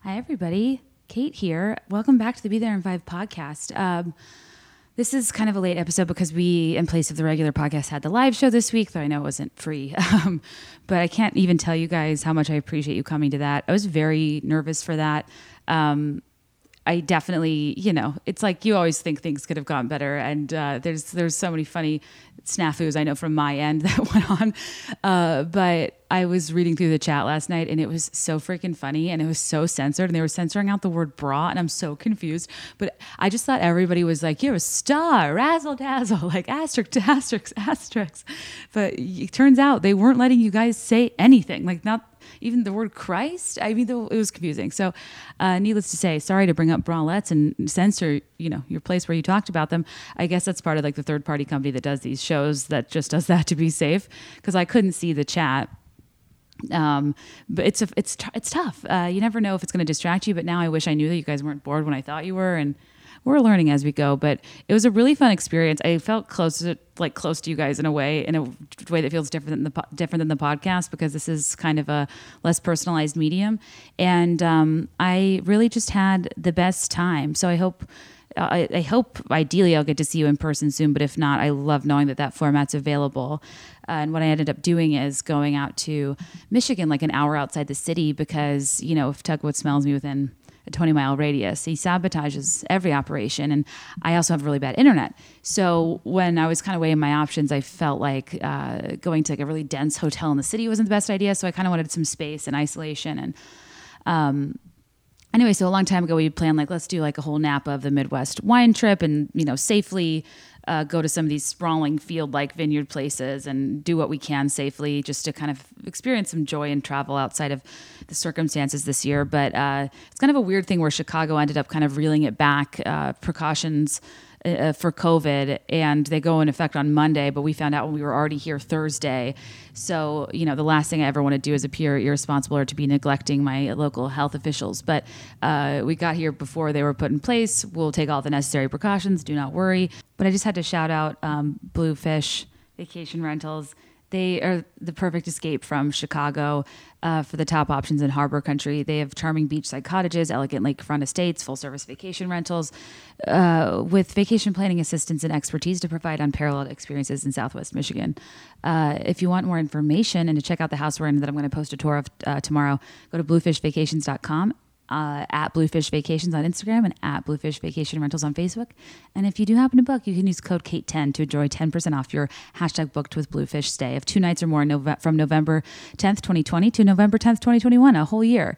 Hi, everybody. Kate here. Welcome back to the Be There in Five podcast. Um, this is kind of a late episode because we, in place of the regular podcast, had the live show this week, though I know it wasn't free. Um, but I can't even tell you guys how much I appreciate you coming to that. I was very nervous for that. Um, I definitely, you know, it's like you always think things could have gone better, and uh, there's there's so many funny snafus I know from my end that went on. Uh, but I was reading through the chat last night, and it was so freaking funny, and it was so censored, and they were censoring out the word bra, and I'm so confused. But I just thought everybody was like, "You're a star, razzle dazzle," like asterisk to asterisk asterisk. But it turns out they weren't letting you guys say anything, like not even the word Christ. I mean, though it was confusing. So, uh, needless to say, sorry to bring up bralettes and censor, you know, your place where you talked about them. I guess that's part of like the third party company that does these shows that just does that to be safe because I couldn't see the chat. Um, but it's a, it's t- it's tough. Uh, you never know if it's going to distract you. But now I wish I knew that you guys weren't bored when I thought you were, and we're learning as we go. But it was a really fun experience. I felt close to like close to you guys in a way, in a way that feels different than the po- different than the podcast because this is kind of a less personalized medium. And um, I really just had the best time. So I hope. I, I hope ideally I'll get to see you in person soon, but if not, I love knowing that that format's available. Uh, and what I ended up doing is going out to Michigan, like an hour outside the city, because, you know, if Tugboat smells me within a 20 mile radius, he sabotages every operation. And I also have really bad internet. So when I was kind of weighing my options, I felt like uh, going to like a really dense hotel in the city wasn't the best idea. So I kind of wanted some space and isolation and, um, anyway, so a long time ago we planned like let's do like a whole Napa of the Midwest wine trip, and you know safely uh, go to some of these sprawling field-like vineyard places and do what we can safely, just to kind of experience some joy and travel outside of the circumstances this year. But uh, it's kind of a weird thing where Chicago ended up kind of reeling it back, uh, precautions uh, for COVID, and they go in effect on Monday. But we found out when we were already here Thursday. So you know, the last thing I ever want to do is appear irresponsible or to be neglecting my local health officials. But uh, we got here before they were put in place. We'll take all the necessary precautions. Do not worry. But I just had to shout out um, Bluefish Vacation Rentals. They are the perfect escape from Chicago uh, for the top options in harbor country. They have charming beachside cottages, elegant lakefront estates, full service vacation rentals, uh, with vacation planning assistance and expertise to provide unparalleled experiences in Southwest Michigan. Uh, if you want more information and to check out the house we're in that I'm going to post a tour of uh, tomorrow, go to bluefishvacations.com. Uh, at Bluefish Vacations on Instagram and at Bluefish Vacation Rentals on Facebook. And if you do happen to book, you can use code KATE10 to enjoy 10% off your hashtag booked with Bluefish stay of two nights or more in Nove- from November 10th, 2020 to November 10th, 2021, a whole year.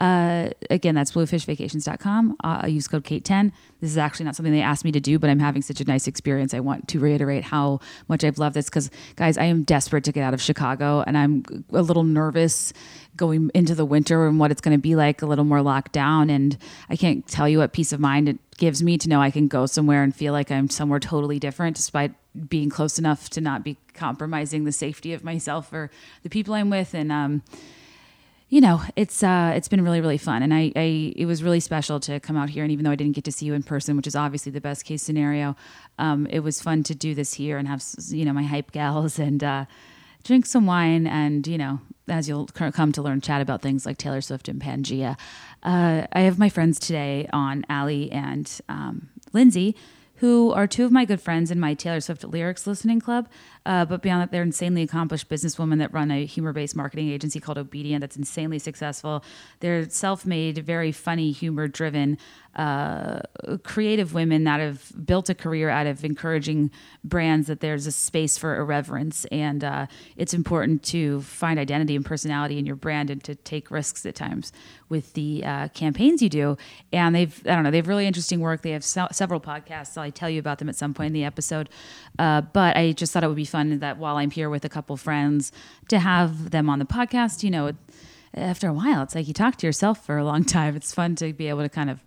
Uh, again, that's bluefishvacations.com. Uh, I use code Kate10. This is actually not something they asked me to do, but I'm having such a nice experience. I want to reiterate how much I've loved this because, guys, I am desperate to get out of Chicago and I'm a little nervous going into the winter and what it's going to be like, a little more locked down. And I can't tell you what peace of mind it gives me to know I can go somewhere and feel like I'm somewhere totally different despite being close enough to not be compromising the safety of myself or the people I'm with. And, um, you know, it's uh, it's been really really fun, and I, I it was really special to come out here. And even though I didn't get to see you in person, which is obviously the best case scenario, um, it was fun to do this here and have s- you know my hype gals and uh, drink some wine and you know as you'll c- come to learn, chat about things like Taylor Swift and Pangea. Uh, I have my friends today on Allie and um, Lindsay who are two of my good friends in my Taylor Swift Lyrics Listening Club. Uh, but beyond that, they're insanely accomplished businesswomen that run a humor based marketing agency called Obedient that's insanely successful. They're self made, very funny, humor driven, uh, creative women that have built a career out of encouraging brands that there's a space for irreverence. And uh, it's important to find identity and personality in your brand and to take risks at times with the uh, campaigns you do. And they've, I don't know, they have really interesting work. They have se- several podcasts. I'll tell you about them at some point in the episode. Uh, but I just thought it would be fun that while I'm here with a couple friends to have them on the podcast, you know, it- after a while, it's like you talk to yourself for a long time. It's fun to be able to kind of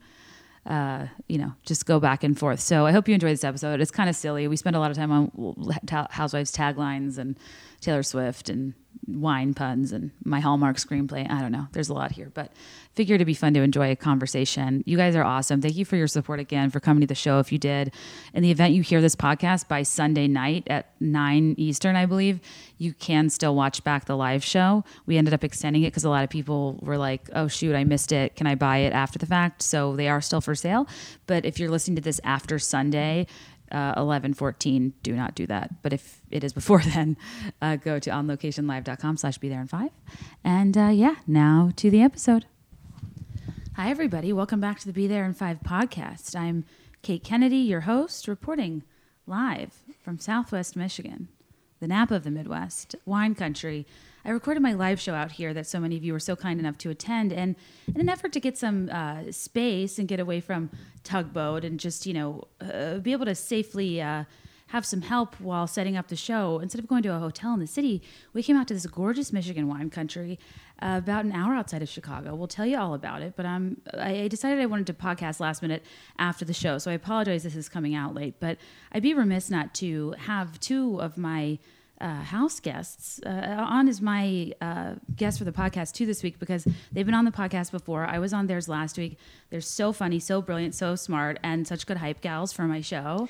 uh, you know, just go back and forth. So I hope you enjoy this episode. It's kind of silly. We spend a lot of time on l- ta- Housewives taglines and Taylor Swift and wine puns and my Hallmark screenplay. I don't know. There's a lot here, but figure it'd be fun to enjoy a conversation. You guys are awesome. Thank you for your support again, for coming to the show if you did. In the event you hear this podcast by Sunday night at 9 Eastern, I believe, you can still watch back the live show. We ended up extending it because a lot of people were like, oh, shoot, I missed it. Can I buy it after the fact? So they are still for sale. But if you're listening to this after Sunday, uh, 11 14 do not do that but if it is before then uh, go to onlocationlive.com slash be there in five and uh, yeah now to the episode hi everybody welcome back to the be there in five podcast i'm kate kennedy your host reporting live from southwest michigan the napa of the midwest wine country i recorded my live show out here that so many of you were so kind enough to attend and in an effort to get some uh, space and get away from tugboat and just you know uh, be able to safely uh, have some help while setting up the show. Instead of going to a hotel in the city, we came out to this gorgeous Michigan wine country uh, about an hour outside of Chicago. We'll tell you all about it, but I'm, I I decided I wanted to podcast last minute after the show, so I apologize this is coming out late, but I'd be remiss not to have two of my uh, house guests. Uh, on is my uh, guest for the podcast too this week because they've been on the podcast before. I was on theirs last week. They're so funny, so brilliant, so smart, and such good hype gals for my show.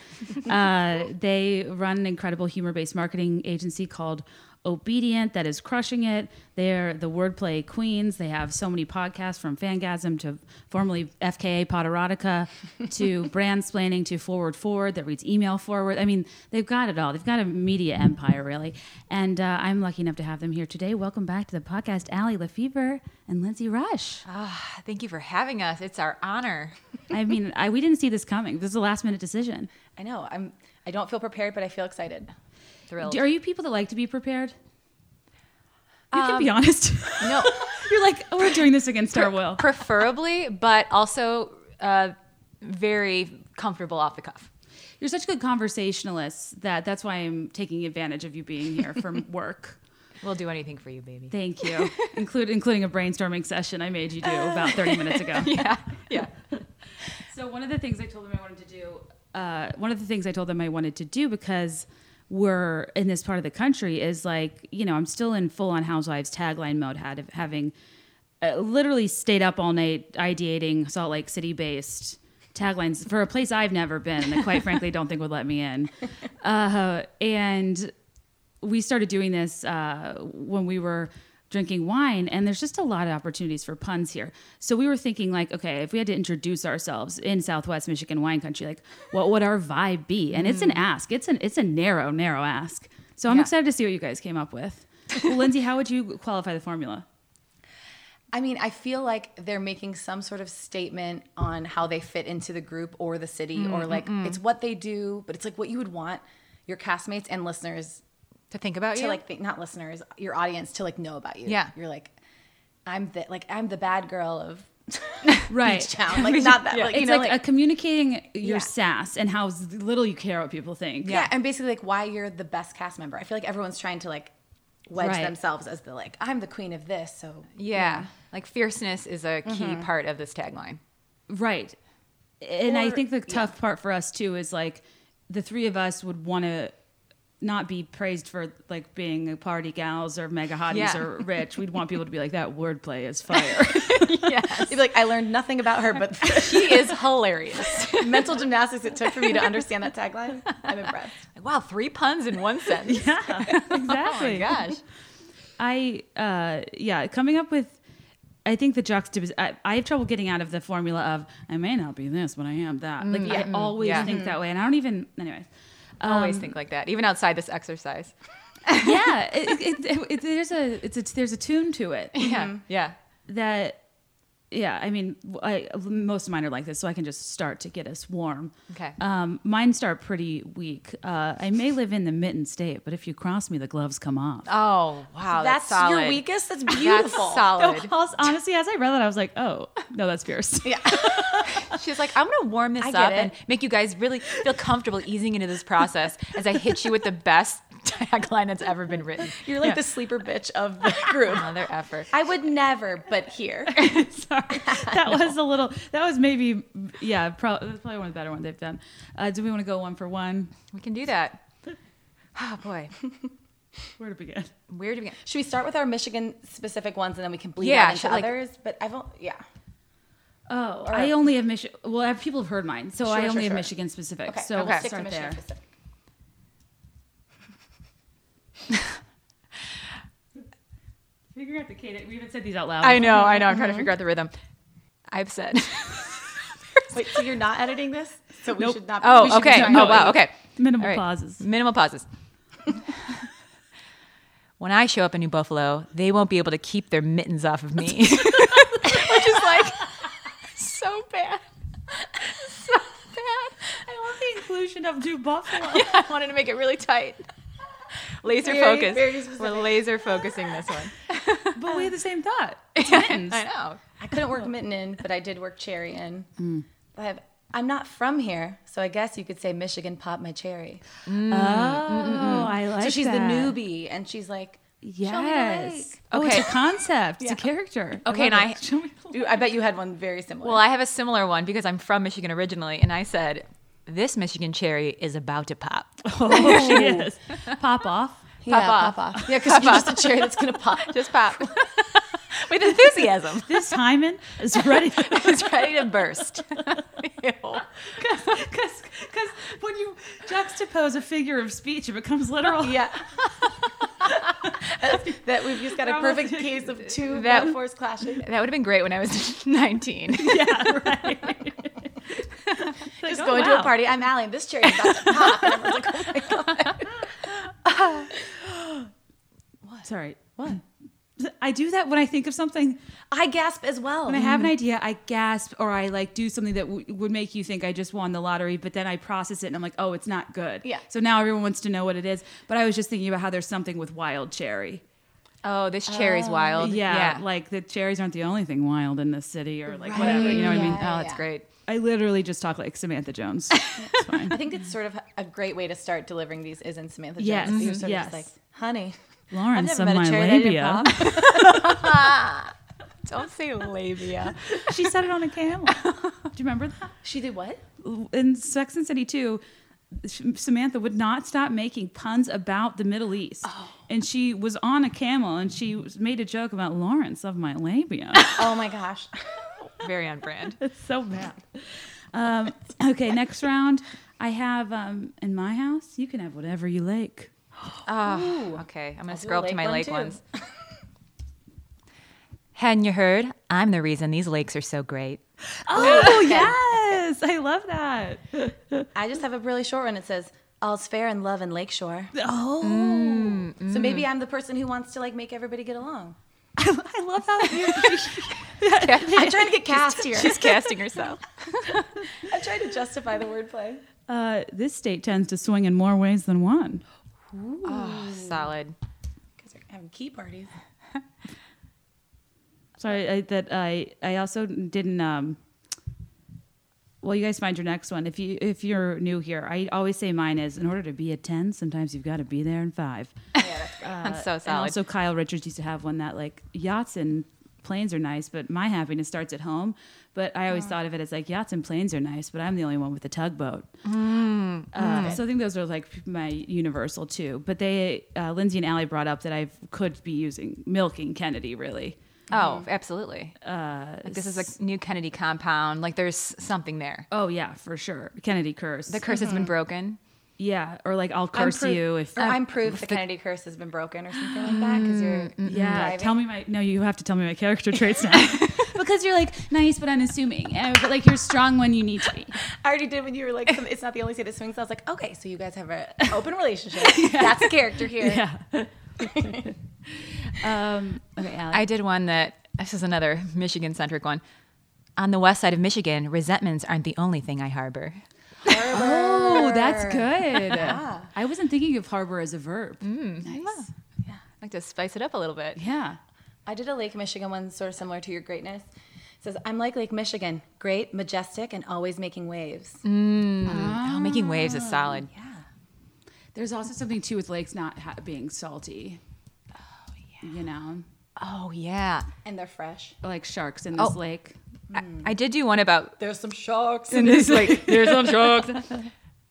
uh, they run an incredible humor based marketing agency called Obedient that is crushing it. They're the wordplay queens. They have so many podcasts from Fangasm to formerly FKA Poderotica to brand splaining to Forward Forward that reads email forward. I mean, they've got it all. They've got a media empire, really. And uh, I'm lucky enough to have them here today. Welcome back to the podcast, Allie Lefevre and Lindsay Rush. Thank you for having us. It's our honor. I mean, I, we didn't see this coming. This is a last minute decision. I know. I'm. I don't feel prepared, but I feel excited. Thrilled. Do- Are you people that like to be prepared? You can be honest. no, You're like, oh, we're doing this against our will. preferably, but also uh, very comfortable off the cuff. You're such good conversationalists that that's why I'm taking advantage of you being here from work. We'll do anything for you, baby. Thank you, Include, including a brainstorming session I made you do about 30 minutes ago. yeah, yeah. So one of the things I told them I wanted to do, uh, one of the things I told them I wanted to do because we're in this part of the country is like, you know, I'm still in full on Housewives tagline mode, had, having uh, literally stayed up all night ideating Salt Lake City based taglines for a place I've never been that quite frankly don't think would let me in. Uh, and we started doing this uh, when we were drinking wine and there's just a lot of opportunities for puns here so we were thinking like okay if we had to introduce ourselves in southwest michigan wine country like what would our vibe be and it's an Mm. ask it's an it's a narrow narrow ask so i'm Yeah. excited to see what you guys came up with well, lindsay how would you qualify the formula I mean, I feel like they're making some sort of statement on how they fit into the group or the city, Mm, or like it's what they do, but it's like what you would want your castmates and listeners To think about to you, like think not listeners, your audience to like know about you. Yeah. you're like, I'm the like I'm the bad girl of Right. Beach Town, like not that, like, you it's know, like, like, a communicating your Yeah. sass and how s- little you care what people think yeah. and basically like why you're the best cast member. I feel like everyone's trying to like wedge Right. themselves as the like I'm the queen of this, so yeah. Like fierceness is a key Mm-hmm. part of this tagline. Right. And I Or- think the tough part for us too is like the three of us would want to not be praised for like being a party gals or mega hotties Yeah. or rich. We'd want people to be like that wordplay is fire. You'd be like, I learned nothing about her, but the She is hilarious. mental gymnastics it took for me to understand that tagline. I'm impressed. like, wow, three puns in one sentence. Oh exactly. Gosh. I uh yeah, coming up with I think the juxtaposition. I, I have trouble getting out of the formula of I may not be this, but I am that. Like I always Mm, Yeah. Mm-hmm. think that way, and I don't even. Anyways, Um, Um, Always think like that, even outside this exercise. yeah, it, it, it, it, there's a it's a, there's a tune to it. Mm-hmm. Yeah, yeah. that yeah i mean I, most of mine are like this so i can just start to get us warm Okay. um, mine start pretty weak uh, i may live in the mitten state but if you cross me the gloves come off Oh wow, that's, That's, solid. your weakest. That's That's beautiful. Oh, solid. Hon- honestly as i read that i was like oh no that's fierce She's like, I'm gonna warm this I get up it. and make you guys really feel comfortable easing into this process as I hit you with the best tagline that's ever been written. You're like the sleeper bitch of the group. Another effort. I would never, but here. sorry that was a little that was maybe yeah pro- that's probably one of the better ones they've done uh, do we want to go one for one We can do that. Oh boy. Where to begin? Where do we get? Should we start with our Michigan specific ones and then we can bleed Yeah, out into should, like- others? But I've on- yeah. Oh, I only have Michigan. Well, I have, people have heard mine, so I sure, only have sure. Michigan specific. Okay, so I will we'll stick to start Michigan there. specific. Figuring out the cadence. We haven't said these out loud. I know, I know. I'm trying to figure out the rhythm. Mm-hmm. I've said. Wait, so you're not editing this? So we should not. we Oh, should be okay. doing Oh, it. wow. Okay. Minimal All right. pauses. Minimal pauses. when I show up in New Buffalo, they won't be able to keep their mittens off of me, which is like so bad. So bad. I the inclusion of New Buffalo. want- yeah, I wanted to make it really tight. Laser Very, focus. very We're specific. laser focusing this one. But we had the same thought. It's mittens. I know. I couldn't work Mitten in, but I did work Cherry in. I have, I'm not from here, so I guess you could say Michigan popped my cherry. Oh, I like so she's that. the newbie, and she's like, "Show me the Yes. lake." Oh, it's a Okay. concept. It's a character. Okay, and love I- it. Show me the lake. You- I bet you had one very similar. Well, I have a similar one because I'm from Michigan originally, and I said, This Michigan cherry is about to pop. Oh, she is. Pop off. yeah, off. pop off. Yeah, because you're just a cherry that's gonna pop. Just pop. With enthusiasm. This hymen is ready. It's ready to burst. Because when you juxtapose a figure of speech, it becomes literal. Yeah. that we've just got a perfect case of two That- metaphors clashing. That would have been great when I was 19. Yeah, right. Just oh, going to a party. I'm Allie. and This cherry is about to pop. And everyone's like, "Oh my God." Sorry. What? I do that when I think of something. I gasp as well. When I have an idea, I gasp or I like do something that w- would make you think I just won the lottery, but then I process it and I'm like, oh, it's not good. Yeah. So now everyone wants to know what it is. But I was just thinking about how there's something with wild cherry. Oh, this cherry's wild. Yeah. Like the cherries aren't the only thing wild in this city or like whatever. You know what I mean? Yeah. oh, that's great. I literally just talk like Samantha Jones. It's fine. I think it's sort of a great way to start delivering these is in Samantha Jones. Yes, So You're sort yes. of just like, honey, I've Lawrence never of met my a cherry that didn't labia. pop. Don't say labia. she said it on a camel. Do you remember that? She did what? in Sex and the City 2, Sh- Samantha would not stop making puns about the Middle East. And she was on a camel and she was- made a joke about Lawrence of my labia. Oh my gosh. Very on brand. it's so bad. Um, okay, next round. I have um, in my house, you can have whatever you like. Oh, okay. I'm going to do a scroll up to lake my one, lake too. ones. Hadn't you heard? I'm the reason these lakes are so great. Oh, yes. I love that. I just have a really short one. It says, all's fair in love and lakeshore. Mm, Oh, So maybe I'm the person who wants to like make everybody get along. I love that. I'm trying to get cast here. She's casting herself. I'm trying to justify the wordplay. Uh, this state tends to swing in more ways than one. Oh, solid. Because we're having key parties. Sorry I, that I I also didn't. Um, well, you guys find your next one. If you if you're new here, I always say mine is in order to be a ten. Sometimes you've got to be there in five. That's so And solid. also, Kyle Richards used to have one that like yachts and planes are nice, but my happiness starts at home. But I always thought of it as like yachts and planes are nice, but I'm the only one with a tugboat. Uh, so I think those are like my universal too. But they uh, Lindsay and Allie brought up that I could be using milking Kennedy really. oh, absolutely. like this is a new Kennedy compound. Like there's something there. Oh yeah, for sure. Kennedy curse. The curse has been broken. yeah, or like I'll curse proof- you if. Or I'm proof the Kennedy curse has been broken or something like that. Because you're yeah, driving. tell me my no. You have to tell me my character traits now, because you're like nice but unassuming, uh, but like you're strong when you need to be. I already did when you were like, some- it's not the only state that swings. I was like, okay, so you guys have an open relationship. That's a character here. Um, okay, Allie. I did one that this is another Michigan centric one. On the west side of Michigan, resentments aren't the only thing I harbor. oh, that's good. I wasn't thinking of harbor as a verb. nice. I like to spice it up a little bit. Yeah. I did a Lake Michigan one, sort of similar to your greatness. It says, I'm like Lake Michigan, great, majestic, and always making waves. Oh, making waves is solid. There's also something too with lakes not ha- being salty. Oh yeah. You know, Oh yeah. And they're fresh. like sharks in this Oh. lake. I, I did do one about There's some sharks. in this like there's some jokes.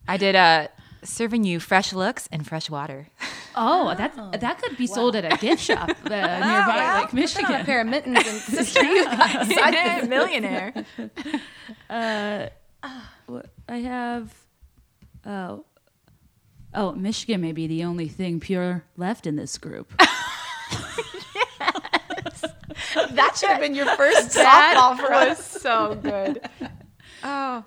I did uh serving you fresh looks and fresh water. Oh, that's that could be sold at a gift shop uh, nearby, like Put on a Michigan. pair of mittens and sister, you guys. I think- millionaire. What- I have, oh, oh, Michigan may be the only thing pure left in this group. that should have been your first That softball for us. was so good. Oh,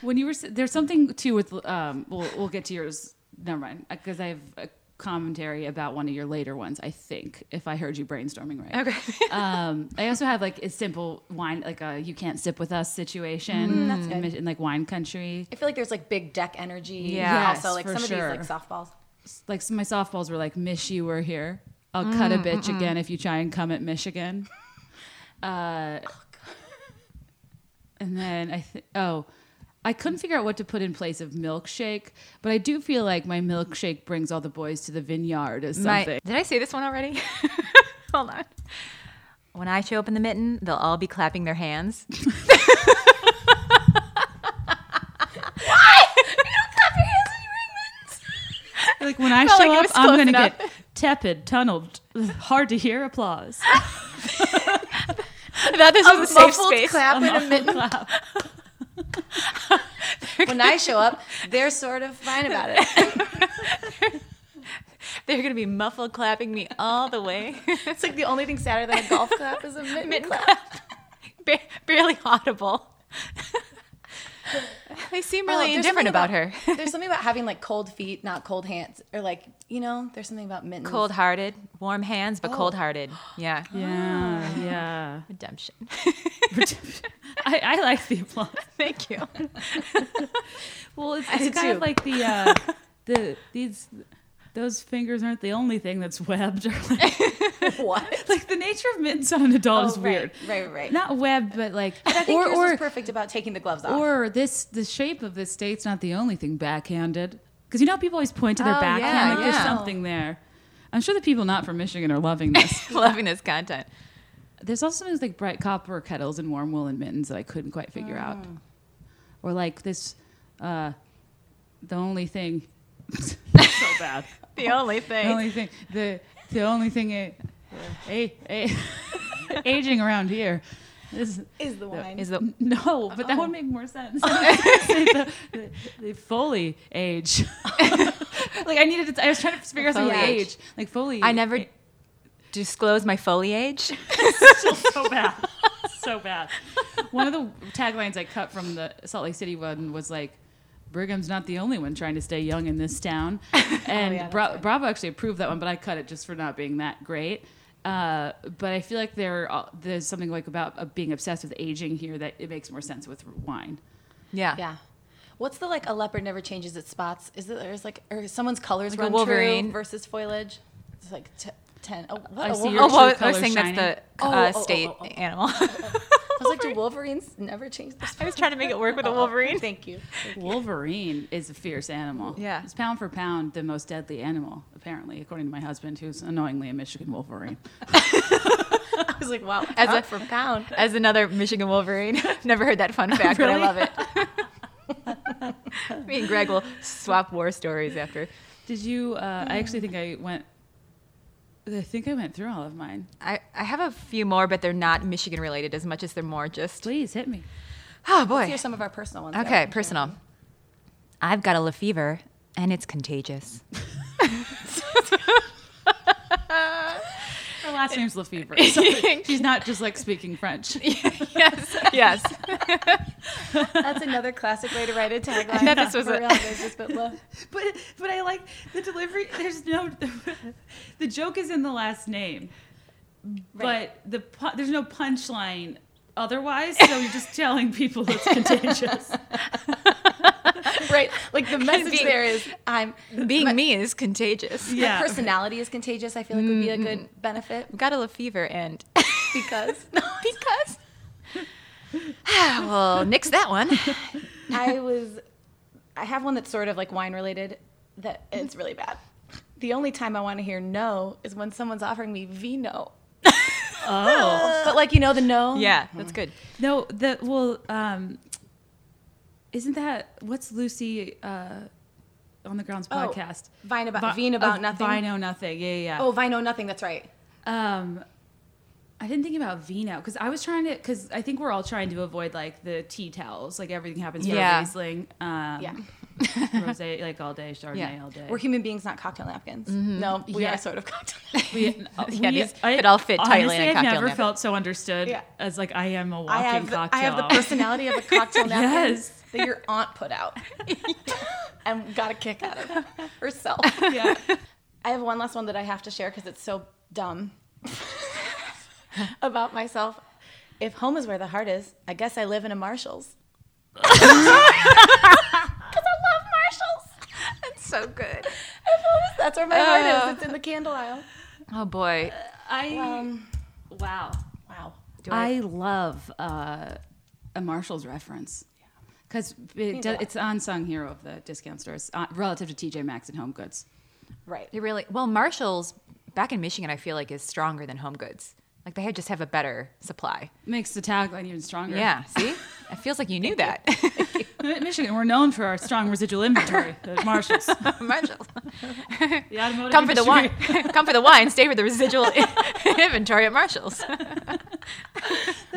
when you were s- there's something too with um, we'll we'll get to yours. Never mind, because I have a commentary about one of your later ones. I think if I heard you brainstorming right. okay. um, I also have like a simple wine, like a you can't sip with us situation Mm, that's in, good. Mich- in like wine country. I feel like there's like big deck energy. Yeah. Yes, also like for some sure. of these like softballs. Like some of my softballs were like, "Miss you, we're here. I'll Mm, cut a bitch again if you try and come at Michigan." Uh, and then I th- oh, I couldn't figure out what to put in place of milkshake, but I do feel like my milkshake brings all the boys to the vineyard is My, something. did I say this one already? Hold on. When I show up in the mitten, they'll all be clapping their hands. like when I Felt show like it up, was I'm close gonna enough. get tepid, tunneled, hard to hear applause. that this was a safe Muffled space. clap and a mitten. when I show up, they're sort of fine about it. They're gonna be muffled clapping me all the way, It's like the only thing sadder than a golf clap is a mitten, clap. ba- barely audible. they seem Oh, really there's indifferent something about, her. there's something about having like cold feet, not cold hands, or like you know, there's something about mittens. Cold-hearted, warm hands, but cold-hearted. Yeah, Yeah, yeah. redemption. I, I like the applause. Thank you. Well, it's, did it's kind too. of like the uh, the these those fingers aren't the only thing that's webbed. Or like, What? like the nature of mittens on an adult Oh, is right, weird. right, right. Not webbed, but like I think or yours or was perfect about taking the gloves off. or this the shape of this state's not the only thing backhanded because you know how people always point to their Oh, backhand yeah, like there's yeah. something there. I'm sure the people not from Michigan are loving this. Loving this content. There's also things like bright copper kettles and warm woolen mittens that I couldn't quite figure out. Oh. Or like this, uh, the only thing. so bad. The Oh. only thing. The only thing. The the only thing. A, a, a, aging around here. This is the wine. is the no, but that would make more sense. the, the, the Foley age. like I needed. To, I was trying to figure out something with Foliage. age. Like Foley. I never disclose my foliage. so bad. So bad. One of the taglines I cut from the Salt Lake City one was like, Brigham's not the only one trying to stay young in this town. And Oh, yeah, Bra- Bravo actually approved that one, but I cut it just for not being that great. Uh, but I feel like there are, there's something like about uh, being obsessed with aging here that it makes more sense with wine. Yeah. Yeah. What's the like a leopard never changes its spots? Is it there's like or someone's colors Like a run Wolverine. true versus foliage? It's like t- ten. Oh, what, I a see Wolver- your Oh, well, true I was colors saying that's the shining. uh, Oh, oh, oh, state oh, oh. animal. I was like, do Wolverines never change their spots? I was trying to make it work with a Oh, Wolverine. Thank you. Wolverine is a fierce animal. Yeah. It's pound for pound the most deadly animal, apparently, according to my husband, who's annoyingly a Michigan Wolverine. I was like, wow, As as a- a for pound. As another Michigan Wolverine. Never heard that fun fact, but I Really? love it. Me and Greg will swap war stories after. Did you? Uh, I actually think I went. I think I went through all of mine. I, I have a few more, but they're not Michigan related as much as they're more just. Please hit me. Oh, Here's boy. some of our personal ones. Okay, personal. I've got a La fever, and it's contagious. Her last name's Lefebvre. so she's not just like speaking French. yes, yes. That's another classic way to write a tagline. thought this was For a- real, there's just but love. But but I like the delivery. There's no. The joke is in the last name, Right. but the pu- there's no punchline. Otherwise, so you're just telling people it's contagious. right. Like the message be- there is I'm Being me is contagious. my Yeah. personality is contagious. I feel like would be a good benefit I've got a La fever, and because because. well, nix that one. I was I have one that's sort of like wine related that it's really bad. The only time I want to hear no is when someone's offering me vino. Oh. But like you know the no. Yeah, that's good. No, the well, um, isn't that what's Lucy? Uh, on the grounds podcast. Vine about- Vi- Vine about of nothing? Vino nothing. Yeah, yeah. yeah. Oh, Vino Nothing. That's right. Um, I didn't think about vino because I was trying to because I think we're all trying to avoid like the tea towels. Like everything happens for Yeah. a Riesling. Um, Yeah. rosé like all day, Chardonnay Yeah. all day. We're human beings, not cocktail napkins. No, we Mm-hmm. Yeah. are sort of cocktail napkins. We, we- Yeah, these could all fit tightly in honestly, a I've cocktail never napkin. felt so understood Yeah. as like I am a walking I have, the, cocktail. I have the personality of a cocktail napkin Yes. that your aunt put out and got a kick out of herself. yeah. I have one last one that I have to share because it's so dumb about myself. If home is where the heart is, I guess I live in a Marshalls. Because I love Marshalls. That's so good. If home is- That's where my heart is. It's in the candle aisle. Oh boy. I Um, wow. wow. Do I love uh, a Marshalls reference because it a does, lot. it's the unsung hero of the discount stores uh, relative to TJ Maxx and Home Goods. Right. They really well. Marshalls back in Michigan, I feel like is stronger than Home Goods. Like they had- just have a better supply. Makes the tagline even stronger. Yeah. See, it feels like you knew that. Michigan, we're known for our strong residual inventory at Marshalls. Marshalls. The automotive Come for the wine. industry. Come for the wine. Stay for the residual inventory at Marshalls. the,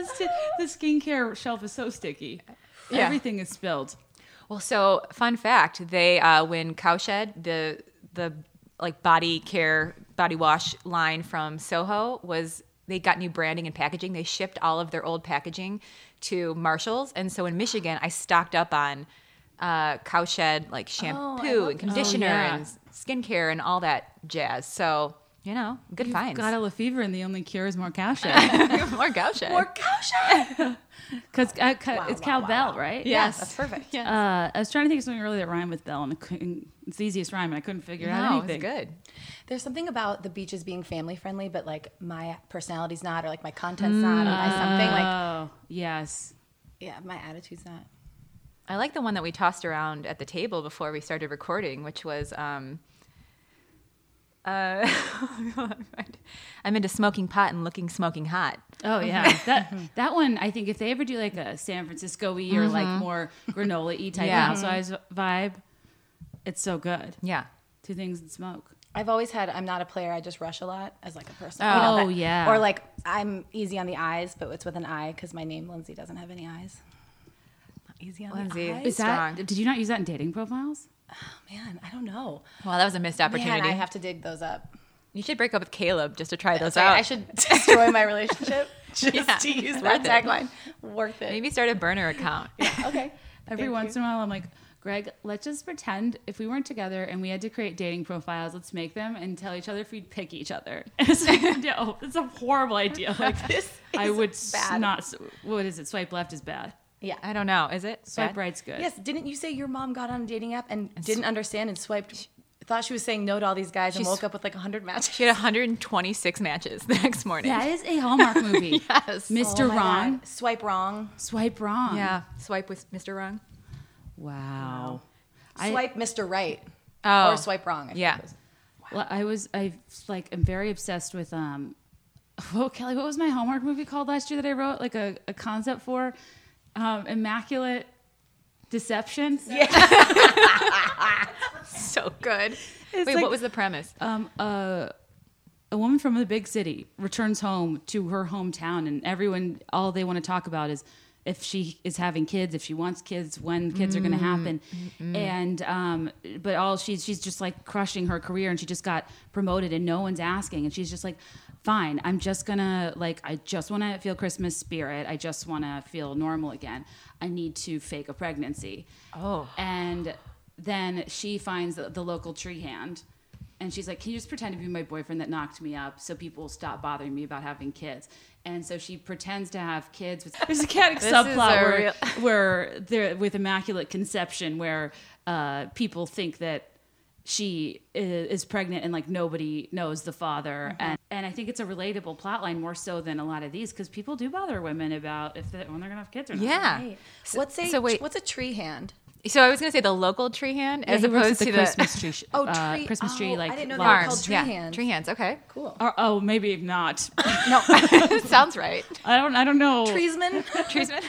sti- the skincare shelf is so sticky. Yeah. Everything is spilled. Well, so fun fact: they uh, when Cowshed, the the like body care body wash line from Soho was they got new branding and packaging. They shipped all of their old packaging to Marshalls, and so in Michigan, I stocked up on uh, Cowshed like shampoo love and conditioner Oh, yeah. and skincare and all that jazz. So you know, good finds. Got a fever, and the only cure is more kasha. More Cowshed. Or Kausha. Because uh, ca- it's wow, wow, cowbell, right? Yes. That's perfect. Uh, I was trying to think of something earlier that rhymed with bell, and I couldn't- it's the easiest rhyme, and I couldn't figure no, out it's anything. good. There's something about the beaches being family friendly, but like my personality's not, or like my content's not, or my something like Oh, yes. yeah, my attitude's not. I like the one that we tossed around at the table before we started recording, which was um, uh, I'm into smoking pot and looking smoking hot. Oh yeah, that that one. I think if they ever do like a San Francisco y or like more granola y type Yeah. housewives vibe, it's so good. Yeah. Two things and smoke. I've always had I'm not a player, I just rush a lot as like a person. Oh, that- yeah. Or like I'm easy on the eyes, but it's with an I because my name Lindsay doesn't have any eyes. Not Easy on Lindsay. the eyes. Is that? Strong. Did you not use that in dating profiles? Man, I don't know. Well, that was a missed opportunity. Man, I have to dig those up. you should break up with Caleb just to try those Sorry, out. I should destroy my relationship just Yeah. to use that tagline. Worth it. maybe start a burner account. Okay. Every Thank once in a while, I'm like, Greg, let's just pretend if we weren't together and we had to create dating profiles, let's make them and tell each other if we'd pick each other. It's like, no, it's a horrible idea. Like This I is would s- bad. not. s- What is it? Swipe left is bad. Yeah. I don't know. Is it? Swipe bad? right's good. Yes, didn't you say your mom got on a dating app and didn't understand and swiped? Thought she was saying no to all these guys and She's- woke up with like 100 matches. She had 126 matches the next morning. That is a Hallmark movie. Yes. Mr. Oh my Wrong. God. Swipe wrong. Swipe wrong. Yeah. Swipe with Mr. Wrong. Wow. I- Swipe Mr. Right. Oh. Or swipe wrong. I think Yeah. it was. Well, I was I like am very obsessed with um oh Kelly, what was my homework movie called last year that I wrote like a, a concept for um, immaculate deception. So good. Wait, like- what was the premise? Um, uh, a woman from a big city returns home to her hometown, and everyone all they want to talk about is if she is having kids, if she wants kids, when kids are going to happen, and um, but all she's she's just like crushing her career, and she just got promoted, and no one's asking, and she's just like. Fine, I'm just gonna like, I just wanna feel Christmas spirit. I just wanna feel normal again. I need to fake a pregnancy. Oh. And then she finds the, the local tree hand and she's like, Can you just pretend to be my boyfriend that knocked me up so people will stop bothering me about having kids? And so she pretends to have kids with there's a chaotic is subplot a where, real- where they're with immaculate conception where uh, people think that she i- is pregnant and like nobody knows the father and, and i think it's a relatable plot line more so than a lot of these because people do bother women about if they, when they're gonna have kids or not Yeah. So, what's a so wait. what's a tree hand? So I was gonna say the local tree hand Yeah, as he works opposed at to the Christmas tree. sh- Oh, uh, tree- Christmas tree oh, I like didn't know they were farms. called tree yeah, hands. Tree hands. Okay, Cool. Or, oh, maybe not. no, sounds right. I don't. I don't know. Treesman? Treesman.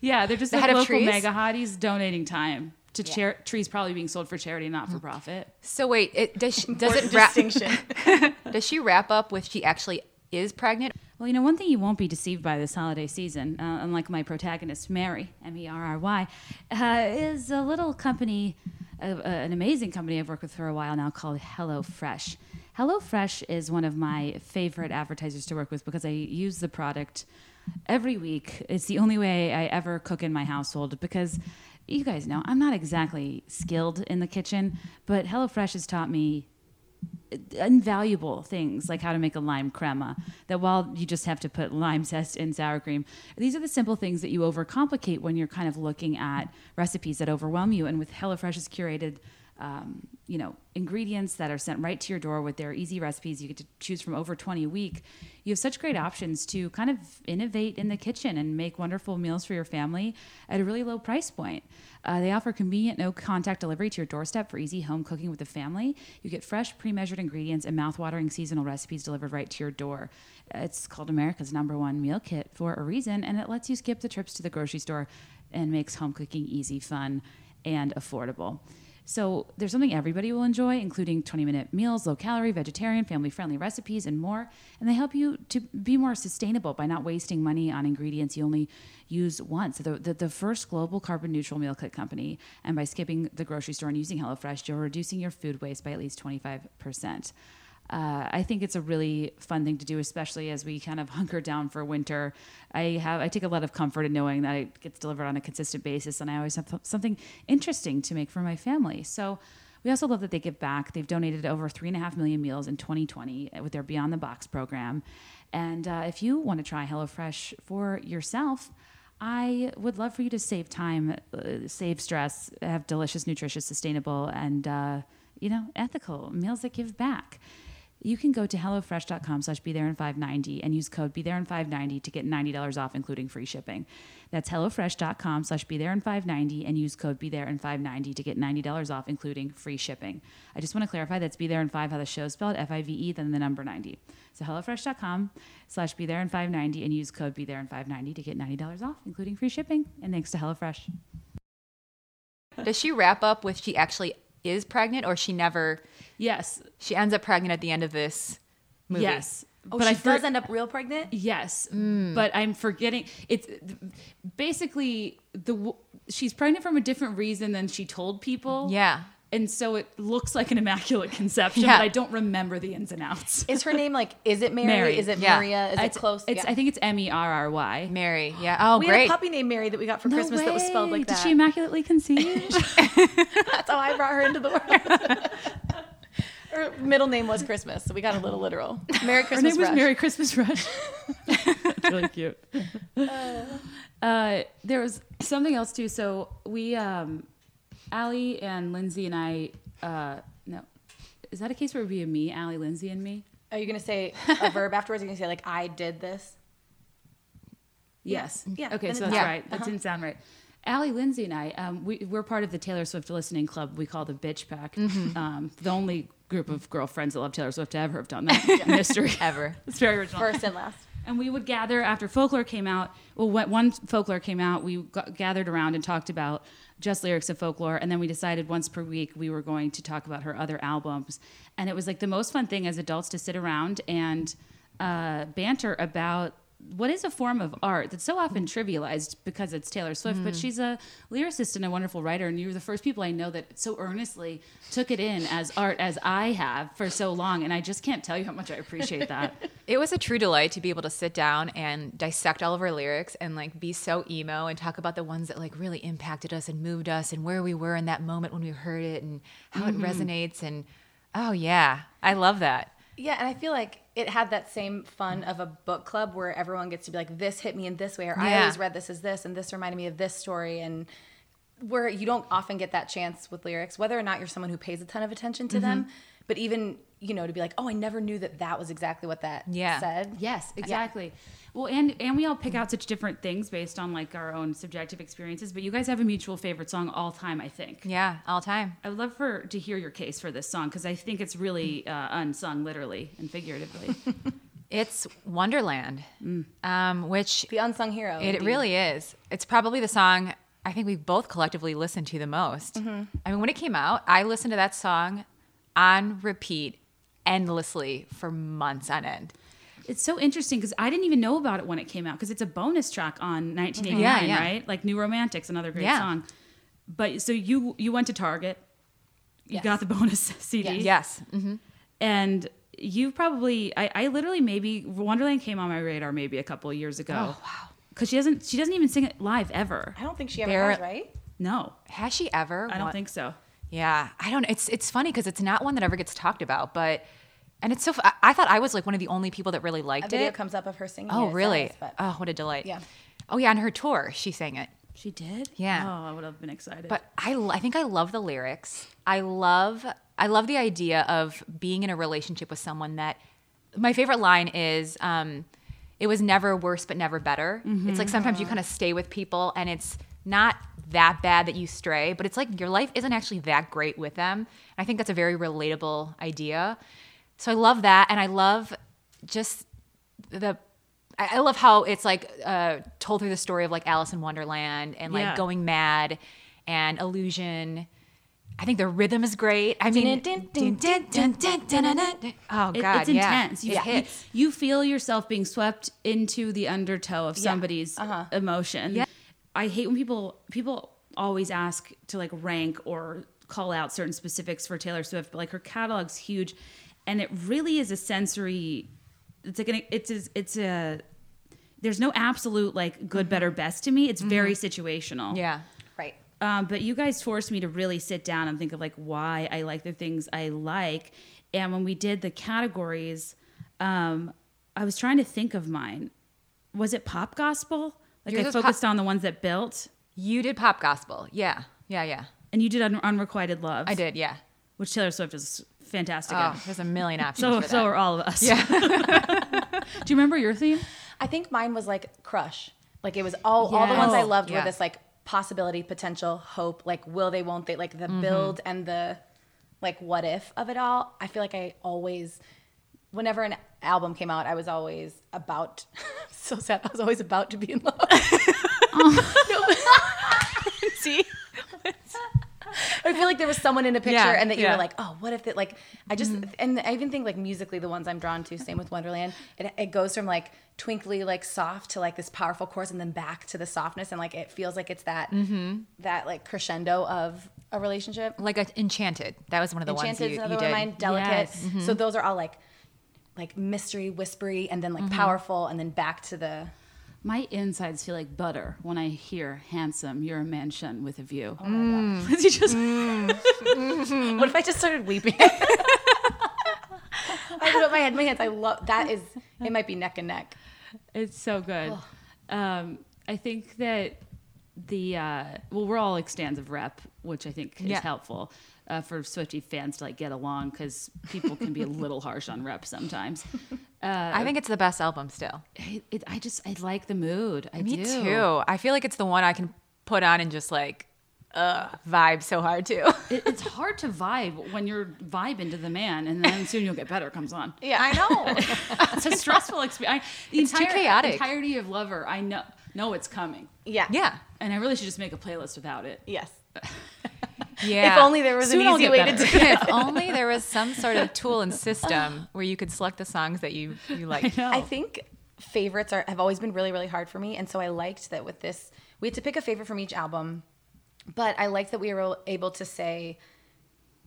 Yeah, they're just The like head of local trees? mega hotties donating time. to char- trees probably being sold for charity, not for profit. So wait, it, does she, does Important it wrap, distinction. does she wrap up with she actually is pregnant? Well, you know, one thing you won't be deceived by this holiday season, uh, unlike my protagonist, Mary, M E R R Y, uh, is a little company, uh, uh, an amazing company I've worked with for a while now called HelloFresh. HelloFresh is one of my favorite advertisers to work with because I use the product every week. It's the only way I ever cook in my household because you guys know I'm not exactly skilled in the kitchen, but HelloFresh has taught me invaluable things like how to make a lime crema that while you just have to put lime zest in sour cream these are the simple things that you overcomplicate when you're kind of looking at recipes that overwhelm you and with HelloFresh's curated um, you know ingredients that are sent right to your door with their easy recipes you get to choose from over 20 a week you have such great options to kind of innovate in the kitchen and make wonderful meals for your family at a really low price point uh, they offer convenient no contact delivery to your doorstep for easy home cooking with the family. You get fresh, pre measured ingredients and mouth-watering seasonal recipes delivered right to your door. Uh, It's called America's number one meal kit for a reason, and it lets you skip the trips to the grocery store and makes home cooking easy, fun, and affordable. So there's something everybody will enjoy, including 20-minute meals, low-calorie, vegetarian, family-friendly recipes, and more. And they help you to be more sustainable by not wasting money on ingredients you only use once. The, the, the first global carbon-neutral meal kit company. And by skipping the grocery store and using HelloFresh, you're reducing your food waste by at least 25%. Uh, I think it's a really fun thing to do, especially as we kind of hunker down for winter. I have I take a lot of comfort in knowing that it gets delivered on a consistent basis, and I always have something interesting to make for my family. So. We also love that they give back. They've donated over three and a half million meals in 2020 with their Beyond the Box program. And uh, if you want to try HelloFresh for yourself, I would love for you to save time, uh, save stress, have delicious, nutritious, sustainable, and uh, you know, ethical meals that give back. You can go to HelloFresh.com slash be there in 590 and use code be there in 590 to get $90 off, including free shipping. That's HelloFresh.com slash be there in 590 and use code be there in 590 to get $90 off, including free shipping. I just want to clarify that's be there in 5, how the show is spelled, F I V E, then the number 90. So HelloFresh.com slash be there in 590 and use code be there in 590 to get $90 off, including free shipping. And thanks to HelloFresh. Does she wrap up with she actually is pregnant or she never Yes. she ends up pregnant at the end of this movie? Yes. Oh, she for- does end up real pregnant. Yes, but I'm forgetting. It's basically the w- she's pregnant from a different reason than she told people. Yeah. and so it looks like an immaculate conception, Yeah. but I don't remember the ins and outs. Is her name like? Is it Mary? Mary. Is it Yeah. Maria? Uh, Is It's it close? It's, Yeah. I think it's M E R R Y. Mary. Yeah. Oh, we great. had a puppy named Mary that we got for Christmas that was spelled like Did that. she immaculately conceive? That's how I brought her into the world. her middle name was Christmas, so we got a little literal. Merry Her Christmas, name was Rush. Merry Christmas Rush. That's really cute. Uh, there was something else too. So we, um, Allie and Lindsay and I, uh, no, is that a case where it would be a me, Allie, Lindsay, and me? Are you gonna say a verb afterwards? Are you gonna say like I did this? Yes. Yeah, Mm. Okay, then so it's that's yeah. right. That didn't sound right. Allie, Lindsay, and I, um, we, we're part of the Taylor Swift listening club we call the Bitch Pack. Um, the only group of girlfriends that love Taylor Swift to ever have done that in history. Ever. It's very original. First and last. and we would gather after folklore came out well when one folklore came out we got, gathered around and talked about just lyrics of folklore and then we decided once per week we were going to talk about her other albums and it was like the most fun thing as adults to sit around and uh, banter about what is a form of art that's so often trivialized because it's Taylor Swift, but she's a lyricist and a wonderful writer. And you were the first people I know that so earnestly took it in as art as I have for so long. And I just can't tell you how much I appreciate that. It was a true delight to be able to sit down and dissect all of our lyrics and like be so emo and talk about the ones that like really impacted us and moved us and where we were in that moment when we heard it and how it resonates and oh yeah, I love that. Yeah, and I feel like it had that same fun of a book club where everyone gets to be like, this hit me in this way, or I Yeah. always read this as this, and this reminded me of this story, and where you don't often get that chance with lyrics, whether or not you're someone who pays a ton of attention to them, Mm-hmm. but even you know to be like, oh, I never knew that that was exactly what that Yeah. said. Yes, exactly. Well, and and we all pick out such different things based on like our own subjective experiences. But you guys have a mutual favorite song all time, I think. Yeah, all time. I would love for to hear your case for this song because I think it's really uh, unsung, literally and figuratively. It's Wonderland, um, which The unsung hero. It indeed. really is. It's probably the song I think we've both collectively listened to the most. I mean, when it came out, I listened to that song on repeat endlessly for months on end. It's so interesting because I didn't even know about it when it came out because it's a bonus track on 1989, Yeah, yeah. right? Like New Romantics, another great Yeah. song. But so you you went to Target, you Yes. got the bonus CD, Yes. hmm and you probably I, I literally maybe Wonderland came on my radar maybe a couple of years ago. Oh wow! Because she doesn't she doesn't even sing it live ever. I don't think she ever There- has, right? No, Has she ever? I don't won- think so. Yeah, I don't. It's it's funny because it's not one that ever gets talked about, but and it's so. f- I, I thought I was like one of the only people that really A liked video it. comes up of her singing. oh, it, it really? says, but- oh, what a delight. Yeah. Oh yeah, on her tour, she sang it. She did. Yeah. Oh, I would have been excited. But I, l- I think I love the lyrics. I love I love the idea of being in a relationship with someone that my favorite line is um, it was never worse but never better. It's like sometimes you kind of stay with people and it's not that bad that you stray, but it's like your life isn't actually that great with them. And I think that's a very relatable idea. So I love that and I love just the I I love how it's like uh, told through the story of like Alice in Wonderland and like Yeah. going mad and illusion. I think the rhythm is great. I mean, oh It- god, it's yeah. intense. You, it you- hits. You, feel yourself being swept into the undertow of somebody's Uh-huh. emotion. I hate when people people always ask to like rank or call out certain specifics for Taylor Swift, but like her catalog's huge, and it really is a sensory. It's like an, it's a, it's a there's no absolute like Mm-hmm. good, better, best to me. It's very situational. Yeah, right. Um, but you guys forced me to really sit down and think of like why I like the things I like. And when we did the categories, um, I was trying to think of mine. Was it pop gospel? Like Yours I was pop- focused on the ones that built, you did pop gospel. Yeah, yeah, yeah. and you did un- unrequited love. I did. Yeah. which Taylor Swift is fantastic. Oh, at. there's a million options. So for so that. are all of us. Yeah. Do you remember your theme? I think mine was like crush. Like it was all all the ones I Yes. loved Yeah. were this like possibility, potential, hope, like will they, won't they, like the build and the like what if of it all. I feel like I always whenever an album came out, I was always about so sad. I was always about to be in love. See, I feel like there was someone in a picture Yeah, and that you yeah. Mm-hmm. were like, oh, what if that like I just and I even think like musically the ones I'm drawn to, same with Wonderland, it, it goes from like twinkly, like soft to like this powerful chorus and then back to the softness and like it feels like it's that Mm-hmm. that like crescendo of a relationship. like a, enchanted. That was one of the Enchanted is ones you, another you did. one of Mm-hmm. mine, delicate. Yes. So those are all like like mystery, whispery, and then like Mm-hmm. powerful and then back to the My insides feel like butter when I hear "handsome." You're a mansion with a view. Oh Mm. my god! you just What if I just started weeping? I put up my head in my hands. I love that is it might be neck and neck. It's so good. Um, I think that the uh, well, we're all extansive rep, which I think is Yeah. helpful uh, for Swiftie fans to like get along because people can be a little harsh on rep sometimes. I think it's the best album still. I, it, I just I like the mood. I Me do. too. I feel like it's the one I can put on and just like uh, vibe so hard to. It, it's hard to vibe when you're vibing to the man, and then soon you'll get better comes on. Yeah. I know. It's a stressful experience. The It's too entire chaotic. entirety of Lover, I know know it's coming, Yeah. yeah. and I really should just make a playlist without it. Yes. Yeah. If only there was Soon an I'll easy get way better. to do it. if only there was some sort of tool and system where you could select the songs that you, you like. know. I think favorites are have always been really really hard for me, and so I liked that with this we had to pick a favorite from each album, but I liked that we were able to say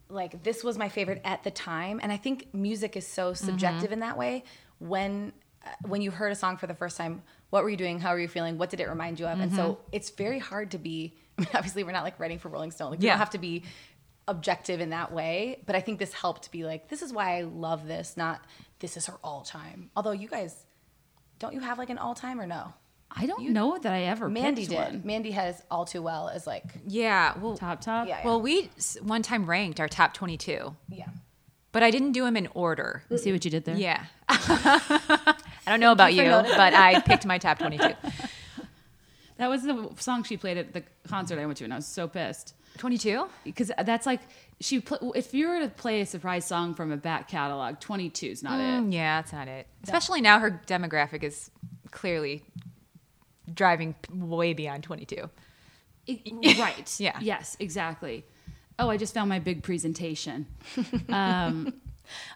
like this was my favorite at the time, and I think music is so subjective in that way. When uh, when you heard a song for the first time, what were you doing? How were you feeling? What did it remind you of? And so it's very hard to be. I mean, obviously, we're not like writing for Rolling Stone. Like, we Yeah. don't have to be objective in that way. But I think this helped be like, this is why I love this, not this is her all time. Although you guys, don't you have like an all time or no? I don't know that I ever Mandy picked did. one. Mandy has all too well as like, Yeah. Well, Top top. Yeah. well, we s- one time ranked our top 22, yeah. but I didn't do them in order. I see what you did there. Yeah. I don't know about you, but I picked my top 22. That was the song she played at the concert I went to, and I was so pissed 22? because that's like she. Pl- if you were to play a surprise song from a back catalog, 22 is not it. Mm, Yeah, that's not it. Especially now her demographic is clearly driving p- way beyond 22. It- right. Yeah. Yes, exactly. Oh, I just found my big presentation.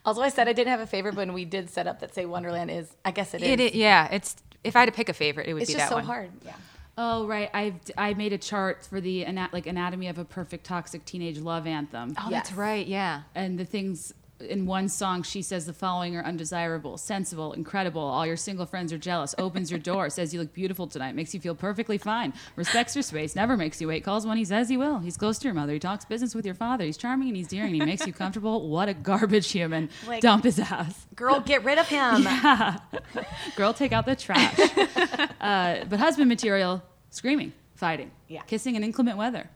Although I said I didn't have a favorite when we did set up that say Wonderland is, I guess it is. It, i- yeah, it's if I had to pick a favorite, it would it's be just that so one. hard. Yeah. Oh, right. I've I made a chart for the ana- like anatomy of a perfect toxic teenage love anthem. Oh, Yes. that's right. Yeah. and the things in one song she says the following are undesirable sensible incredible all your single friends are jealous opens your door says you look beautiful tonight makes you feel perfectly fine respects your space never makes you wait calls when he says he will he's close to your mother he talks business with your father he's charming and he's dear and he makes you comfortable what a garbage human Like- dump his ass Girl, get rid of him. girl take out the trash uh, but husband material screaming fighting Yeah. kissing in inclement weather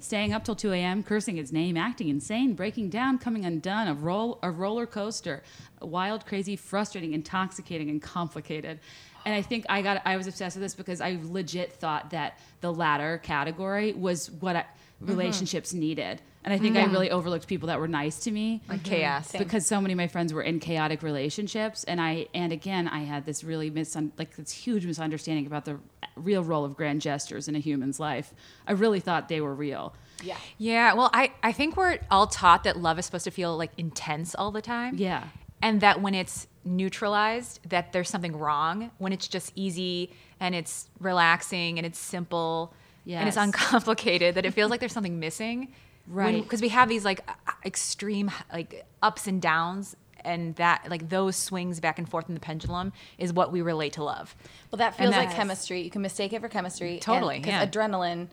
staying up till 2 a.m cursing his name acting insane breaking down coming undone a, roll, a roller coaster wild crazy frustrating intoxicating and complicated and i think i got i was obsessed with this because i legit thought that the latter category was what I, relationships needed and i think i really overlooked people that were nice to me Like chaos. Same. because so many of my friends were in chaotic relationships and i and again i had this really misun- like this huge misunderstanding about the real role of grand gestures in a human's life i really thought they were real yeah. Yeah. Well, I, I think we're all taught that love is supposed to feel like intense all the time. Yeah. And that when it's neutralized, that there's something wrong. When it's just easy and it's relaxing and it's simple and Yes. it's uncomplicated, that it feels like there's something missing. Right. Because we have these like uh, extreme like ups and downs and that like those swings back and forth in the pendulum is what we relate to love. Well, that feels like that's- chemistry. You can mistake it for chemistry. and- Totally, 'cause yeah. adrenaline,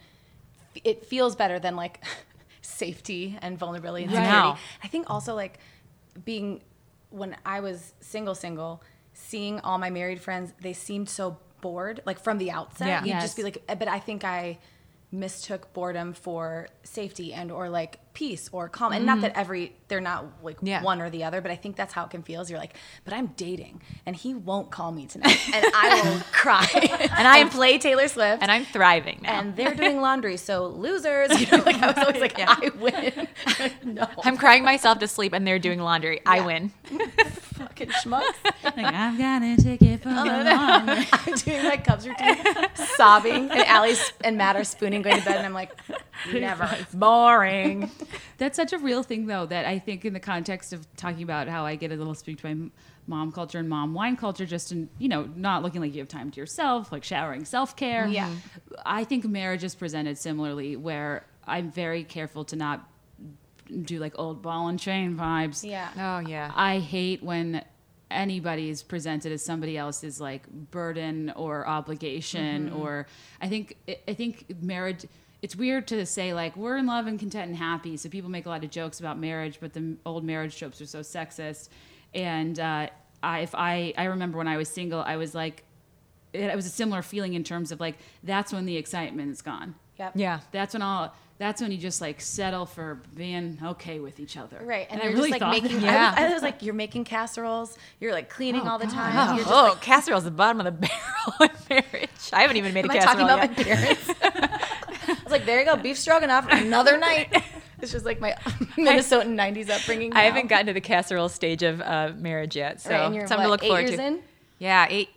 it feels better than like safety and vulnerability and Right. security. Wow. I think also like being when I was single, single, seeing all my married friends, they seemed so bored. Like from the outset, Yeah. you'd Yes. just be like, but I think I mistook boredom for safety and or like peace or calm and not that every they're not like Mm-hmm. Yeah. one or the other but i think that's how it can feel is you're like but i'm dating and he won't call me tonight and i will cry and i play taylor swift And I'm thriving now. and they're doing laundry, so losers. You know, like I was always like, I win. no, I'm crying myself to sleep and they're doing laundry. I Yeah. win. fucking schmucks. like i've got a ticket for the long I'm doing my cups routine, sobbing, and Allie and Matt are spooning going to bed, and I'm like, never. Boring. That's such a real thing, though, that I think in the context of talking about how I get a little spooked by m- mom culture and mom wine culture, just in, you know, not looking like you have time to yourself, like showering self care. Yeah. I think marriage is presented similarly, where I'm very careful to not do like old ball and chain vibes. Yeah. Oh yeah. I hate when anybody is presented as somebody else's like burden or obligation Mm-hmm. or I think I think marriage it's weird to say like we're in love and content and happy so people make a lot of jokes about marriage but the old marriage tropes are so sexist and uh, I, if I I remember when I was single I was like it was a similar feeling in terms of like that's when the excitement is gone Yep. yeah. that's when all that's when you just like settle for being okay with each other Right, and, I they're really just thought like making. that. Yeah. I, was, I was like, you're making casseroles. You're like cleaning all the time. Oh, You're just oh casserole's the bottom of the barrel in marriage. I haven't even made Am a I talking casserole about yet. my parents? I was like, there you go, beef stroganoff, another night. It's just like my Minnesotan '90s upbringing. I now. haven't gotten to the casserole stage of uh, marriage yet, so Right, and you're, something to what, look eight forward years to. in? Yeah, eight.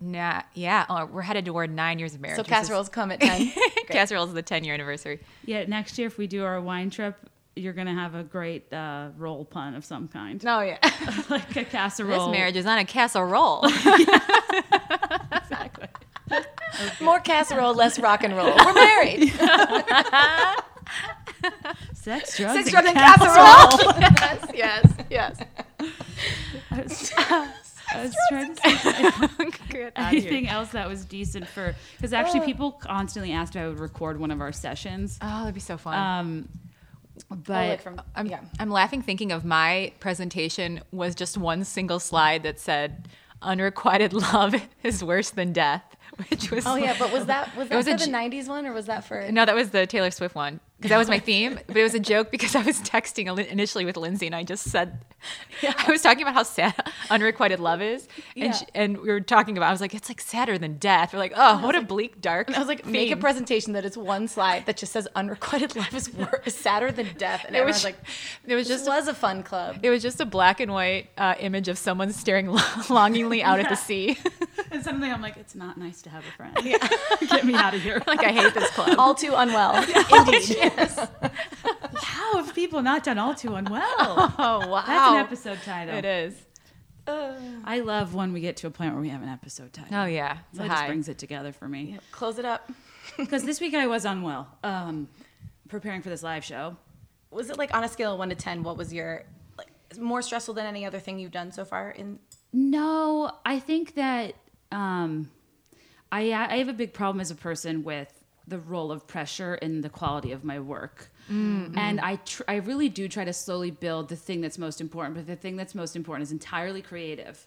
Nah, yeah. Oh, we're headed toward nine years of marriage. So which is- casseroles come at ten. Great. casseroles the ten year anniversary. Yeah, next year if we do our wine trip, you're gonna have a great uh, roll pun of some kind, No, yeah. like a This casserole. marriage is on a Oh, casserole. More casserole, less rock and roll. We're married. sex, drugs, Six and drugs and casserole. yes, yes, yes. I was trying to say Good. anything else that was decent for because actually Uh. people constantly asked if I would record one of our sessions, Oh, that'd be so fun. um, Oh, I'll but look from, Um, I'm, yeah. I'm laughing thinking of my presentation was just one single slide that said unrequited love is worse than death, which was Oh yeah, but was that was that was a for the j- '90s one or was that for? No, that was the Taylor Swift one because that was my theme. but it was a joke because I was texting ali- initially with Lindsay, and I just said I was talking about how sad unrequited love is, and Yeah. she, and we were talking about I was like it's like sadder than death. We're like, oh, what a bleak, dark. I was like, make a theme." presentation that it's one slide that just says unrequited love is worse, sadder than death, and It was everyone's like, it was this just just was a fun club. it was just a black and white uh, image of someone staring lo- longingly out at the sea. And suddenly I'm like, it's not nice to have a friend. Get me out of here. Like I hate this club. All too unwell. Indeed. How have "Oh, people not done all too unwell? oh wow, That's an episode title. It is. I love when we get to a point where we have an episode title. Oh yeah, it's That just brings it together for me. Close it up. Because this week I was unwell, um, preparing for this live show. Was it like on a scale of one to ten? What was your like more stressful than any other thing you've done so far? In No, I think that um, I I have a big problem as a person with the role of pressure in the quality of my work, and I tr- I really do try to slowly build the thing that's most important. But the thing that's most important is entirely creative.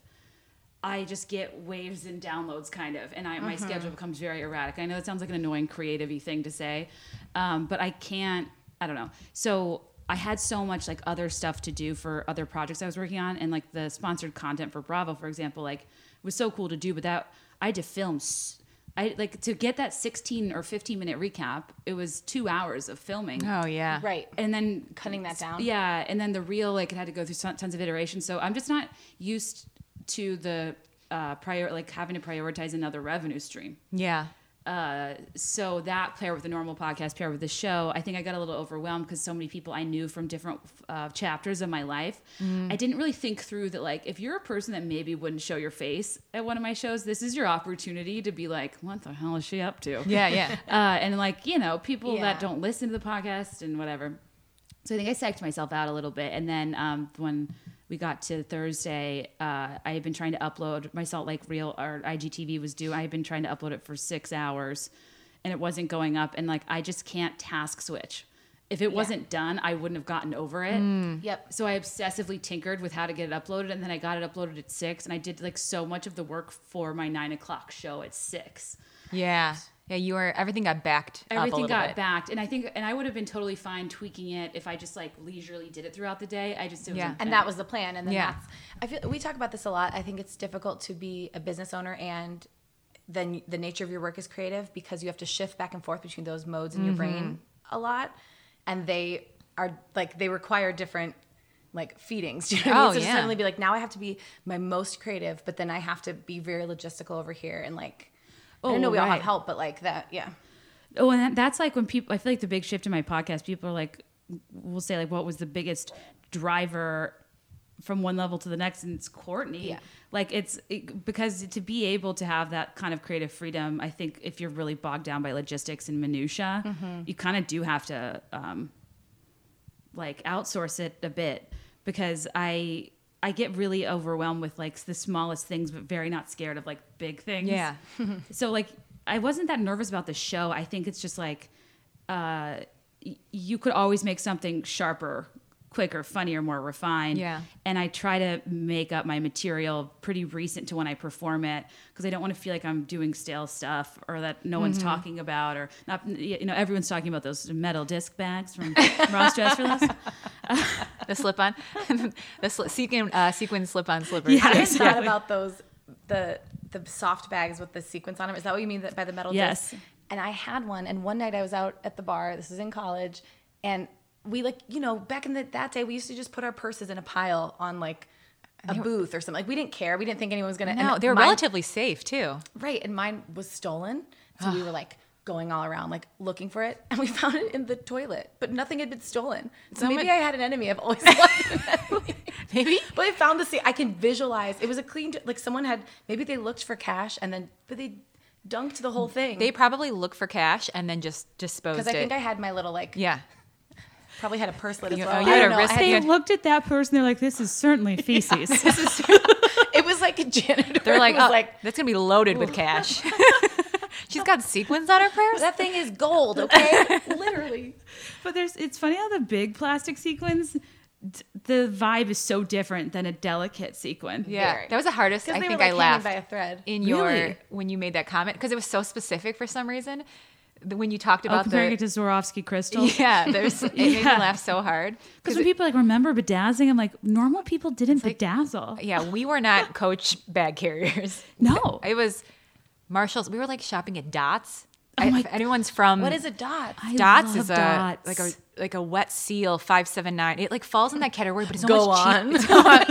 I just get waves and downloads, kind of, and I, my schedule becomes very erratic. I know that sounds like an annoying creative-y thing to say, um, but I can't. I don't know. So I had so much like other stuff to do for other projects I was working on, and like the sponsored content for Bravo, for example, like was so cool to do. But that I had to film. s- I like to get that 16 or 15 minute recap. It was two hours of filming Oh yeah. right, and then Cutting that down? Yeah, and then the reel like it had to go through ton- tons of iterations. So I'm just not used to the uh, prior like having to prioritize another revenue stream. Yeah. Uh, so that pair with the normal podcast, pair with the show, I think I got a little overwhelmed because so many people I knew from different uh, chapters of my life. Mm-hmm. I didn't really think through that. Like, if you're a person that maybe wouldn't show your face at one of my shows, this is your opportunity to be like, "What the hell is she up to?" Yeah, yeah. uh, and like you know people Yeah. that don't listen to the podcast and whatever so i think i psyched myself out a little bit and then um, when we got to thursday uh, i had been trying to upload my salt lake reel or igtv was due i had been trying to upload it for six hours and it wasn't going up and like i just can't task switch if it wasn't done i wouldn't have gotten over it Yep. so I obsessively tinkered with how to get it uploaded, and then I got it uploaded at six, and I did like so much of the work for my nine o'clock show at six. Yeah. Yeah, you were everything got backed up a everything little got bit. backed and i think and i would have been totally fine tweaking it if i just like leisurely did it throughout the day i just it was Yeah. unplanned. and that was the plan. And then Yeah. that's I feel we talk about this a lot. I think it's difficult to be a business owner and then the nature of your work is creative because you have to shift back and forth between those modes in your brain Mm-hmm. a lot, and they are like they require different like feedings. Do you know what I mean? Oh, So just yeah. suddenly be like, now I have to be my most creative, but then I have to be very logistical over here and like. I Oh, don't know we all have right. help, but like that, yeah. oh and that, that's like when people i feel like the big shift in my podcast people are like will say like what was the biggest driver from one level to the next and it's courtney Yeah. like it's it, because to be able to have that kind of creative freedom i think if you're really bogged down by logistics and minutia Mm-hmm. you kind of do have to um, like outsource it a bit because I I get really overwhelmed with like the smallest things, but very not scared of like big things. Yeah. so like I wasn't that nervous about the show. I think it's just like uh, y- you could always make something sharper, quicker, funnier, more refined. Yeah. And I try to make up my material pretty recent to when I perform it because I don't want to feel like I'm doing stale stuff or that no Mm-hmm. one's talking about or not. You know, everyone's talking about those metal disc bags from Ross Dress for Less. The slip on, the sli- sequin uh, sequin slip on slippers. Yeah. I just thought Exactly. about those the the soft bags with the sequins on them. Is that what you mean that by the metal Yes. disc? And I had one, and one night I was out at the bar. This is in college, and we like you know back in the, that day we used to just put our purses in a pile on like a booth or something. Like we didn't care. We didn't think anyone was gonna. No, and they were mine- relatively safe too. right, and mine was stolen, so we were like going all around like looking for it, and we found it in the toilet, but nothing had been stolen. So Someone- maybe I had an enemy. I've always wanted an enemy. Maybe. But I found the seat. I can visualize. It was a clean. Like someone had. Maybe they looked for cash and then, but they dunked the whole thing. They probably look for cash and then just disposed because I it. think I had my little like. yeah. Probably had a purselet as You- well. oh, you I had don't a know. I wristband. They Good. looked at that person. They're like, "This is certainly feces." it was like a janitor. They're like, was oh, like that's gonna be loaded with cash. She's got sequins on her purse. that thing is gold. Okay, literally. but there's, it's funny how the big plastic sequins, d- the vibe is so different than a delicate sequin. yeah, Very. that was the hardest. I Because they think were like I hanging laughed by a thread. in your Really? when you made that comment because it was so specific for some reason. The- When you talked Oh, about comparing it the to Swarovski crystals. yeah, there's it made me Yeah. laugh so hard Because when people like remember bedazzling, I'm like, normal people didn't bedazzle. Yeah, we were not coach bag carriers. No. It was Marshall's. We were like shopping at Dots. I, if anyone's from Oh What is a dot? I Dots love is a dots. like a like a wet seal five seven nine. It like falls in that category, but it's Go almost cheap. on.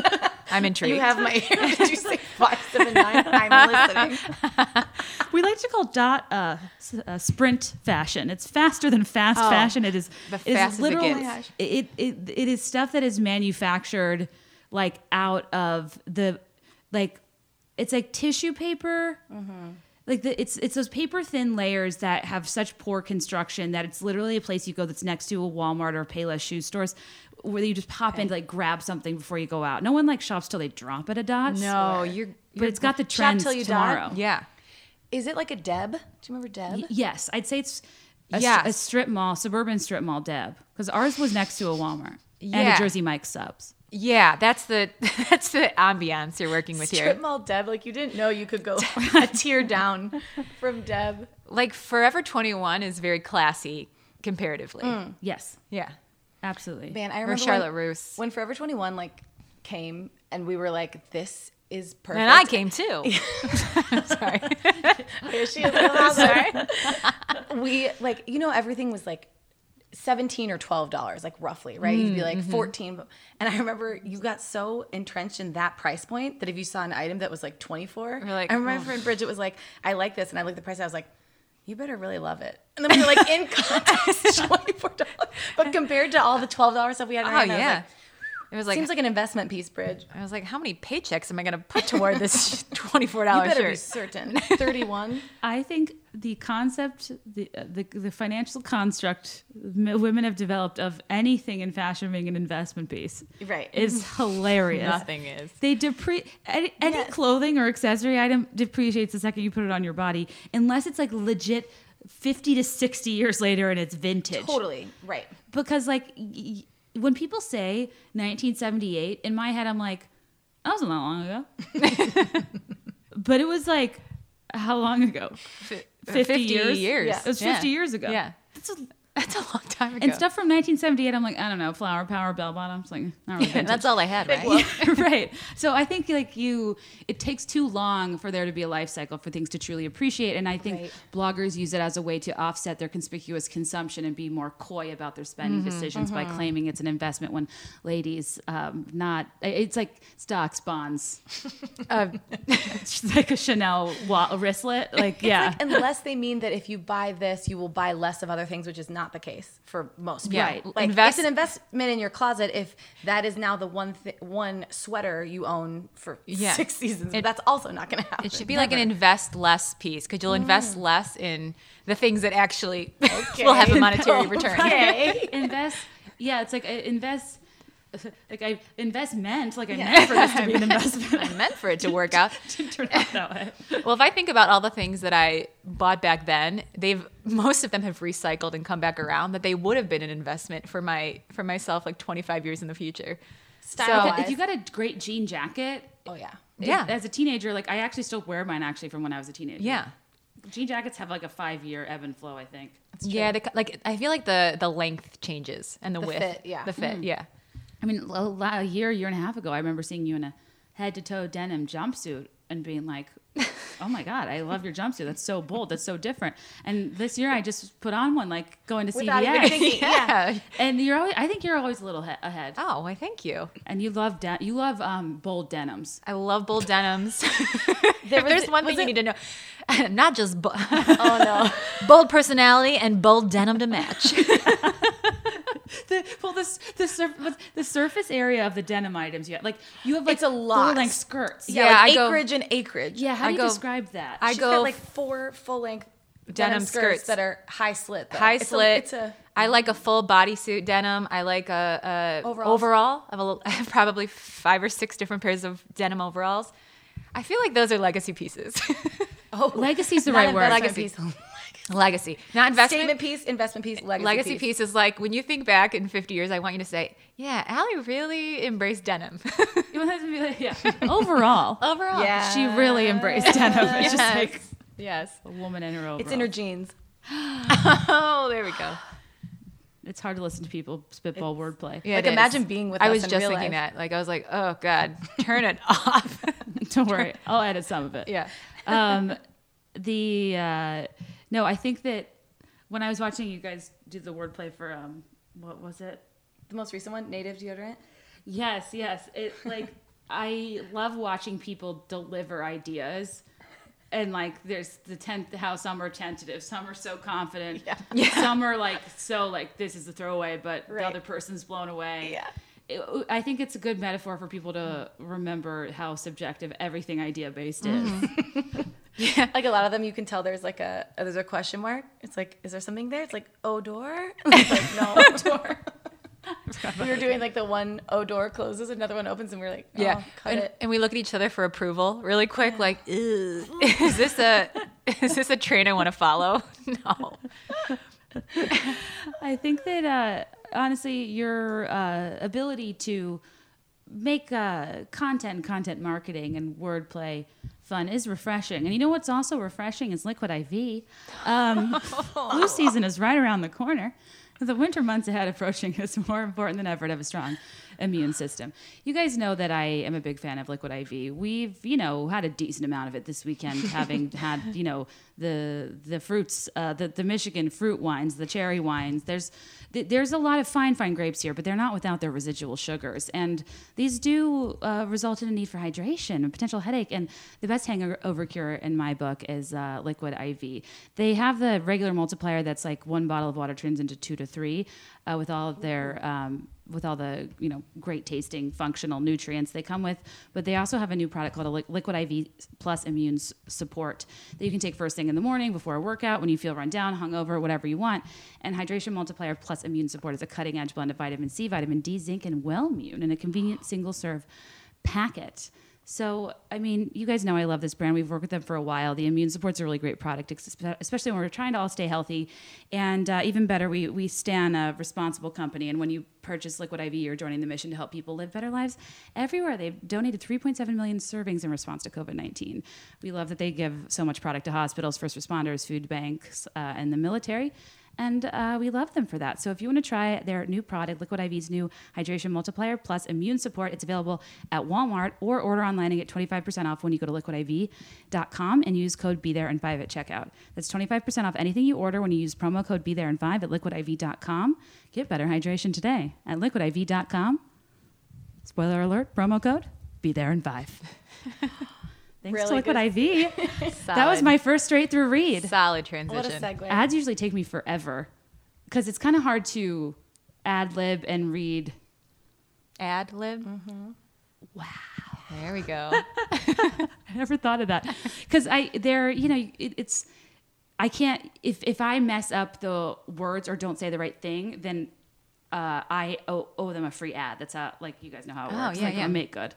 I'm intrigued. you have my ear. Did you say five, seven, nine? I'm listening. We like to call dot uh, s- uh, sprint fashion. It's faster than fast fashion. It is Oh, the it is fastest it literally- gets. Oh It, it it is stuff that is manufactured like out of the like it's like tissue paper. Mm-hmm. Like the, it's it's those paper thin layers that have such poor construction that it's literally a place you go that's next to a Walmart or Payless shoe stores where you just pop in to like grab something before you go out. No one like shops till they drop at a dot. no, you're, But it's got the trends till you die. tomorrow. yeah. Is it like a Deb? Do you remember Deb? Y- Yes, I'd say it's a, Yeah. stri- a strip mall, suburban strip mall, Deb, because ours was next to a Walmart and Yeah. a Jersey Mike's subs. Yeah, that's the that's the ambiance you're working with here. Strip mall Deb, like you didn't know you could go a tear down from Deb. Like Forever 21 is very classy comparatively. Mm. Yes, Yeah. absolutely. Man, I Or remember when- Charlotte Russe. when Forever 21 like came and we were like, this is perfect. And I came too. Sorry. Here she is, little house, right? we like you know everything was like 17 or 12 dollars like roughly right you'd be Mm, like mm-hmm. 14 and i remember you got so entrenched in that price point that if you saw an item that was like 24 You're like, i remember my oh. friend bridget was like i like this and i looked at the price i was like you better really love it and then we were like in context $24 but compared to all the $12 stuff we had Oh right now, I was yeah. like, It was like, seems like an investment piece bridge I was like, how many paychecks am I gonna put toward this twenty-four you dollar better be shirt? certain 31 I think the concept, the, uh, the the financial construct m- women have developed of anything in fashion being an investment piece, Right. is hilarious. Nothing is. They depre any, any Yes. clothing or accessory item depreciates the second you put it on your body, unless it's like legit. 50 to 60 years later and it's vintage. totally right because like y- y- when people say 1978 in my head i'm like that wasn't that long ago but it was like how long ago 50, 50 years, years. it was Yeah. 50 years ago Yeah. That's a- That's a long time ago. and stuff from 1978 i'm like i don't know flower power bell bottoms like not really And that's all I had, right? right. So I think like you, it takes too long for there to be a life cycle for things to truly appreciate. And I think Right. bloggers use it as a way to offset their conspicuous consumption and be more coy about their spending decisions by claiming it's an investment when ladies, um, not, it's like stocks, bonds, It's like a Chanel wa- wristlet. Like, yeah. Like, unless they mean that if you buy this, you will buy less of other things, which is not the case for most people. Yeah. Right. Like Invest- it's an investment in your closet if that is now the one th- one sweater you own for Yeah. six seasons. But It- that's also not going to happen. It should be like an invest less piece because you'll Mm. invest less in the things that actually will have a monetary return. Okay. invest. Yeah. It's like I invest. Like I investment, like I meant for this to be an investment. I meant for it to work out. Didn't turn out that way. Well, if I think about all the things that I bought back then, they've most of them have recycled and come back around. That they would have been an investment for my for myself like 25 years in the future. Style-wise. If you got a great jean jacket, oh yeah. Yeah. As a teenager, like I actually still wear mine actually from when I was a teenager. Yeah. Jean jackets have like a five year ebb and flow, I think. Yeah, they, like I feel like the the length changes and the, The width, fit, yeah. the fit, Mm. yeah. I mean, a, lo- a year, year and a half ago, I remember seeing you in a head to toe denim jumpsuit and being like, oh my God, I love your jumpsuit. That's so bold. That's so different. And this year I just put on one, like going to Without CVS. even thinking. Um, Yeah. And you're always, I think you're always a little he- ahead. Oh, why? Thank you. And you love, de- you love um, bold denims. I love bold denims. There if was- there's one thing was you need to know, not just bo- Oh no. bold personality and bold denim to match. the well the s- the, surf, but the surface area of the denim items you have like you have like It's a lot. full length skirts. Yeah. Yeah, like I go- acreage and acreage. yeah. How I do you go- describe that? I She's go got like four full length denim, Denim skirts, skirts. that are high slit. though. High It's a- slit. it's a I like a full bodysuit denim. I like a, a Overalls. overall. I have, a, li- I have probably five or six different pairs of denim overalls. I feel like those are legacy pieces. oh, Legacy's the not right word. investment Legacy. piece. legacy, not investment. Statement piece, investment piece, legacy, legacy piece. is like when you think back in 50 years, I want you to say, "Yeah, Allie really embraced denim." You want that to be like yeah. Overall, overall, Yeah. she really embraced denim. It's just Yes. like yes. a woman in her overall. It's in her jeans. Oh, there we go. It's hard to listen to people spitball wordplay. Yeah, Like, it is. imagine being with I us was in just real thinking life. that. Like I was like, "Oh God, turn it off." Don't worry, I'll edit some of it. yeah. um, the uh, No, I think that when I was watching you guys do the wordplay for um, what was it? The most recent one, native deodorant. Yes, yes. It like I love watching people deliver ideas. And like there's the tenth how some are tentative, some are so confident, some are like so like this is a throwaway, but the Right. other person's blown away. Yeah. It- I think it's a good metaphor for people to remember how subjective everything idea based is. Like a lot of them, you can tell there's like a there's a question mark. It's like, is there something there? It's like odor. It's like no odor. we were doing like the one odor closes, another one opens, and we were like, oh, Yeah. cut and, it. and we look at each other for approval really quick, like, "Ew, is this a is this a train I want to follow? No. I think that uh, honestly, your uh, ability to make uh, content, content marketing, and wordplay fun is refreshing. And you know what's also refreshing is Liquid IV. Um, flu season is right around the corner. The winter months ahead approaching is more important than ever to have a strong immune system. You guys know that I am a big fan of Liquid IV. We've, you know, had a decent amount of it this weekend, having had, you know, the the fruits, uh, the the Michigan fruit wines, the cherry wines. There's th- there's a lot of fine fine grapes here, but they're not without their residual sugars, and these do uh, result in a need for hydration and potential headache. And the best hangover cure in my book is uh, Liquid IV. They have the regular multiplier that's like one bottle of water turns into two to three, uh, with all of their um, with all the you know great tasting functional nutrients they come with. But they also have a new product called a Li- Liquid IV Plus Immune S- Support that you can take first thing in the morning before a workout when you feel run down, hungover, whatever you want. And Hydration Multiplier Plus Immune Support is a cutting edge blend of vitamin C, vitamin D, zinc, and Wellmune in a convenient single serve packet. So, I mean, you guys know I love this brand. We've worked with them for a while. The Immune Support's a really great product, ex- especially when we're trying to all stay healthy. And uh, even better, we, we stand a responsible company. And when you purchase Liquid IV, you're joining the mission to help people live better lives everywhere. They've donated 3.7 million servings in response to COVID 19. We love that they give so much product to hospitals, first responders, food banks, uh, and the military. And uh, we love them for that. So if you want to try their new product, Liquid IV's new hydration multiplier plus immune support, it's available at Walmart or order online and get 25% off when you go to liquidiv.com and use code be there and five at checkout. That's 25% off anything you order when you use promo code be there and five at liquidiv.com. Get better hydration today at liquidiv.com. Spoiler alert, promo code be there and five. Thanks Really to Liquid IV. Solid, that was my first straight through read solid What a transition. segue. ads usually take me forever because it's kind of hard to ad lib and read. Ad lib. Mm-hmm. Wow. There we go. I never thought of that because I there you know it, it's I can't if if I mess up the words or don't say the right thing then uh, I owe, owe them a free ad. That's how like you guys know how it Oh, works. yeah, like, yeah. I make good.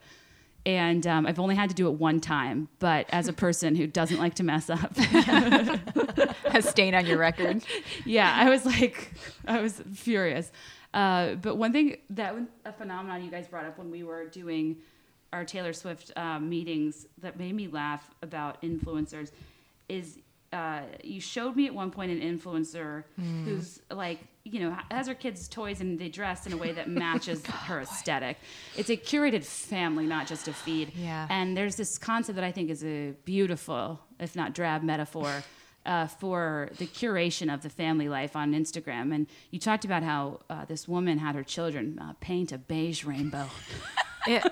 And um, I've only had to do it one time, but as a person who doesn't like to mess up, a stain on your record. yeah, I was like, I was furious. Uh, but one thing that was a phenomenon you guys brought up when we were doing our Taylor Swift uh, meetings that made me laugh about influencers is uh, you showed me at one point an influencer who's like, you know, has her kids' toys and they dress in a way that matches her aesthetic. It's a curated family, not just a feed. Yeah. And there's this concept that I think is a beautiful, if not drab, metaphor uh, for the curation of the family life on Instagram. And you talked about how uh, this woman had her children uh, paint a beige rainbow. It,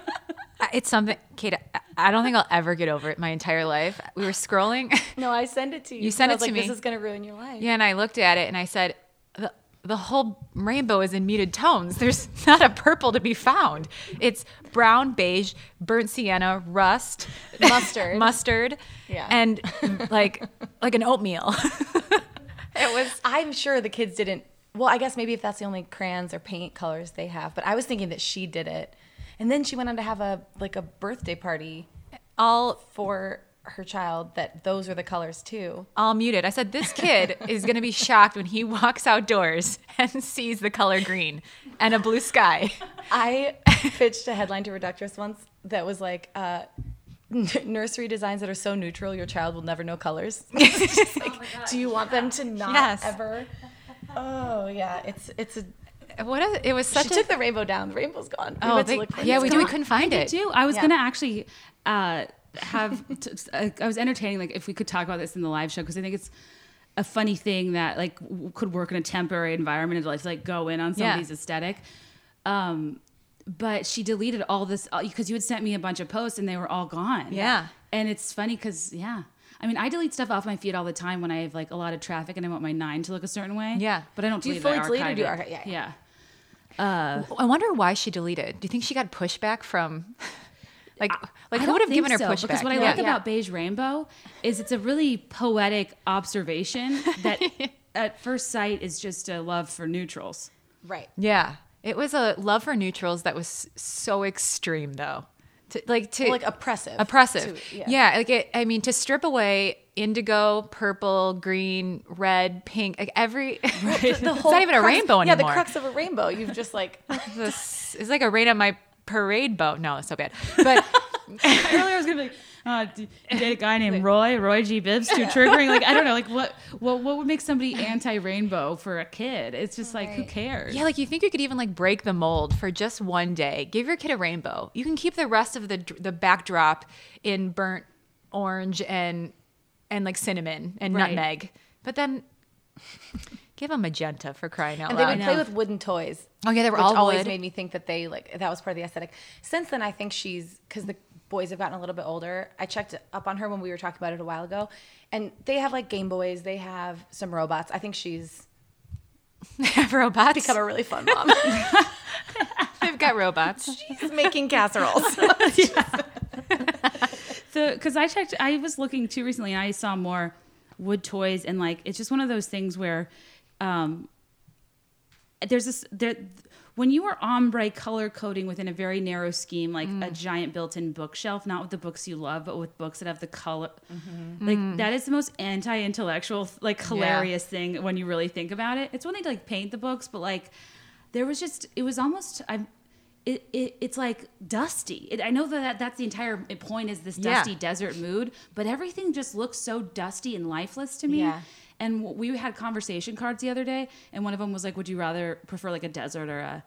it's something, Kate. I- I don't think I'll ever get over it my entire life. We were scrolling. No, I send it to you. You send I was it to like, me. This is gonna ruin your life. Yeah, and I looked at it and I said, the, the whole rainbow is in muted tones. There's not a purple to be found. It's brown, beige, burnt sienna, rust, Mustard. mustard, Yeah. and like like an oatmeal. it was I'm sure the kids didn't. Well, I guess maybe if that's the only crayons or paint colors they have, but I was thinking that she did it, and then she went on to have a like a birthday party all for her child. That those were the colors too. all muted. I said, This kid is going to be shocked when he walks outdoors and sees the color green and a blue sky. I pitched a headline to Reductress once that was like, uh, n- "Nursery designs that are so neutral, your child will never know colors." It's Oh just like, do you want them to not Yes. ever? Oh yeah, it's it's a. What a, it was such she a. took the rainbow down. The rainbow's gone. We oh, went to they- look for it. yeah, It's we, gone. do, we couldn't find it. do. I was Yeah. gonna actually uh, have. T- I I was entertaining like if we could talk about this in the live show because I think it's a funny thing that like w- could work in a temporary environment and like to, like go in on Yeah. somebody's aesthetic. Um, but she deleted all this because you had sent me a bunch of posts and they were all gone. Yeah. and it's funny because yeah. I mean, I delete stuff off my feed all the time when I have like a lot of traffic and I want my nine to look a certain way. Yeah. but I don't Do you delete. it, I fully delete or archive do you it. archi- yeah, yeah. yeah. I wonder why she deleted. Do you think she got pushback from, like, I like who don't would have think given her so, pushback? Because what I Yeah. like about Beige Rainbow is it's a really poetic observation that at first sight is just a love for neutrals. Right. Yeah, it was a love for neutrals that was so extreme, though. To, like to Well, like oppressive. oppressive. To- yeah. yeah. like it, I mean, to strip away indigo, purple, green, red, pink, like every it's not even a crux- rainbow anymore. Yeah, the crux of a rainbow. You've just like This- it's like a rain on my parade boat. No, it's so bad. But Earlier I was gonna be like, uh, d- you date a guy named Roy, Roy G. Bibbs, too triggering. Like I don't know, like what what what would make somebody anti-rainbow for a kid? It's just like who cares? yeah, like you think you could even like break the mold for just one day. Give your kid a rainbow. You can keep the rest of the the backdrop in burnt orange and and like cinnamon and Right. nutmeg. But then give a magenta for crying out And they loud. would play with wooden toys. Oh, yeah, they were which all always wood. made me think that they like that was part of the aesthetic. Since then, I think she's because the boys have gotten a little bit older. I checked up on her when we were talking about it a while ago, and they have like Game Boys. They have some robots. I think she's have robots. become a really fun mom. They've got robots. she's making casseroles. because I checked, I was looking too recently, and I saw more wood toys, and like it's just one of those things where um, there's this there when you are ombre color coding within a very narrow scheme, like a giant built-in bookshelf, not with the books you love, but with books that have the color. Like that is the most anti-intellectual, like hilarious thing when you really think about it. It's one thing to like paint the books, but like there was just it was almost I. It, it, it's like dusty. It, I know that that's the entire point is this Yeah. dusty desert mood, but everything just looks so dusty and lifeless to me. Yeah. And w- we had conversation cards the other day, and one of them was like, "Would you rather prefer like a desert or a,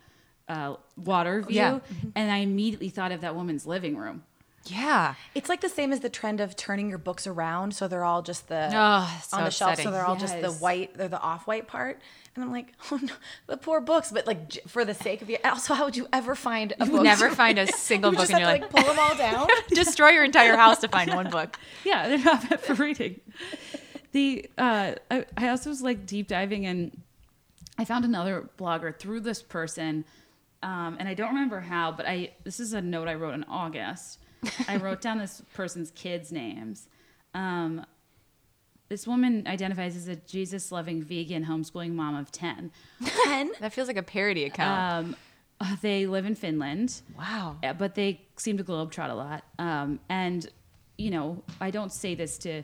a water view?" Yeah. Mm-hmm. And I immediately thought of that woman's living room. Yeah. it's like the same as the trend of turning your books around, so they're all just the Oh, it's so on the shelf, upsetting. so they're all just the Yes. white, they're the off-white part. And I'm like, oh no, the poor books. But like j- for the sake of you, also, how would you ever find a book? Never to- find a single you book just in have your life. to like pull them all down. Destroy your entire house to find one book. Yeah, they're not meant for reading. The uh, I, I also was like deep diving, and I found another blogger through this person, um, and I don't remember how, but I this is a note I wrote in August. I wrote down this person's kids' names. Um, this woman identifies as a Jesus-loving vegan homeschooling mom of ten. Pen. That feels like a parody account. Um, uh, they live in Finland. Oh. wow. Yeah, but they seem to globetrot a lot. Um, and you know, I don't say this to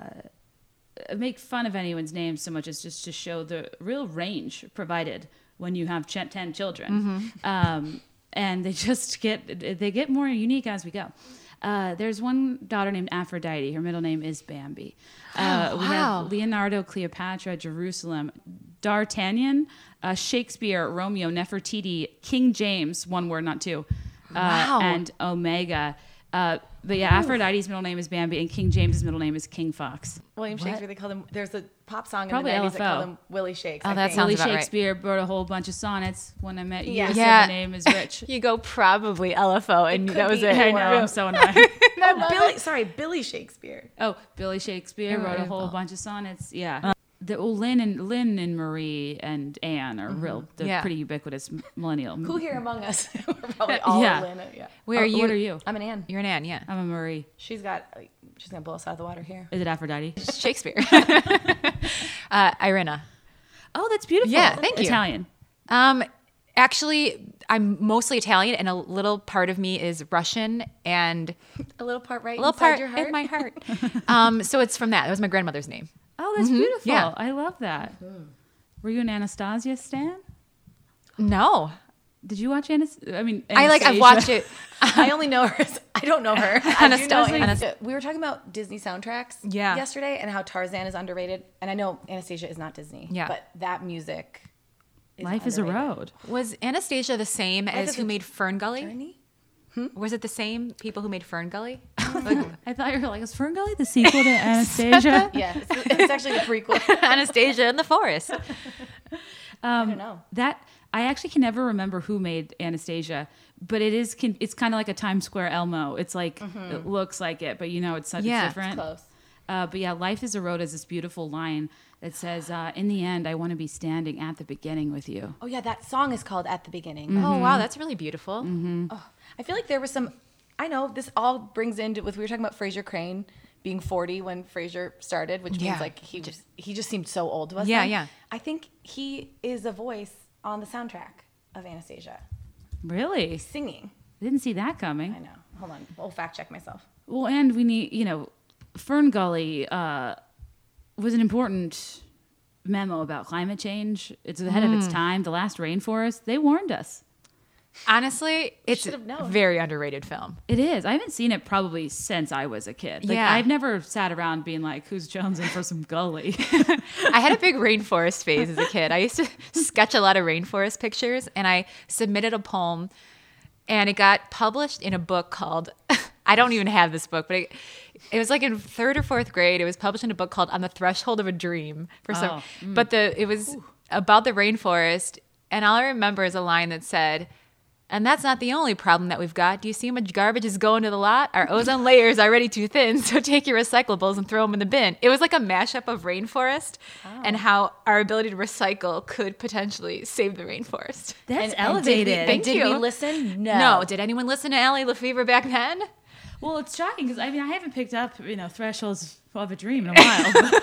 uh, make fun of anyone's name so much as just to show the real range provided when you have ch- ten children. Mm-hmm. Um, and they just get they get more unique as we go. Uh, there's one daughter named Aphrodite. Her middle name is Bambi. Uh, We Oh, Wow. have Leonardo, Cleopatra, Jerusalem, D'Artagnan, uh, Shakespeare, Romeo, Nefertiti, King James, one word, not two, uh, Wow. and Omega. Uh, but yeah, Aphrodite's middle name is Bambi, and King James's middle name is King Fox. William Shakespeare. They called him. There's a pop song Probably in the 90s that LFO. called him Willie Shakes. Oh, I that think. sounds Willie about right. Shakespeare wrote a whole bunch of sonnets. When I met you, Yeah. I said Yeah. your name is Uh, Rich. You go probably LFO, and could that was be it. I I know, know, I'm so annoying. No, Billy. Sorry, Billy Shakespeare. Oh, Billy Shakespeare Oh, wrote a Abel. whole bunch of sonnets. Yeah. the well, Lynn and Lynn and Marie and Anne are real. They're Yeah. pretty ubiquitous m- millennial. Who here among us? We're probably all Yeah. Lena. Yeah. Where Oh, are you? What are you? I'm an Ann. You're an Anne, yeah. I'm a Marie. She's got. like, She's gonna blow us out of the water here. Is it Aphrodite? Shakespeare. uh, Irina. Oh, that's beautiful. Yeah, thank you. Italian. Um, actually, I'm mostly Italian, and a little part of me is Russian and A little part right a little part inside your heart. in my heart. um, so it's from that. That was my grandmother's name. Oh, that's beautiful. Yeah. I love that. Were you an Anastasia stan? No, Did you watch Anastasia? I mean, I like. I've Anastasia. watched it. I only know her. as- I don't know her. I do know Anastasia. Anastasia. We were talking about Disney soundtracks Yeah. yesterday and how Tarzan is underrated. And I know Anastasia is not Disney. Yeah. But that music. Life is a underrated. road. Was Anastasia the same as is who a made Fern Gully? Journey? Was it the same people who made Fern Gully? I thought you were like, is Fern Gully the sequel to Anastasia? Yeah, it's, it's actually the prequel. Anastasia in the forest. Mm-hmm. I don't know. that I actually can never remember who made Anastasia, but it is can, it's kind of like a Times Square Elmo. It's like it looks like it, but you know it's such Mm-hmm. Yeah, it's different. close. Uh, but yeah, life is a road is this beautiful line that says, uh, "In the end, I want to be standing at the beginning with you." Oh yeah, that song is called "At the Beginning." Oh wow, that's really beautiful. Oh, I feel like there was some. I know this all brings into with we were talking about Fraser Crane being 40 when Fraser started, which Yeah. means like he just he just seemed so old to us. Yeah, then. yeah. I think he is a voice on the soundtrack of Anastasia Really, singing. didn't see that coming. I know. Hold on, I'll fact check myself. Well, and we need, you know, Fern Gully uh, was an important memo about climate change. It's ahead of its Mm. time. The last rainforest, they warned us. Honestly, it's Should've a known. very underrated film. It is. I haven't seen it probably since I was a kid. Like, Yeah. I've never sat around being like, who's jonesing for some gully? I had a big rainforest phase as a kid. I used to sketch a lot of rainforest pictures, and I submitted a poem, and it got published in a book called. I don't even have this book, but it, it was like in third or fourth grade. It was published in a book called "On the Threshold of a Dream" for some. Oh, But the it was about the rainforest, and all I remember is a line that said. And that's not the only problem that we've got. Do you see how much garbage is going to the lot? Our ozone layer is already too thin, so take your recyclables and throw them in the bin. It was like a mashup of rainforest and how our ability to recycle could potentially save the rainforest. That's and did we- elevated. and Thank did we you. listen? No, did anyone listen to Allie Lefevre back then? well, it's shocking because I mean, I haven't picked up, you know, Thresholds of a Dream in a while.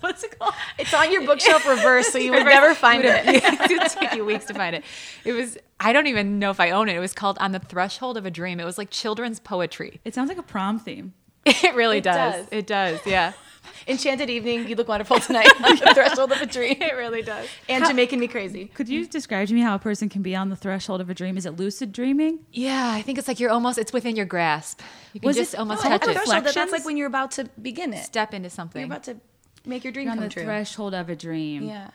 What's it called? It's on your bookshelf reverse, so you would never find it. it would take you weeks to find it. It was I don't even know if I own it. It was called On the Threshold of a Dream. It was like children's poetry. It sounds like a prom theme. It really It does. does. It does. Yeah. Enchanted evening, you look wonderful tonight. on the threshold of a dream. It really does. And Jamaican me crazy. Could you describe to me how a person can be on the threshold of a dream? Is it lucid dreaming? Yeah, I think it's like you're almost it's within your grasp. You can Was it- just almost no, I touch thought it. that threshold, that Oh, that's Reflections? like when you're about to begin it. Step into You're something. about to make your dream You're on come the true. threshold of a dream. Yeah.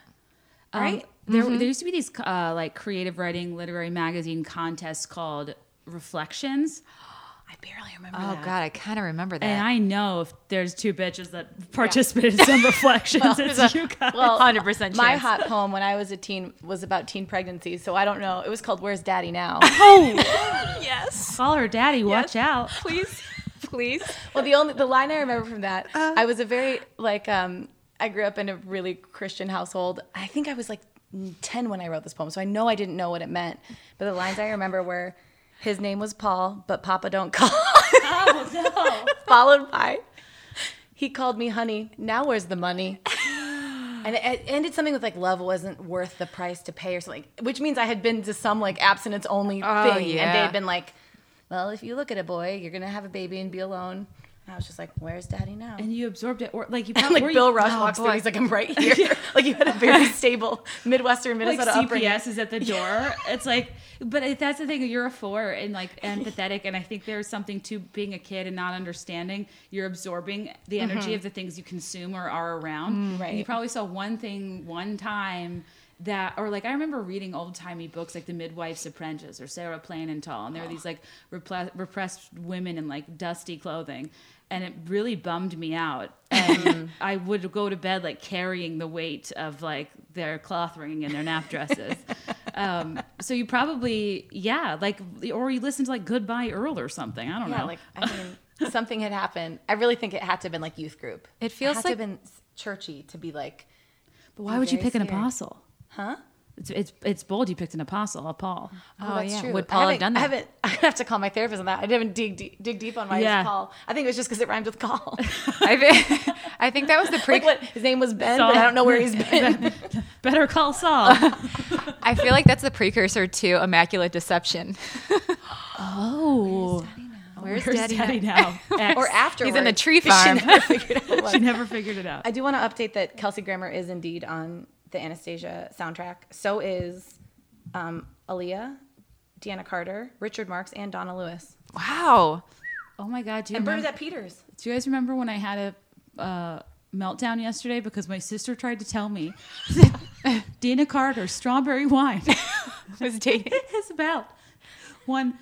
Um, Right? Mm-hmm. There, there used to be these uh, like creative writing literary magazine contests called Reflections, I barely remember Oh God, I kind of remember that. and I know if there's two bitches that participated in some reflections, it's you guys. Well, 100% My chance. hot poem when I was a teen was about teen pregnancies, so I don't know. It was called "Where's Daddy Now." yes, Call her daddy. Watch out. please, please. Uh. well, the only the line I remember from that, I was a very like um, I grew up in a really Christian household. I think I was like ten when I wrote this poem, so I know I didn't know what it meant. But the lines I remember were, "His name was Paul, but Papa don't call." Oh no. followed by he called me honey now where's the money and it, it ended something with like love wasn't worth the price to pay or something which means i had been to some like abstinence only Oh, thing yeah. and they had been like well if you look at a boy you're gonna have a baby and be alone and i was just like where's daddy now And you absorbed it, or like you and probably like bill rush oh, walks boy. through he's like i'm right here like you had a very stable midwestern like minnesota upbringing CPS is at the door. It's like, but if that's the thing. You're a four and like empathetic, and I think there's something to being a kid and not understanding. You're absorbing the energy of the things you consume or are around. And you Mm-hmm. Mm, right. probably saw one thing one time that, or like I remember reading old timey books like The Midwife's Apprentice or Sarah Plainenthal, and there were these like repre- repressed women in like dusty clothing. And it really bummed me out. Mm-hmm. And I would go to bed like carrying the weight of like their cloth ringing in their nap dresses. um, so you probably, yeah, like, or you listen to like Goodbye Earl or something. I don't yeah know. like i mean something had happened i really think it had to have been like youth group It feels had like- to have been s- churchy to be like but why would you very pick an scared. apostle? huh It's, it's, it's bold you picked an apostle, a Paul. Oh, that's yeah. true. Would I Paul have done haven't- that? I haven't. I have to call my therapist on that. I didn't dig deep, dig deep on why Yeah. yeah. Paul. I think it was just because it rhymed with call. I, thi- I think that was the pre. like what his name was Ben, but I don't know where he's been. Better call Saul. I feel like that's the precursor to immaculate deception. oh. Where's, Where's Daddy? daddy, now? now? X. or after He's in a tree farm. she never figured it out. I do want to update that Kelsey Grammer is indeed on the Anastasia soundtrack. So is um, Aaliyah, Deanna Carter, Richard Marks, and Donna Lewis, wow. oh my god, do you, and remember, Bernadette Peters. do you guys remember when I had a uh, meltdown yesterday because my sister tried to tell me Dina Carter strawberry wine Was dating. is about one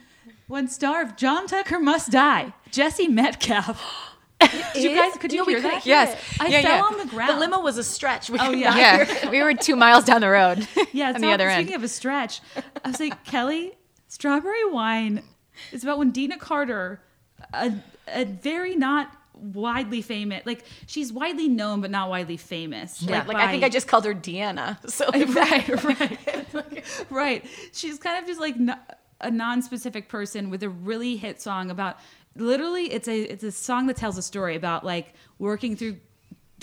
One star of John Tucker Must Die, Jesse Metcalf. Did you guys, could you No, we hear couldn't that? hear Yes. I Yeah, fell yeah. on the ground. The limo was a stretch. We Oh, could yeah. not hear. Yeah, we were two miles down the road. Yeah, on so the other speaking of end. a stretch, I was like, Kelly, Strawberry Wine is about when Dina Carter, a, a very not widely famous, like she's widely known but not widely famous. Like, like I think by- I just called her Deanna. So right, right, right. She's kind of just like no, a non-specific person with a really hit song about. Literally, it's a it's a song that tells a story about like working through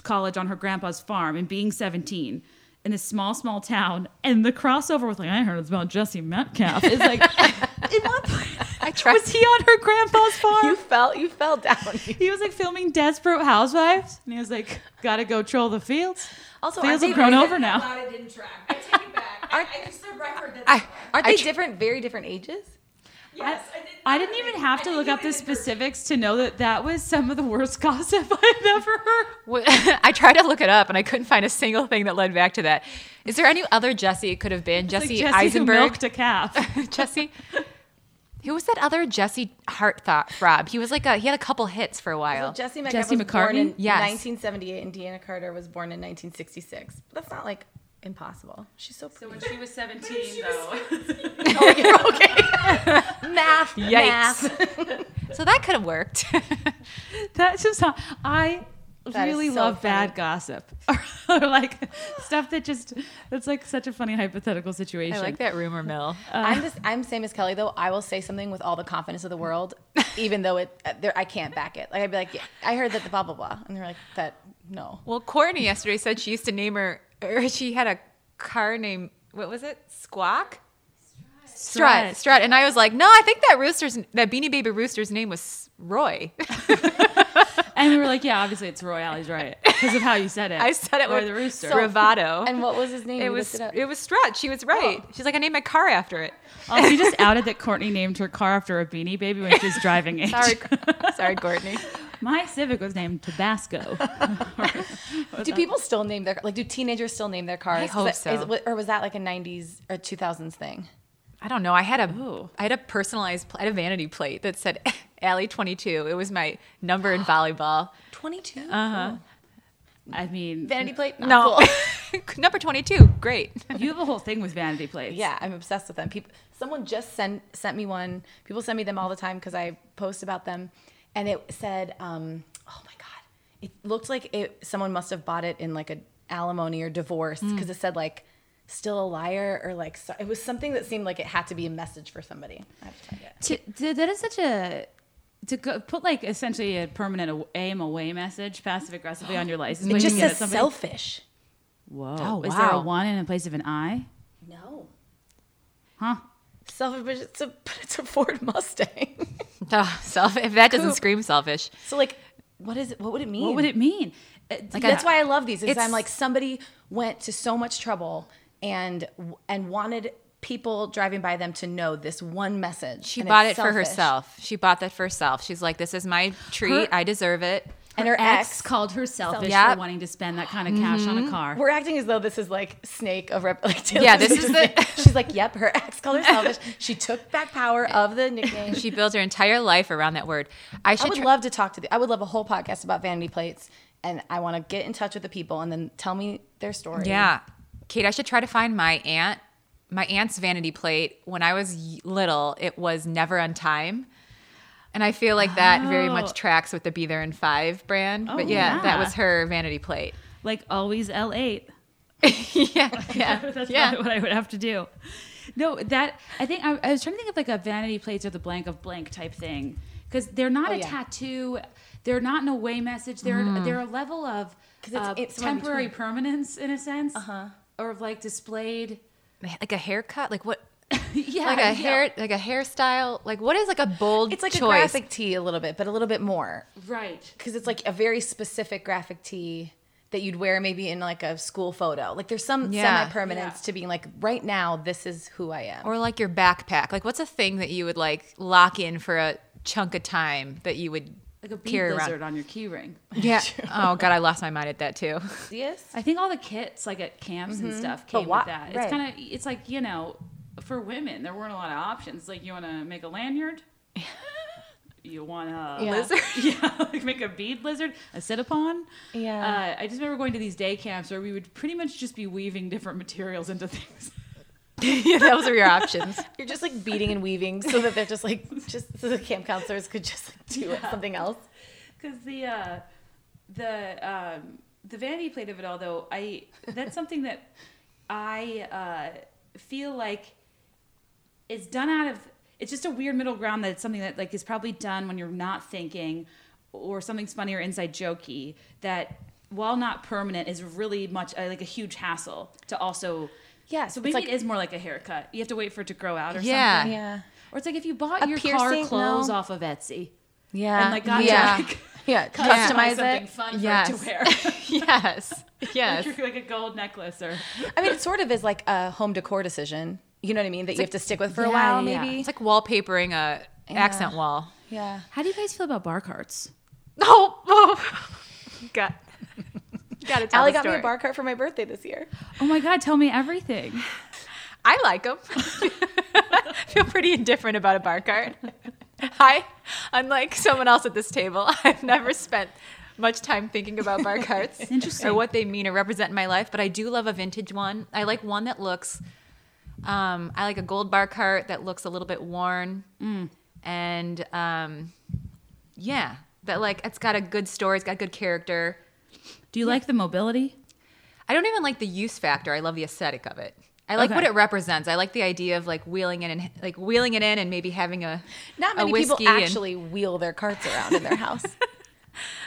college on her grandpa's farm and being seventeen in this small small town. And the crossover with like I heard it's about Jesse Metcalf is like in one point I trust was he on her grandpa's farm? you fell you fell down. he was like filming Desperate Housewives, and he was like, "Gotta go troll the fields." Also, fields aren't have they- grown over now. it didn't track. I take it back. I, I just the record that. I, Aren't I they tr- different, very different ages? yes, I, did, I didn't even have to I look think up you the did it first. specifics to know that that was some of the worst gossip I've ever heard. w- I tried to look it up and I couldn't find a single thing that led back to that. Is there any other Jesse it could have been? Like Jesse, Jesse who Eisenberg? milked a calf. Jesse? Who was that other Jesse Hart thought Rob? He was like a he had a couple hits for a while. So Jesse McCartney Jesse was born in McCartney? Yes. 1978 and Deanna Carter was born in 1966. But that's not like impossible. She's so pretty. she was 17, math. Yikes. Math. So that could have worked. That's just how I That is really so love funny. bad gossip or like stuff that just that's like such a funny hypothetical situation. I like that rumor mill. Uh, I'm just I'm same as Kelly though. I will say something with all the confidence of the world, even though it uh, there I can't back it. Like I'd be like, yeah, I heard that the blah blah blah, and they're like that. No. Well, Courtney yesterday said she used to name her, or she had a car named, what was it? Squawk? Strut. Strut. Strut. And I was like, no, I think that rooster's, that Beanie Baby rooster's name was Roy. And we were like, yeah, obviously it's Roy Alley's right because of how you said it. I said it or with the rooster. bravado. And what was his name? it You was, looked it, up. Oh. was Strut. She was right. She's like, I named my car after it. also, you Oh, just outed that Courtney named her car after a beanie baby when she was driving it. Sorry, sorry, Courtney. My Civic was named Tabasco. Do people still name their like? Do teenagers still name their cars? Is hope that- so. is- or was that like a '90s or 2000s thing? I don't know. I had a, I Ooh. had a personalized, pl- I had a vanity plate that said Alley 22. It was my number in volleyball. 22. I mean, Vanity plate. Not No. cool. number 22. Great. you have a whole thing with vanity plates. Yeah, I'm obsessed with them. People, someone just sent sent me one. People send me them all the time because I post about them, and it said, um, "Oh my god!" It looked like it. Someone must have bought it in like a alimony or divorce because it said like "still a liar" or like so, it was something that seemed like it had to be a message for somebody. I have to find it. To, to- that is such a to go, put like essentially a permanent aw- aim away message passive aggressively on your license. It plate just and get at says somebody. selfish. Whoa! Oh, Is there a wow. one in place of an I? No. Huh? Selfish, but it's a, but it's a Ford Mustang. Oh, self. If that doesn't Coop. scream selfish, so like, what is it? What would it mean? What would it mean? Uh, Like that's why I love these. Is It's- I'm like somebody went to so much trouble and and wanted people driving by them to know this one message. she and bought it it's for selfish. herself. She bought that for herself. She's like, "This is my treat. I deserve it." and her ex, ex. called her selfish Yep. for wanting to spend that kind of cash on a car. Mm-hmm. We're acting as though this is like snake of rep. Like Taylor Yeah, this Swift. is the- She's like, yep, her ex called her selfish. She took back power of the nickname. She built her entire life around that word. I I should. would tr- love to talk to. The, I would love a whole podcast about vanity plates, and I want to get in touch with the people and then tell me their story. yeah, Kate. I should try to find my aunt. My aunt's vanity plate. When I was y- little, it was never on time, and I feel like that very much Oh. tracks with the Be There in Five brand. Oh, but yeah, that yeah. was her vanity plate. Like always, L eight. yeah, yeah, That's yeah. probably what I would have to do. No, that I think I, I was trying to think of like a vanity plates or the blank of blank type thing because they're not Oh, a yeah. tattoo. They're not an away message. They're they're a level of 'Cause it's- uh, it's somewhere in temporary permanence in a sense, uh-huh. or of like displayed. Like a haircut. Like what? yeah, Like yeah. a hair. Like a hairstyle. Like what is like a bold? it's like choice? a graphic tee a little bit, but a little bit more. Right. because it's like a very specific graphic tee that you'd wear maybe in like a school photo. Like there's some Yeah. semi permanence to being like right now this is who I am. Or like your backpack. Like what's a thing that you would like lock in for a chunk of time that you would Like a bead carry lizard on around? your keyring. Yeah. oh god, I lost my mind at that too. yes. I think all the kits like at camps and stuff Mm-hmm. But came why- with that. It's right. kind of it's like you know for women there weren't a lot of options. Like you want to make a lanyard. you want a Yeah. lizard? yeah, like make a bead lizard, a cetapon. Yeah. Uh, I just remember going to these day camps where we would pretty much just be weaving different materials into things. yeah, those are your options. You're just like beating and weaving so that they're just like just so the camp counselors could just like do something else. Because the uh, the um, the vanity plate of it all, though, I that's something that I uh, feel like is done out of. It's just a weird middle ground that it's something that like is probably done when you're not thinking, or something's funny or inside jokey that. While not permanent, is really much uh, like a huge hassle to also. Yeah, So it's maybe like- it is more like a haircut. You have to wait for it to grow out or Yeah. something. Yeah. Or it's like if you bought A your piercing? car clothes No. off of Etsy. Yeah. And, like, got yeah. to, like, yeah. Yeah. Customize something it. fun for it Yes. to wear. yes. Yes. like, a gold necklace or I mean, it sort of is like a home decor decision. You know what I mean? That you have to stick with for a yeah, while, yeah, yeah. maybe. It's like wallpapering a accent wall. Yeah. How do you guys feel about bar carts? Oh, oh. got got to tell Allie the got me story. a bar cart for my birthday this year. Oh my God, tell me everything. I like them. Feel pretty indifferent about a bar cart. I, unlike someone else at this table, I've never spent much time thinking about bar carts Interesting. or what they mean or represent in my life. But I do love a vintage one. I like one that looks. Um, I like a gold bar cart that looks a little bit worn, and um, yeah, that like it's got a good story. It's got good character. do you like the mobility I don't even like the use factor. I love the aesthetic of it. I like Okay. what it represents. I like the idea of like wheeling it and like wheeling it in and maybe having a Not a many people whiskey and- actually wheel their carts around in their house.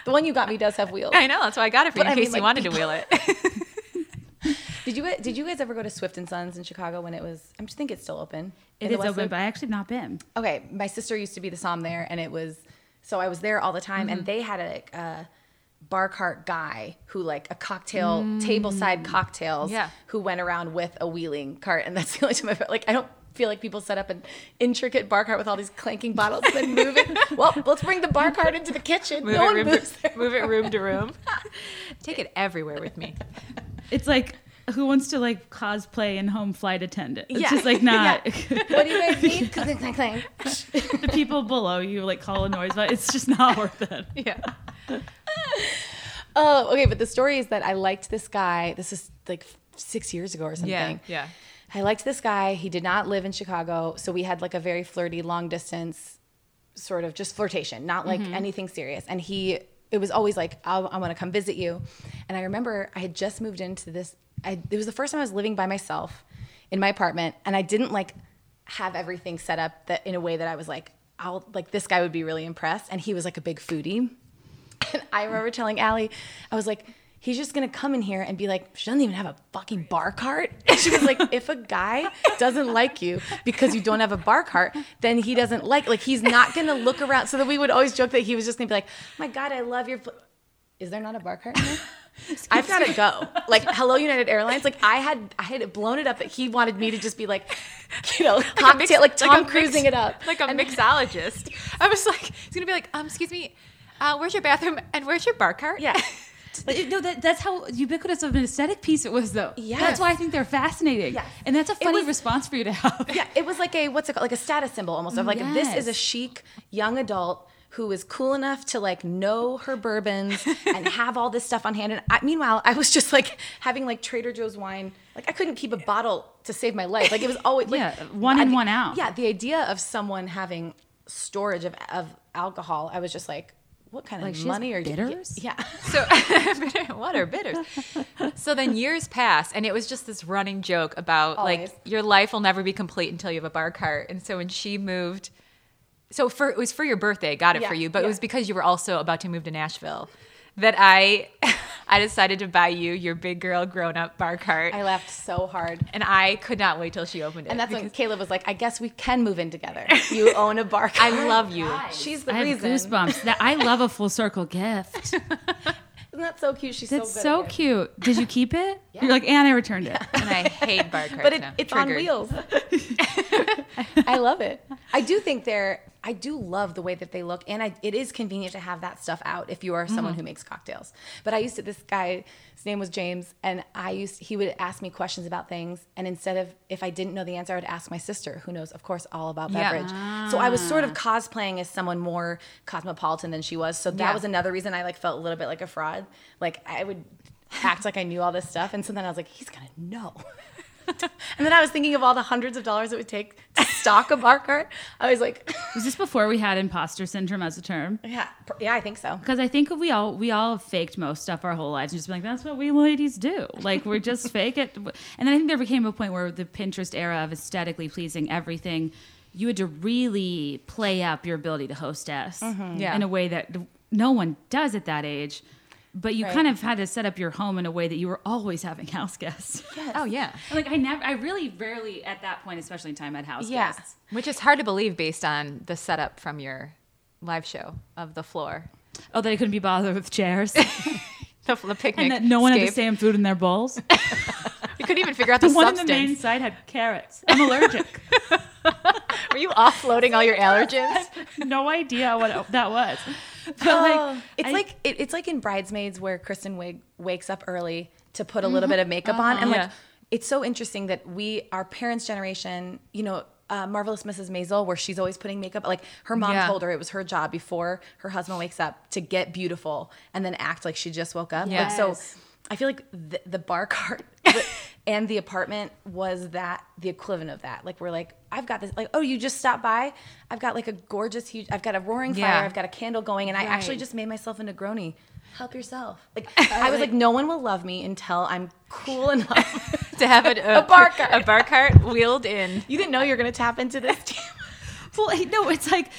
the one you got me does have wheels. I know that's why I got it for you in But I case mean, you like, wanted to wheel it. Did you did you guys ever go to Swift and Sons in Chicago when it was? I think it's still open. It In the is West open, Loop? but I actually have not been. okay, my sister used to be the som there, and it was so I was there all the time, Mm-hmm. and they had a, a bar cart guy who like a cocktail table side cocktails, Mm. Yeah. who went around with a wheeling cart, and that's the only time I've like I don't feel like people set up an intricate bar cart with all these clanking bottles and then move it. well, let's bring the bar cart into the kitchen. Move no it one room moves to, their move it room to room. Take it everywhere with me. it's like who wants to like cosplay and home flight attendant it's Yeah. just like not What do you guys need? Clang, clang, clang. the people below you like call a noise but it's just not worth it Yeah. Oh, okay. But the story is that I liked this guy. This is like six years ago or something. Yeah. Yeah. I liked this guy. He did not live in Chicago. So we had like a very flirty, long distance sort of just flirtation, not like anything serious. And he, it was always like, I, I want to come visit you. And I remember I had just moved into this. I, it was the first time I was living by myself in my apartment. And I didn't like have everything set up that in a way that I was like, I'll like this guy would be really impressed. And he was like a big foodie. And I remember telling Allie, I was like, he's just gonna come in here and be like, she doesn't even have a fucking bar cart. And she was like, if a guy doesn't like you because you don't have a bar cart, then he doesn't like, like, he's not gonna look around. So that we would always joke that he was just gonna be like, my God, I love your. Pl- Is there not a bar cart in here? I've got to go. Like, hello, United Airlines. Like, I had I had blown it up that he wanted me to just be like, you know, a cocktail, mix- like Tom a mix- Cruising it up. like a mixologist. I was like, he's gonna be like, um, excuse me, uh, where's your bathroom and where's your bar cart? Yeah. no, that, that's how ubiquitous of an aesthetic piece it was, though. Yes. That's why I think they're fascinating. Yes. And that's a funny was- response for you to have. yeah, it was like a what's it called? Like a status symbol almost of like this is a Yes. chic young adult who is cool enough to like know her bourbons and have all this stuff on hand. And I, meanwhile, I was just like having like Trader Joe's wine. Like I couldn't keep a bottle to save my life. Like it was always like Yeah, one in, I think- one out. Yeah, the idea of someone having storage of, of alcohol, I was just like, what kind Like, she of has money are bitters? you? Yeah. So what are bitters? So then years pass, and it was just this running joke about Always. like your life will never be complete until you have a bar cart. And so when she moved, so for it was for your birthday, got it Yeah, for you, but yeah. it was because you were also about to move to Nashville that I I decided to buy you your big girl grown up bar cart, I laughed so hard. and I could not wait till she opened it. And that's when because Caleb was like, I guess we can move in together. You own a bar. I love you. She's the i have reason. goosebumps that i love a full circle gift Isn't that so cute? She's that's so good. so at it. cute did you keep it Yeah. you're like and i returned it And I hate bar carts. But it, now. it's on Triggered. wheels. I love it. I do think they're I do love the way that they look, and I, it is convenient to have that stuff out if you are someone who makes cocktails. But I used to this guy, his name was James, and I used he would ask me questions about things, and instead of if I didn't know the answer, I would ask my sister, who knows, of course, all about Yeah. beverage. So I was sort of cosplaying as someone more cosmopolitan than she was. So that Yeah. was another reason I like felt a little bit like a fraud. Like I would act like I knew all this stuff, and so then I was like, he's gonna know. And then I was thinking of all the hundreds of dollars it would take to stock a bar cart. I was like, Was this before we had imposter syndrome as a term? yeah, pr- yeah, I think so. Because I think we all we all have faked most stuff our whole lives and just been like, that's what we ladies do. Like we're just fake it. And then I think there became a point where the Pinterest era of aesthetically pleasing everything, you had to really play up your ability to hostess Mm-hmm. Yeah. in a way that no one does at that age. But you Right. kind of had to set up your home in a way that you were always having house guests. Oh yeah. like I never, I really rarely at that point, especially in time, had house Yeah. guests. Which is hard to believe based on the setup from your live show of the floor, Oh, that I couldn't be bothered with chairs the, the picnic, and that no one had the scape. same food in their bowls. You couldn't even figure out the, The one on the substance. main side had carrots. I'm allergic. Were you offloading all your allergens? no idea what that was. But Oh, like, it's I- like it, it's like in Bridesmaids where Kristen Wiig wakes up early to put a little bit of makeup on, and Mm-hmm. Uh-huh. Yeah. like it's so interesting that we, our parents' generation, you know. Uh, Marvelous Mrs. Maisel, where she's always putting makeup. Like her mom Yeah. told her it was her job before her husband wakes up to get beautiful and then act like she just woke up. Like, so Yes. I feel like the, the bar cart and the apartment was that the equivalent of that. Like we're like, I've got this. Like, oh, you just stopped by. I've got like a gorgeous huge. I've got a roaring Yeah. fire. I've got a candle going, and I actually Right. just made myself a Negroni. Help yourself. Like I was like, no one will love me until I'm cool enough. to have a, a, bar cart. a bar cart wheeled in. you didn't know you were gonna tap into this team. well, I- no, it's like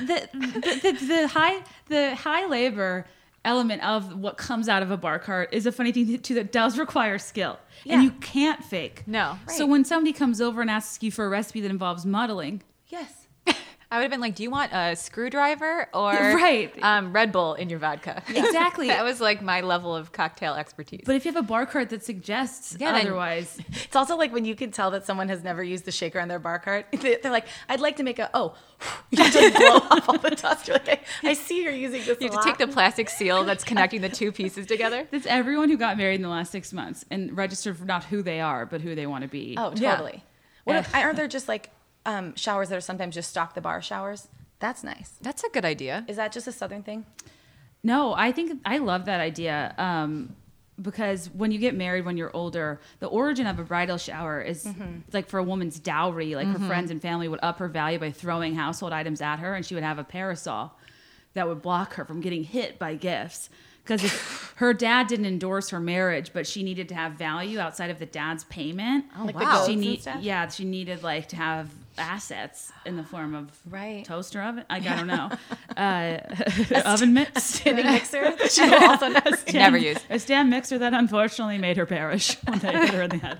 the the, the the high the high labor element of what comes out of a bar cart is a funny thing too that does require skill Yeah. and you can't fake. No. So when somebody comes over and asks you for a recipe that involves muddling, yes. I would have been like, "Do you want a screwdriver or Right. um, Red Bull in your vodka?" Exactly. that was like my level of cocktail expertise. but if you have a bar cart that suggests Yeah, then- otherwise, It's also like when you can tell that someone has never used the shaker on their bar cart. They- They're like, I'd like to make a oh, you just blow off all the dust. You're like, I, I see you're using this. you a have to take lot." the plastic seal that's connecting the two pieces together. that's everyone who got married in the last six months and registered for not who they are but who they want to be. Oh, Yeah. totally. What if, aren't there just like um, showers that are sometimes just stock the bar showers? That's nice. That's a good idea. Is that just a southern thing? No, I think I love that idea um, because when you get married when you're older, the origin of a bridal shower is Mm-hmm. like for a woman's dowry. Like her friends and family would up her value by throwing household items at her, and she would have a parasol that would block her from getting hit by gifts. Because if her dad didn't endorse her marriage, but she needed to have value outside of the dad's payment. Oh Like the wow. goats She and need stuff? yeah, she needed like to have assets in the form of Right. toaster oven. Like, I don't know, uh, oven mitts. Standing mixer. She will also never. Never used. A stand mixer that unfortunately made her perish when they hit her in the head.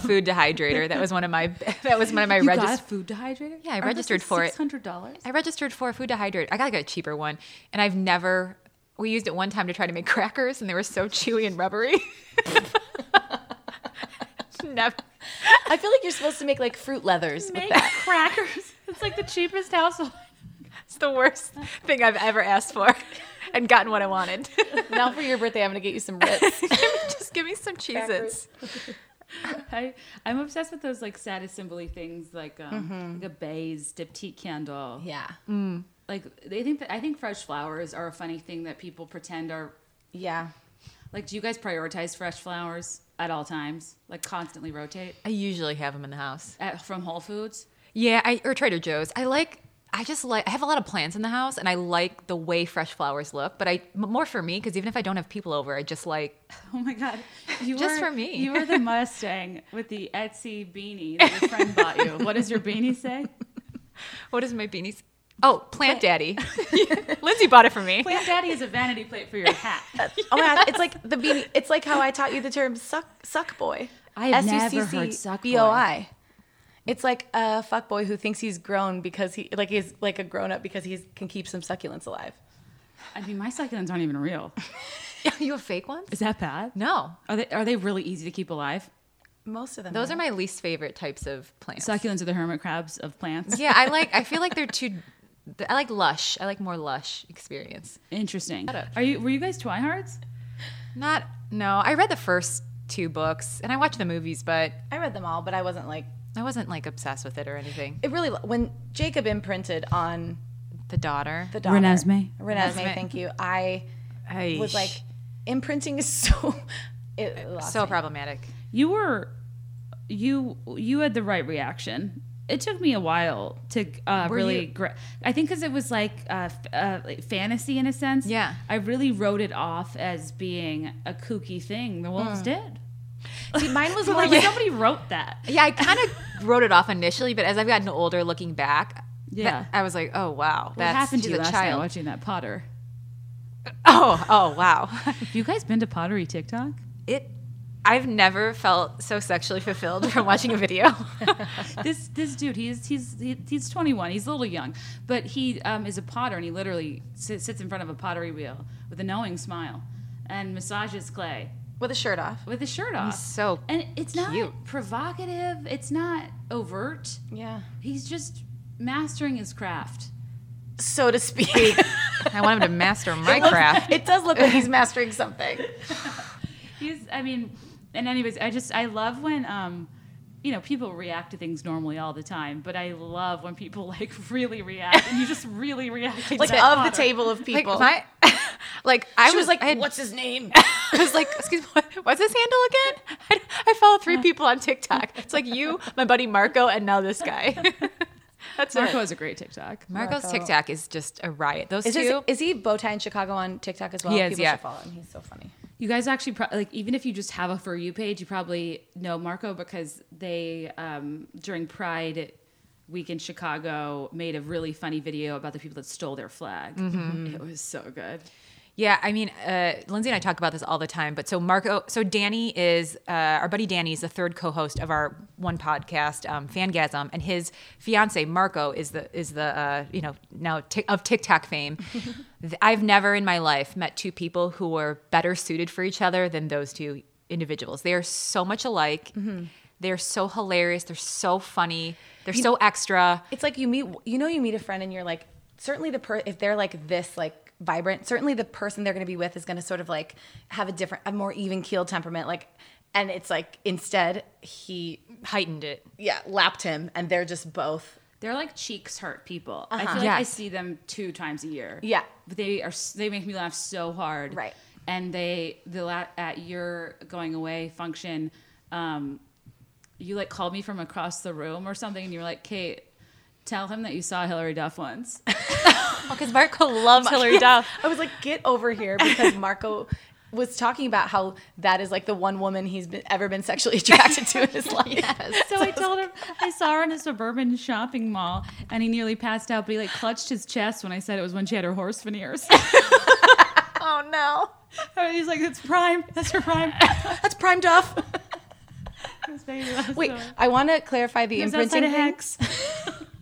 Food dehydrator. That was one of my. That was one of my regis- food dehydrator? Yeah, I registered for it. $600? I registered for food dehydrated. I gotta get a cheaper one, and I've never. We used it one time to try to make crackers, and they were so chewy and rubbery. Never. I feel like you're supposed to make like fruit leathers. Make crackers. It's like the cheapest household. It's the worst thing I've ever asked for, and gotten what I wanted. now for your birthday, I'm gonna get you some Ritz. Just give me some cheeses. I, I'm obsessed with those like status symbol things like, um, Mm-hmm. like a baize, diptyque candle. yeah. Like they think that I think fresh flowers are a funny thing that people pretend are Yeah. like do you guys prioritize fresh flowers at all times? Like constantly rotate I usually have them in the house. at, from Whole Foods? Yeah, I, or Trader Joe's. I like. I just like. I have a lot of plants in the house, and I like the way fresh flowers look. But I m- more for me because even if I don't have people over, I just like. Oh my god! You Just were- for me. You were the Mustang with the Etsy beanie that your friend bought you. What does your beanie say? What is my beanies? Oh, plant daddy. Lindsay bought it for me. Plant Daddy is a vanity plate for your hat. Oh my god, it's like the beanie. It's like how I taught you the term suck suck boy. I have never S-U-C-C heard suck boy. B-O-I. It's like a fuck boy who thinks he's grown because he like he's like a grown up because he can keep some succulents alive. I mean, my succulents aren't even real. you have fake ones? Is that bad? No. Are they are they really easy to keep alive? Most of them. Those are my least favorite types of plants. Succulents are the hermit crabs of plants. Yeah, I like I feel like they're too I like lush. I like more lush experience. Interesting. Are you were you guys twihards? Not no. I read the first two books and I watched the movies, but I read them all, but I wasn't like I wasn't like obsessed with it or anything. it. Really, when Jacob imprinted on The daughter. the daughter, Renesmee. Renesmee, Renesmee. thank you. I I was like, imprinting is so. It lost so me. problematic. You were you you had the right reaction. It took me a while to uh, really. you- gra- I think because it was like uh, f- uh, like fantasy in a sense. Yeah. I really wrote it off as being a kooky thing. The wolves did. See, mine was So more like like somebody wrote that. Yeah, I kind of wrote it off initially, but as I've gotten older, looking back, Yeah. that- I was like, oh wow, What happened to she's you a last night child. watching that Potter? Oh, oh wow. Have you guys been to Pottery TikTok? It. I've never felt so sexually fulfilled from watching a video. this this dude he's he's he- he's 21 he's a little young but he um, is a potter and he literally sits, sits in front of a pottery wheel with a knowing smile and massages clay with a shirt off. with his shirt off He's so and it's not cute. provocative it's not overt Yeah, he's just mastering his craft so to speak. I want him to master my craft. it does look like he's mastering something. he's i mean and anyways i just i love when um you know people react to things normally all the time but i love when people like really react and you just really react Like of the table of Like people. my, like I she was, like, I had- "What's his name?" I was like, excuse me, what- what's this handle again? I, I follow three people on TikTok. It's like you, my buddy Marco, and now this guy. That's Marco it. is a great TikTok. Marco's Marco. TikTok is just a riot. Those Is, two. his, is he bow tie in Chicago on TikTok as well? He is, People yeah. should follow him. He's so funny. You guys actually pro- like even if you just have a for you page, you probably know Marco because they um, during Pride week in Chicago made a really funny video about the people that stole their flag. Mm-hmm. It was so good. Yeah, I mean, uh, Lindsay and I talk about this all the time. But so Marco, so Danny is uh, our buddy. Danny is the third co-host of our one podcast, um, Fangasm, and his fiance Marco is the is the uh, you know now tic of TikTok fame. Th- I've never in my life met two people who were better suited for each other than those two individuals. They are so much alike. They're so hilarious. They're so funny. They're so extra. It's like you meet, you know, you meet a friend and you're like, certainly the per if they're like this, like vibrant, certainly the person they're going to be with is going to sort of like have a different, a more even keeled temperament, like. And it's like instead he, Heightened it. yeah, lapped him, and they're just both. They're like cheeks hurt people. I feel like I Yes. see them two times a year. Uh-huh. Yeah. but they are s- they make me laugh so hard. Right. and they the la- at your going away function, um, you like called me from across the room or something, and you were like, Kate, tell him that you saw Hillary Duff once. Because Marco loves Hillary Duff. I was like, get over here because Marco was talking about how that is like the one woman he's been, ever been sexually attracted to in his life. So I told him I saw her in a suburban shopping mall, and he nearly passed out. But he like clutched his chest when I said it was when she had her horse veneers. Oh no, He's like, "It's prime. That's her prime." that's prime Duff. Wait, Wait, I want to clarify the was imprinting outside of thing. Hex.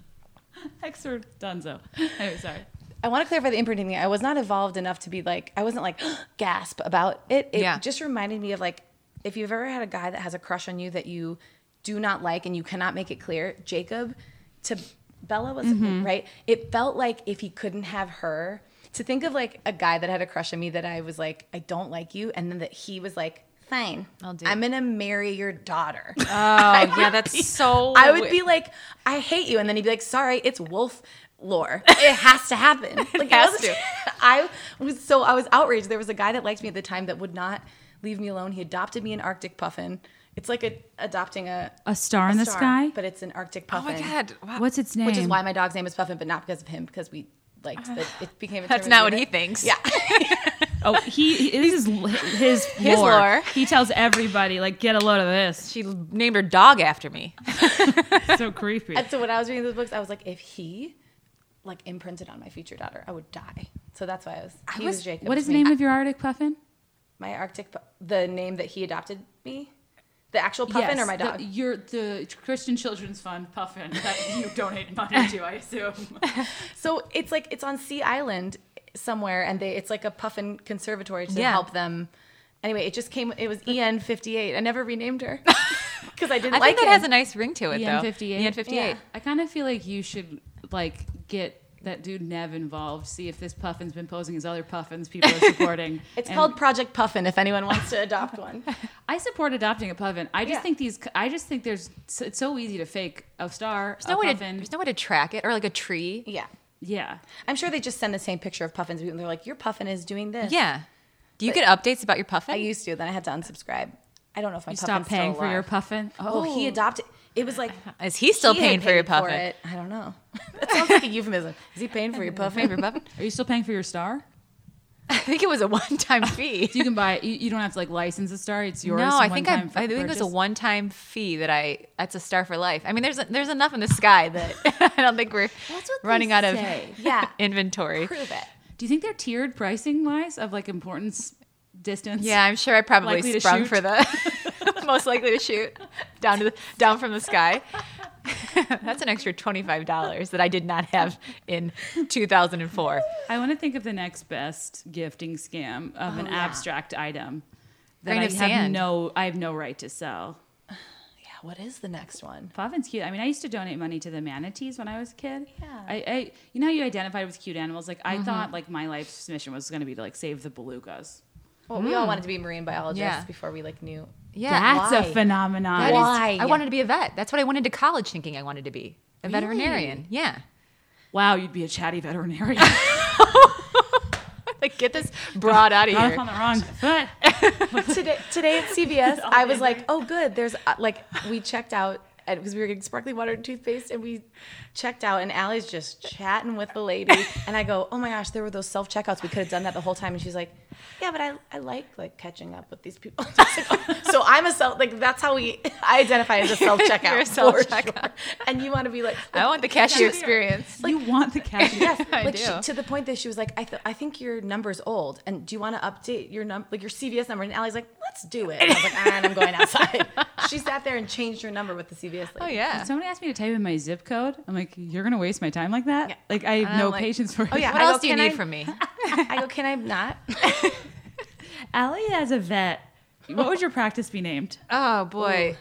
Hex or Dunzo. Anyway, sorry. I want to clarify the imprinting thing. I was not evolved enough to be like, I wasn't like gasp about it. It Yeah. just reminded me of like, if you've ever had a guy that has a crush on you that you do not like and you cannot make it clear, Jacob to Bella was Mm-hmm. right. It felt like if he couldn't have her, to think of like a guy that had a crush on me that I was like, I don't like you, and then that he was like, fine, I'll do I'm gonna marry your daughter. Oh yeah, that's so. I would be like, I hate you. And then he'd be like, sorry, it's wolf lore. It has to happen. Like, it has was- to. I was so, I was outraged. There was a guy that liked me at the time that would not leave me alone. He adopted me an Arctic puffin. It's like a, adopting a, A star in the star, sky. but it's an Arctic Oh my puffin. god! Wow. What's its name? Which is why my dog's name is Puffin, but not because of him, because we liked that. It became a That's term of not what he endearment. thinks. Yeah. Oh, he, he this is l- his his lore. lore. He tells everybody like, "Get a load of this." She named her dog after me. It's so creepy. And so when I was reading those books, I was like, if he like imprinted on my future daughter, I would die. So that's why I was. He was, was- Jacob what to is the me. name of your Arctic puffin? my Arctic, pu- the name that he adopted me, the actual puffin or my the- dog. you're the Christian Children's Fund puffin that you donate money to, I assume. so it's like it's on Sea Island somewhere, and they it's like a puffin conservatory to Yeah. help them. Anyway, it just came. It was En fifty eight. I never renamed her because I didn't I like think that him. has a nice ring to it, though. EN58. EN58. Yeah. I kind of feel like you should like get that dude Nev involved, see if this puffin's been posing as other puffins people are supporting. It's And called Project Puffin if anyone wants to adopt one. I support adopting a puffin. I just Yeah. think these. I just think there's. It's so easy to fake a star. There's no a way to puffin. there's no way to track it or like a tree. Yeah. yeah. I'm sure they just send the same picture of puffins and they're like, Your puffin is doing this. Yeah. Do you get updates about your puffin? I used to, then I had to unsubscribe. I don't know if my You puffin's stop paying still for your alive. puffin. Oh, he adopted it was like Is he still he had paying for your paid puffin? it. I don't know. that sounds like a euphemism. Is he paying for your Paying puffin? for your puffin? Are you still paying for your star? I think it was a one-time fee. You can buy. it. You, you don't have to like license a star. It's yours. no, I think I, I one-time for think it was a purchase. one-time fee that I. That's a star for life. I mean, there's there's enough in the sky that I don't think we're That's what they running out say. of Yeah. inventory. Prove it. Do you think they're tiered pricing wise of like importance, distance? Yeah, I'm sure I Likely probably to sprung shoot. for the most likely to shoot down to the, down from the sky. That's an extra twenty five dollars that I did not have in two thousand and four. I want to think of the next best gifting scam Oh, of an abstract item that Grain I of have sand. no. I have no right to sell. Yeah, what is the next one? Puffin's cute. I mean, I used to donate money to the manatees when I was a kid. Yeah. I, I you know how you identified with cute animals? Like I thought Mm-hmm. like my life's mission was gonna be to like save the belugas. Well, we all wanted Hmm. to be marine biologists Yeah. before we like knew. Yeah, That's why? a phenomenon. that is- Why? I wanted to be a vet. That's what I went into college thinking I wanted to be a veterinarian. Yeah, wow, you'd be a chatty veterinarian. like get this broad out of Got off on here. the wrong foot. today, today at CVS, I was like, oh, good. There's uh, like, we checked out because we were getting sparkling water and toothpaste, and we checked out, and Allie's just chatting with the lady. And I go, oh my gosh, there were those self checkouts. We could have done that the whole time. And she's like, yeah, but I, I like like catching up with these people. so I'm a self, like, that's how we, I identify as a self You're a checkout. self-checkout. And you want to be like, I want the cashier experience. you want the cashew. Yes, I like she- do. to the point that she was like, "I, th- I think your number's old, and do you want to update your num like your CVS number?" And Allie's like, "Let's do it." And I was like, "All right, I'm going outside." she sat there and changed her number with the CVS. Lady. Oh yeah. Somebody asked me to type in my zip code. I'm like, you're gonna waste my time like that? Yeah. Like I have And no I'm like, patience for oh, it. yeah. What I go, else do you "Can need I-" from me? I go, "Can I not?" Allie as a vet. What would your practice be named? Oh boy.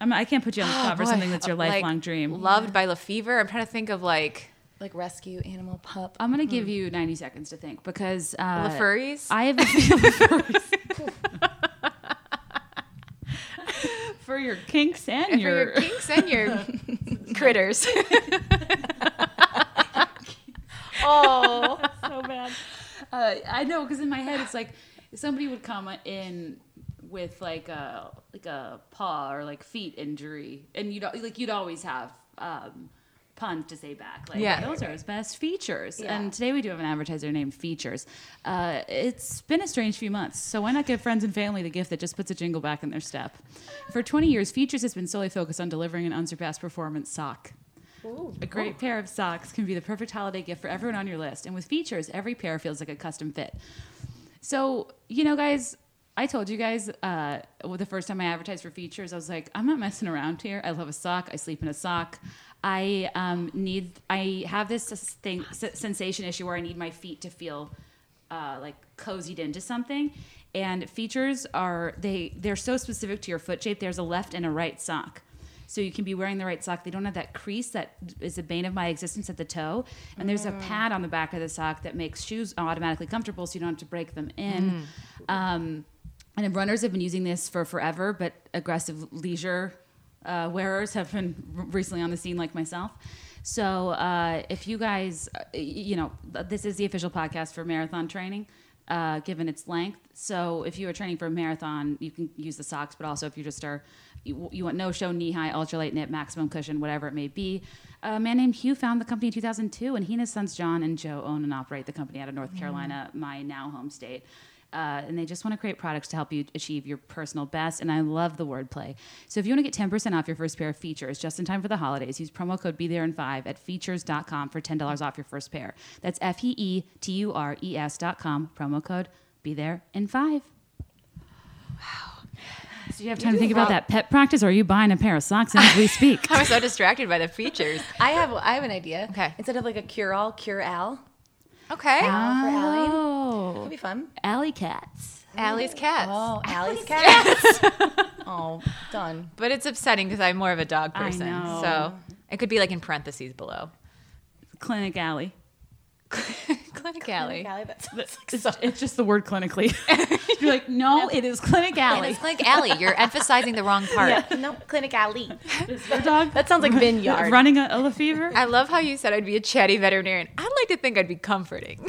I'm, I can't put you on the spot for Oh, Boy, Uh, something that's your like, lifelong dream. Loved by Lefevre. I'm trying to think of like Like rescue animal pup. I'm hmm. gonna give you 90 seconds to think because uh, Lefurries. I have a feel for- for your kinks and for your your. kinks and your critters. Oh, so bad. Uh, I know because in my head it's like somebody would come in with like a like a paw or like feet injury, and you'd al- like you'd always have. Um, puns to say back like Yeah. those are his best features Yeah. and today we do have an advertiser named features uh, it's been a strange few months so why not give friends and family the gift that just puts a jingle back in their step for 20 years features has been solely focused on delivering an unsurpassed performance sock a great pair of socks can be the perfect holiday gift for everyone on your list. And with features, every pair feels like a custom fit. So, you know, guys, I told you guys uh, well, the first time I advertised for features, I was like, I'm not messing around here. I love a sock. I sleep in a sock. I um, need, I have this s- thing, s- sensation issue where I need my feet to feel uh, like cozied into something. And features are, they, they're so specific to your foot shape. There's a left and a right sock so you can be wearing the right sock. They don't have that crease that is the bane of my existence at the toe. And there's a pad on the back of the sock that makes shoes automatically comfortable, so you don't have to break them in. Um, and runners have been using this for forever, but aggressive leisure uh, wearers have been r- recently on the scene, like myself. So uh, if you guys, uh, y- you know, th- this is the official podcast for marathon training. Uh, given its length, so if you are training for a marathon, you can use the socks. But also, if you just are, you, you want no show, knee high, ultralight knit, maximum cushion, whatever it may be. A man named Hugh found the company in 2002, and he and his sons John and Joe own and operate the company out of North Carolina, my now home state uh, and they just want to create products to help you achieve your personal best. And I love the wordplay. So if you want to get 10% off your first pair of features just in time for the holidays, use promo code be there in five at features.com for $10 off your first pair. That's F E E T U R E S dot com, promo code be there in five. So do you have time to think about that pet practice, or are you buying a pair of socks as we speak? I was so distracted by the features. I have I have an idea. Okay. Instead of like a cure all, cure Al. Okay. Al for Allie. Oh, That'd be fun. alley cats. Allie's cats. Oh, Allie's cat. oh, done. But it's upsetting because I'm more of a dog I person. know. So it could be like in parentheses below. Clinic Alley. Clinic Alley. Alley, that sounds like It's, it's just the word clinically. You're like, no, it is Clinic And Alley. it's Clinic Alley. You're emphasizing the wrong part. no, Clinic Alley. Your dog That sounds like vineyard. running a, a fever. I love how you said I'd be a chatty veterinarian. I'd like to think I'd be comforting.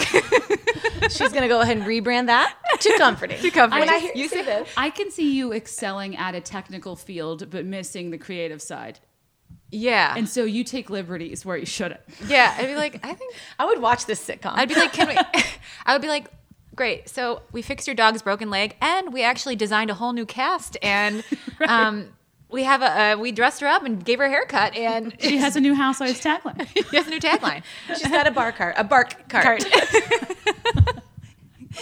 She's gonna go ahead and rebrand that to comforting. Too comforting. When I hear You you say said- this, I can see you excelling at a technical field, but missing the creative side. yeah. And so you take liberties where you shouldn't. yeah. I'd be like, I think I would watch this sitcom. I'd be like, can we? I would be like, great. So we fixed your dog's broken leg, and we actually designed a whole new cast, and um, we have a uh, we dressed her up and gave her a haircut, and She has a new housewives tagline. she has a new tagline. She's got a bar cart, a bark cart.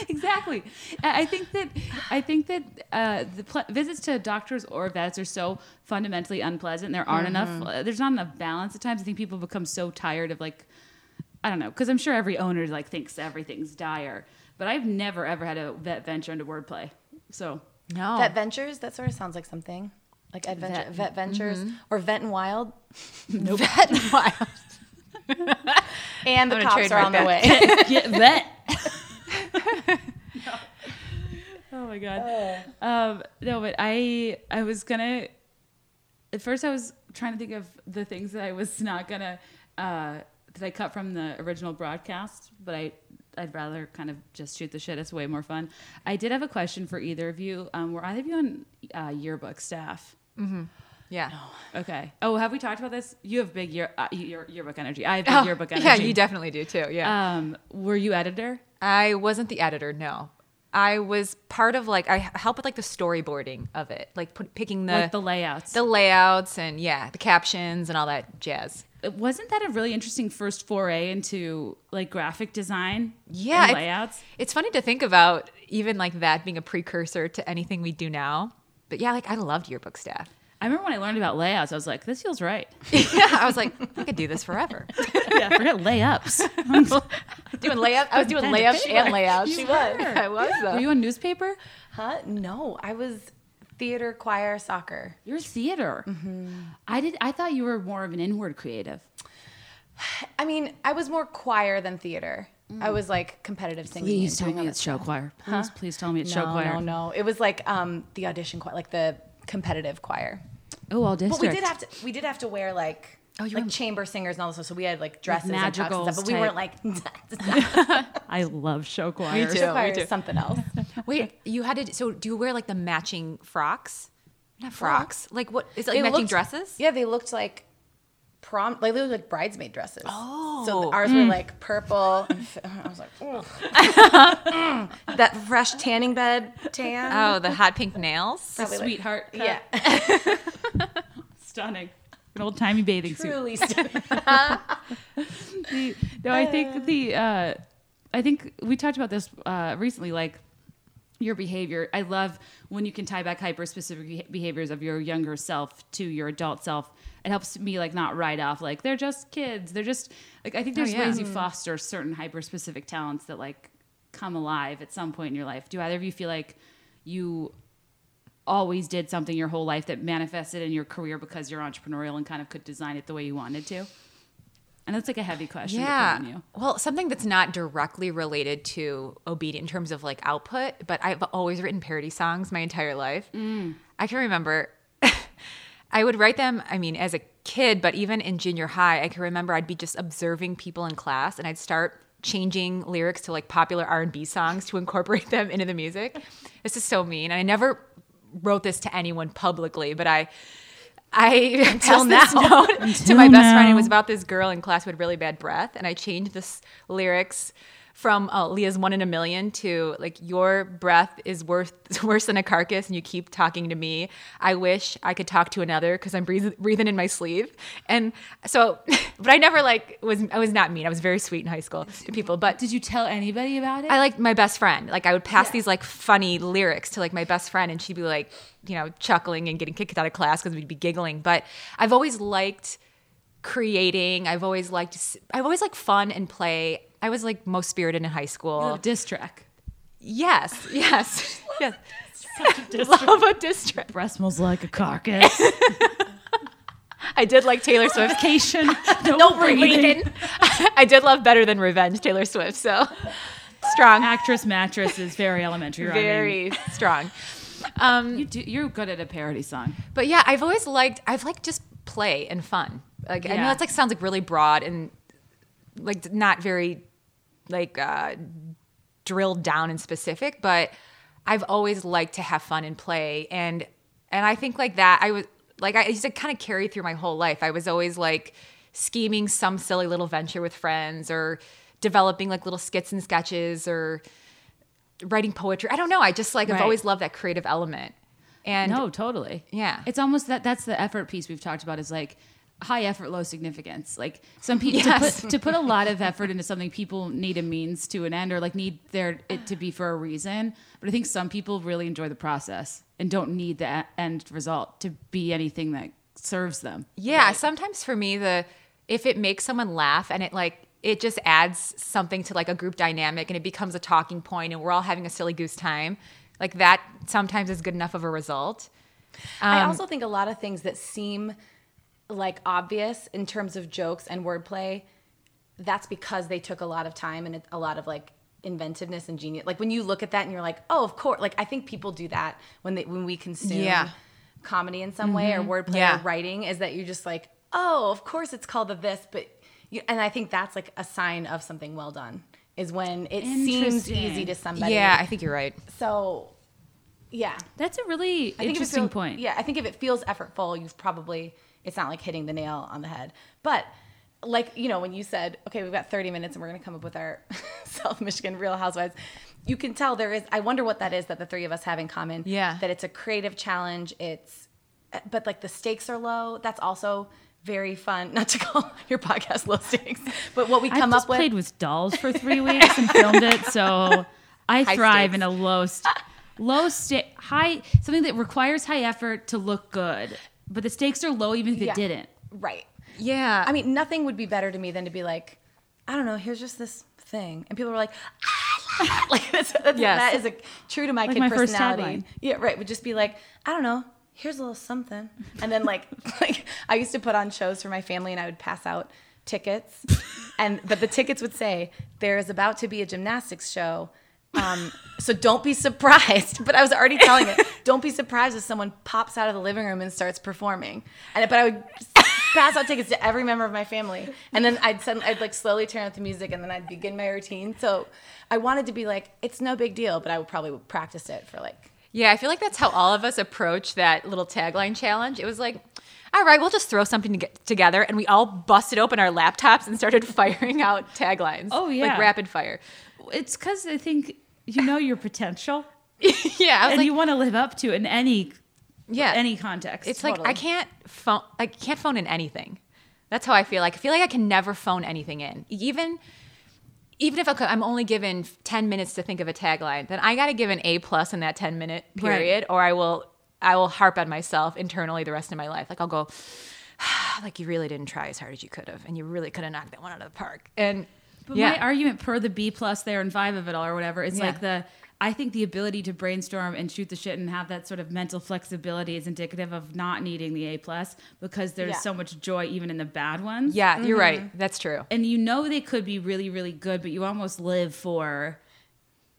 exactly. I I think that I think that uh, the pl- visits to doctors or vets are so fundamentally unpleasant. There aren't enough. uh, There's not enough balance at times. I think people become so tired of like, I don't know, because I'm sure every owner like thinks everything's dire. But I've never ever had a vet venture into wordplay. So No, Vet Ventures. That sort of sounds like something like adventure, Vet, Ventures or Vet and Wild. vet wild. And the I'm gonna cops are on the trademark way. get vet. Oh my god. Um, no, but I I was gonna. At first, I was trying to think of the things that I was not gonna uh, that I cut from the original broadcast, but I I'd rather kind of just shoot the shit. It's way more fun. I did have a question for either of you. Um, were either of you on uh, yearbook staff? Yeah. Okay. Oh, have we talked about this? You have big year uh, year- yearbook energy. I have big Oh, yearbook energy. yeah, you definitely do too. Yeah. Um, were you editor? I wasn't the editor, no. I was part of like I h- helped with like the storyboarding of it, like put, picking the Like the layouts. the layouts, and yeah, the captions and all that jazz. wasn't that a really interesting first foray into like graphic design Yeah, and it's- layouts It's funny to think about even like that being a precursor to anything we do now. But yeah, like I loved yearbook staff. i remember when i learned about layouts i was like this feels right yeah, I was like, I could do this forever. yeah forget layups doing layup, I was doing layups and layouts. She was. I was were though. you on newspaper Huh? No, I was theater, choir, soccer. you're theater Mm-hmm. i did i thought you were more of an inward creative I mean, I was more choir than theater. I was like competitive singing. please and tell doing all me that it's show choir please please tell me it's show no, choir No, no, it was like um, the audition choir, like the competitive choir. oh all But district we did have to, we did have to wear like. Oh, you like were- chamber singers and all this stuff. So we had like dresses and madrigals tuxes and stuff, but we type. weren't like i love show choir too. choir is too. something else. Wait, you had to. So do you wear like the matching frocks? Not frocks. Like what? Is it like They matching looked- dresses? Yeah, they looked like prom like they looked like bridesmaid dresses. Oh. Oh. So ours were like purple. and f- I was like, "Ugh." Mm. that fresh tanning bed tan. Oh, the hot pink nails. Probably like- sweetheart cut. yeah. stunning an old-timey bathing suit Truly stunning. the, no, I think the uh, I think we talked about this uh, recently, like your behavior. I love when you can tie back hyper specific beh- behaviors of your younger self to your adult self. It helps me like not write off like they're just kids. They're just like I think there's yeah. ways you foster certain hyper specific talents that like come alive at some point in your life. Do either of you feel like you always did something your whole life that manifested in your career because you're entrepreneurial and kind of could design it the way you wanted to? And that's like a heavy question to put on you. Well, something that's not directly related to obedient in terms of like output, but I've always written parody songs my entire life. Mm. I can remember I would write them, I mean, as a kid, but even in junior high, I can remember I'd be just observing people in class and I'd start changing lyrics to like popular R&B songs to incorporate them into the music. This is so mean. And I never wrote this to anyone publicly, but I I until now to my best friend. It was about this girl in class who had really bad breath, and I changed this lyrics from uh, Leah's "One in a Million to like "Your breath is worth worse than a carcass, and you keep talking to me. I wish I could talk to another because I'm breathing, breathing in my sleeve." And so, but I never like was I was not mean. I was very sweet in high school to people, but Did you tell anybody about it? I like my best friend. Like I would pass these like funny lyrics to like my best friend, and she'd be like, you know, chuckling and getting kicked out of class because we'd be giggling. But I've always liked creating. I've always liked. s- I've always liked fun and play. I was like most spirited in high school. a diss track. yes, yes, yes. Love a district. Breath smells like a carcass. I I did like Taylor Swift. Vacation. No, Breathing. I did love Better Than Revenge, Taylor Swift. So strong, Actress mattress is very elementary. rhyming. very strong. Um, You do, you're good at a parody song. But yeah, I've always liked I've liked just play and fun. Like I know Yeah. that's like sounds like really broad and like not very like uh drilled down and specific, but I've always liked to have fun and play and and I think like that I was like I used to kind of carry through my whole life. I was always like scheming some silly little venture with friends or developing like little skits and sketches or writing poetry. I don't know. I just like I've Right. always loved that creative element. And no, totally. Yeah. It's almost that that's the effort piece we've talked about is like high effort, low significance. Like some people Yes. to, put, to put a lot of effort into something, people need a means to an end or like need their it to be for a reason. But I think some people really enjoy the process and don't need the e- end result to be anything that serves them. Yeah, sometimes for me the if it makes someone laugh and it like it just adds something to like a group dynamic and it becomes a talking point and we're all having a silly goose time, like that sometimes is good enough of a result. Um, I also think a lot of things that seem like obvious in terms of jokes and wordplay, that's because they took a lot of time and a lot of like inventiveness and genius. Like when you look at that and you're like, oh, of course. Like I think people do that when they when we consume Yeah. Mm-hmm. comedy in some way or wordplay Yeah. or writing is that you're just like, oh, of course it's called the this, but you, and I think that's like a sign of something well done is when it seems Interesting. easy to somebody. yeah, I think you're right. So, yeah. That's a really I think if it interesting feels- point. Yeah, I think if it feels effortful, you've probably it's not like hitting the nail on the head. But like you know, when you said, "Okay, we've got 30 minutes, and we're going to come up with our South Michigan Real Housewives," you can tell there is. I wonder what that is that the three of us have in common. Yeah. that it's a creative challenge. It's but like the stakes are low. That's also very fun. Not to call your podcast low stakes, but what we I come just up with. played with dolls for three weeks and filmed it, so I High thrive stakes. in a low, st- low sta- high something that requires high effort to look good, but the stakes are low even if Yeah. it didn't. right. Yeah. I mean, nothing would be better to me than to be like, I don't know, here's just this thing. And people were like, "I love it." like that's, that's, Yes. that is a, true to my kid my first personality. tagline. yeah, right. Would just be like, I don't know, here's a little something. And then like, like I used to put on shows for my family and I would pass out tickets. and but the tickets would say, there is about to be a gymnastics show. Um, so don't be surprised. But I was already telling it. Don't be surprised if someone pops out of the living room and starts performing. And but I would pass out tickets to every member of my family, and then I'd suddenly, I'd like slowly turn up the music, and then I'd begin my routine. So I wanted to be like, it's no big deal, but I would probably practice it for like. yeah, I feel like that's how all of us approach that little tagline challenge. It was like, all right, we'll just throw something to get together and we all busted open our laptops and started firing out taglines. Oh, yeah. Like rapid fire. It's because I think you know your potential yeah. I was and like, you want to live up to it in any yeah. any context. It's like I Totally. can't phone. I can't phone in anything. That's how I feel. Like I feel like I can never phone anything in. Even even if I am only given ten minutes to think of a tagline, then I got to give an A plus in that ten minute Right. period, or I will I will harp on myself internally the rest of my life. Like I'll go. Like you really didn't try as hard as you could have, and you really could have knocked that one out of the park. And But yeah, my argument per the B plus there and five of it all or whatever is Yeah. like the I think the ability to brainstorm and shoot the shit and have that sort of mental flexibility is indicative of not needing the A plus because there's Yeah. so much joy even in the bad ones. yeah, you're Mm-hmm. right. That's true. And you know they could be really, really good, but you almost live for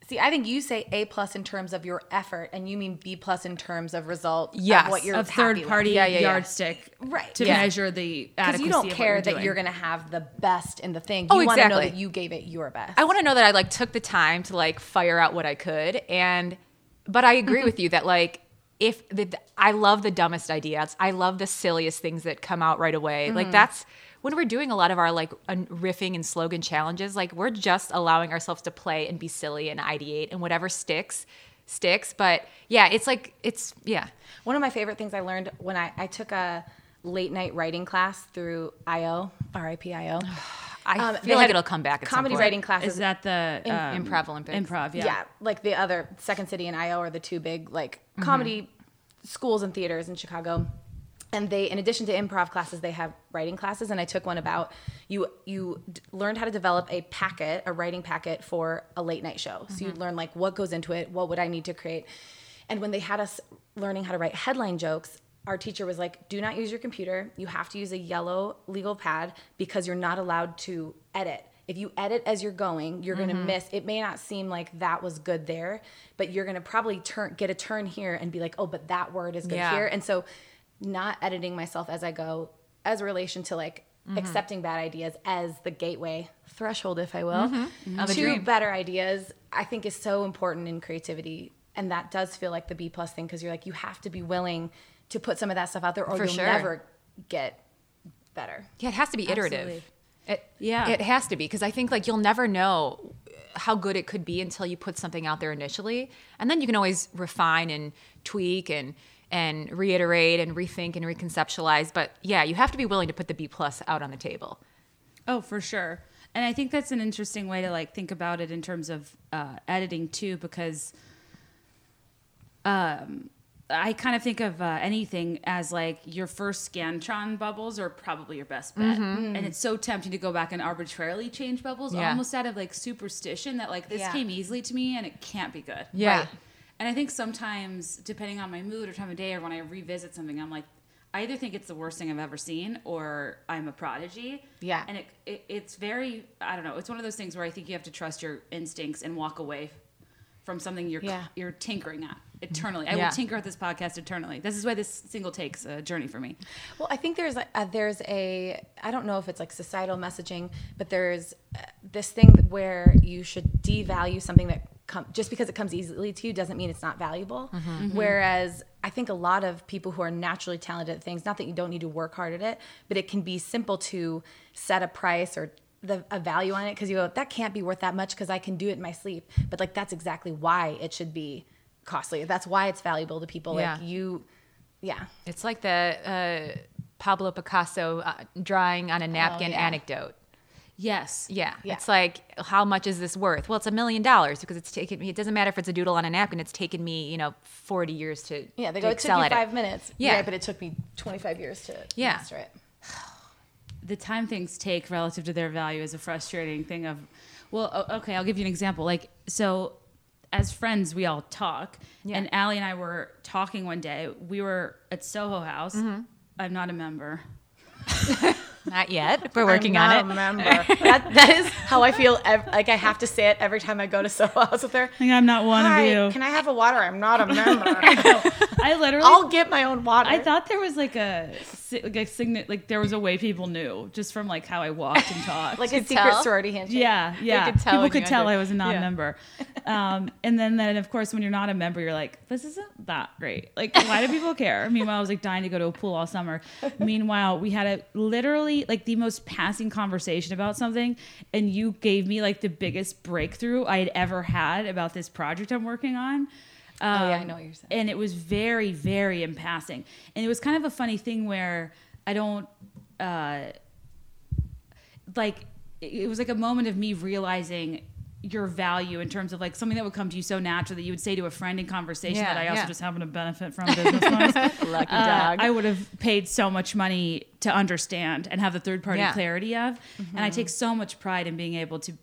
See, I think you say A plus in terms of your effort, and you mean B plus in terms of result. Yes, of what you're a third happy party with. Yeah, yeah, yeah. yardstick Right. to Yeah. measure the Because adequacy you don't of what care you're that doing. you're going to have the best in the thing. You Oh, want to know exactly. that you gave it your best. I want to know that I like took the time to like fire out what I could and but I Mm-hmm. agree with you that like if the I love the dumbest ideas. I love the silliest things that come out right away. Mm-hmm. Like that's when we're doing a lot of our like un- riffing and slogan challenges, like we're just allowing ourselves to play and be silly and ideate and whatever sticks sticks, but yeah, it's like it's yeah. One of my favorite things I learned when I, I took a late night writing class through IO, RIP IO. I Um, they feel like had it'll come back at some comedy point. writing classes. is that the um, Improv Olympics. Improv, yeah. yeah. like the other Second City and IO are the two big like Mm-hmm. comedy schools and theaters in Chicago. And they, in addition to improv classes, they have writing classes. And I took one about you. You d- learned how to develop a packet, a writing packet for a late night show. So Mm-hmm. you'd learn like what goes into it, what would I need to create, and when they had us learning how to write headline jokes, our teacher was like, "Do not use your computer. You have to use a yellow legal pad because you're not allowed to edit. If you edit as you're going, you're going to miss. It may not seem like that was good there, but you're going to probably turn get a turn here and be like, "Oh, but that word is good Yeah. here." And so not editing myself as I go as a relation to like Mm-hmm. accepting bad ideas as the gateway threshold if I will Mm-hmm. Of a to dream. better ideas I think is so important in creativity and that does feel like the B plus thing because you're like you have to be willing to put some of that stuff out there or For you'll sure. never get better. Yeah, it has to be iterative. Absolutely. It, Yeah. it has to be because I think like you'll never know how good it could be until you put something out there initially, and then you can always refine and tweak and and reiterate and rethink and reconceptualize. But yeah, you have to be willing to put the B plus out on the table. Oh, for sure. And I think that's an interesting way to like think about it in terms of uh, editing too, because um, I kind of think of uh, anything as like your first Scantron bubbles are probably your best bet, and it's so tempting to go back and arbitrarily change bubbles, Mm-hmm. Yeah. almost out of like superstition that like this Yeah. came easily to me and it can't be good. Yeah. Right. And I think sometimes, depending on my mood or time of day, or when I revisit something, I'm like, I either think it's the worst thing I've ever seen, or I'm a prodigy. Yeah. And it, it it's very I don't know. It's one of those things where I think you have to trust your instincts and walk away from something you're Yeah. you're tinkering at eternally. I Yeah. will tinker at this podcast eternally. This is why this single takes a journey for me. Well, I think there's a, uh, there's a I don't know if it's like societal messaging, but there's uh, this thing where you should devalue something that com- just because it comes easily to you doesn't mean it's not valuable. Whereas I think a lot of people who are naturally talented at things, not that you don't need to work hard at it, but it can be simple to set a price or the a value on it because you go that can't be worth that much because I can do it in my sleep. But like that's exactly why it should be costly. That's why it's valuable to people. Yeah. Like you, yeah. It's like the uh, Pablo Picasso uh, drawing on a napkin yeah. anecdote. Yes. Yeah. Yeah. It's like, how much is this worth? Well, it's a million dollars because it's taken me, it doesn't matter if it's a doodle on a napkin, it's taken me, you know, 40 years to Yeah, they to go, it took excel you at five it. minutes. Yeah. but it took me 25 years to Yeah. master it. the time things take relative to their value is a frustrating thing of well o- okay i'll give you an example like so as friends we all talk Yeah. and Allie and i were talking one day we were at soho house Mm-hmm. i'm not a member Not yet. We're working on it. Remember. that, that is how I feel. Ev- like, I have to say it every time I go to Soho House with her. i'm not one Hi, can I have a water? I'm not a member. i literally I'll get my own water. I thought there was like a si- like a signet like there was a way people knew just from like how I walked and talked. like a secret tell. sorority handshake. yeah, yeah. could tell when People you could tell entered. I was a non-member. Um, and then, then of course, when you're not a member, you're like, this isn't that great. Like, why do people care? Meanwhile, I was like dying to go to a pool all summer. Meanwhile, we had a literally like the most passing conversation about something, and you gave me like the biggest breakthrough I had ever had about this project I'm working on. Oh, yeah, I Um, know what you're saying. And it was very, very in passing. And it was kind of a funny thing where I don't uh like it it was like a moment of me realizing your value in terms of like something that would come to you so natural that you would say to a friend in conversation Yeah, that I also yeah. just happen to benefit from business wise. Lucky Uh, dog. I would have paid so much money to understand and have the third party Yeah. Mm-hmm. clarity of. And I take so much pride in being able to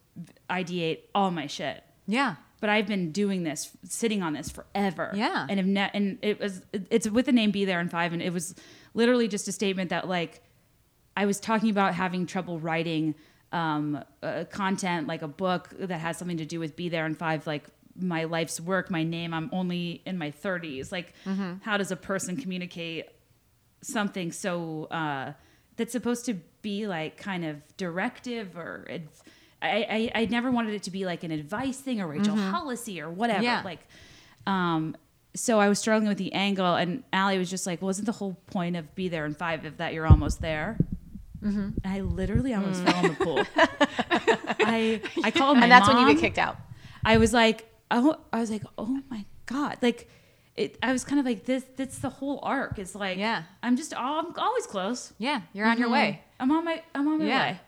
ideate all my shit yeah. but I've been doing this, sitting on this forever. Yeah. And have ne- and it was it's with the name Be There in Five, and it was literally just a statement that like I was talking about having trouble writing um, uh, content like a book that has something to do with Be There in Five, like my life's work, my name. I'm only in my 30s. Like, how does a person communicate something so uh, that's supposed to be like kind of directive or ad- I, I I never wanted it to be like an advice thing or Rachel Mm-hmm. Hollisy or whatever Yeah. like um so I was struggling with the angle and Allie was just like well isn't the whole point of be there in five if that you're almost there Mm-hmm. and I literally almost fell in the pool I I called my Mm. And that's when you mom. get kicked out. I was like, oh, I was like, oh my god, like, it, I was kind of like this. That's the whole arc. Is like, Yeah. I'm just, all, I'm always close. Yeah. You're on your way. Mm-hmm. I'm on my, I'm on my Yeah. way.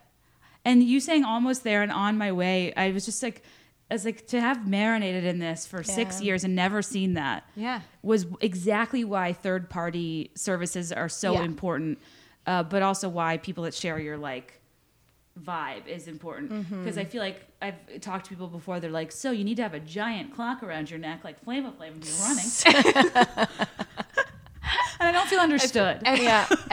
And you saying almost there and on my way, I was just like, I was like to have marinated in this for six Yeah. years and never seen that. Yeah. was exactly why third party services are so Yeah. important, uh, but also why people that share your like vibe is important Mm-hmm. because I feel like I've talked to people before. They're like, "So you need to have a giant clock around your neck, like flame of flame, when you're running." and I don't feel understood. yeah.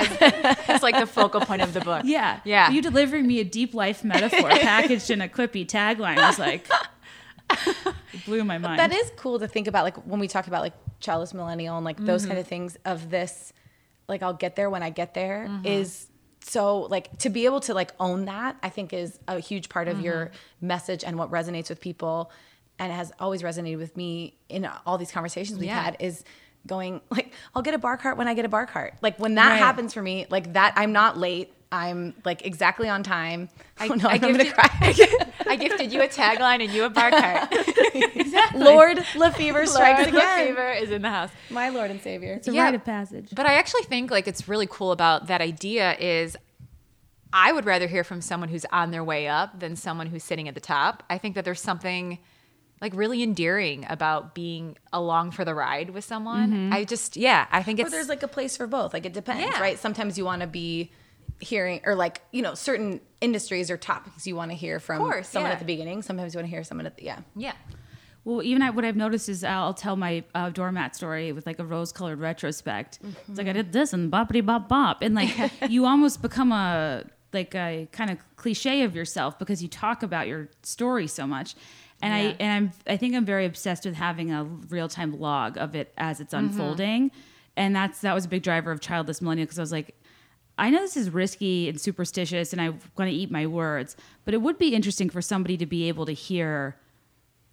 That's like the focal point of the book. yeah, Yeah. You delivering me a deep life metaphor packaged in a quippy tagline was like, it blew my mind. That is cool to think about, like when we talk about like childless millennial and like those kind of things of this, like I'll get there when I get there is so like to be able to like own that, I think is a huge part of your message and what resonates with people and has always resonated with me in all these conversations we've Yeah. had is going like I'll get a bar cart when I get a bar cart. Like when that Right. happens for me, like that I'm not late. I'm like exactly on time. I, oh no, I'm gonna gifted- cry. I gifted you a tagline and you a bar cart. Lord Lefevre strikes Lord again. Lefevre is in the house. My Lord and Savior. it's a yeah. rite of passage. But I actually think like it's really cool about that idea is I would rather hear from someone who's on their way up than someone who's sitting at the top. I think that there's something like really endearing about being along for the ride with someone. I just yeah, I think But it's there's like a place for both. Like it depends, Yeah. right? Sometimes you want to be hearing or like you know certain industries or topics you want to hear from course, someone yeah. at the beginning. Sometimes you want to hear someone at the yeah. yeah. Well, even I, what I've noticed is I'll tell my uh, doormat story with like a rose-colored retrospect. It's like I did this and boppity bop bop, and like you almost become a like a kind of cliche of yourself because you talk about your story so much. And I and I'm I think I'm very obsessed with having a real-time log of it as it's unfolding, and that's that was a big driver of childless millennial because I was like. I know this is risky and superstitious, and I'm going to eat my words, but it would be interesting for somebody to be able to hear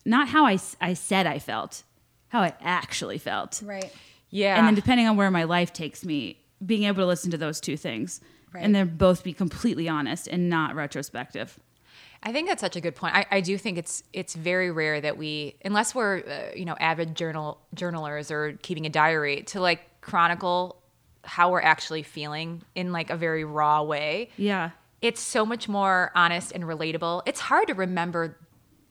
not how I, s- I said I felt, how I actually felt. Right. Yeah. And then depending on where my life takes me, being able to listen to those two things Right. and then both be completely honest and not retrospective. I think that's such a good point. I, I do think it's it's very rare that we, unless we're uh, you know avid journal journalers or keeping a diary, to like chronicle how we're actually feeling in like a very raw way. Yeah. It's so much more honest and relatable. It's hard to remember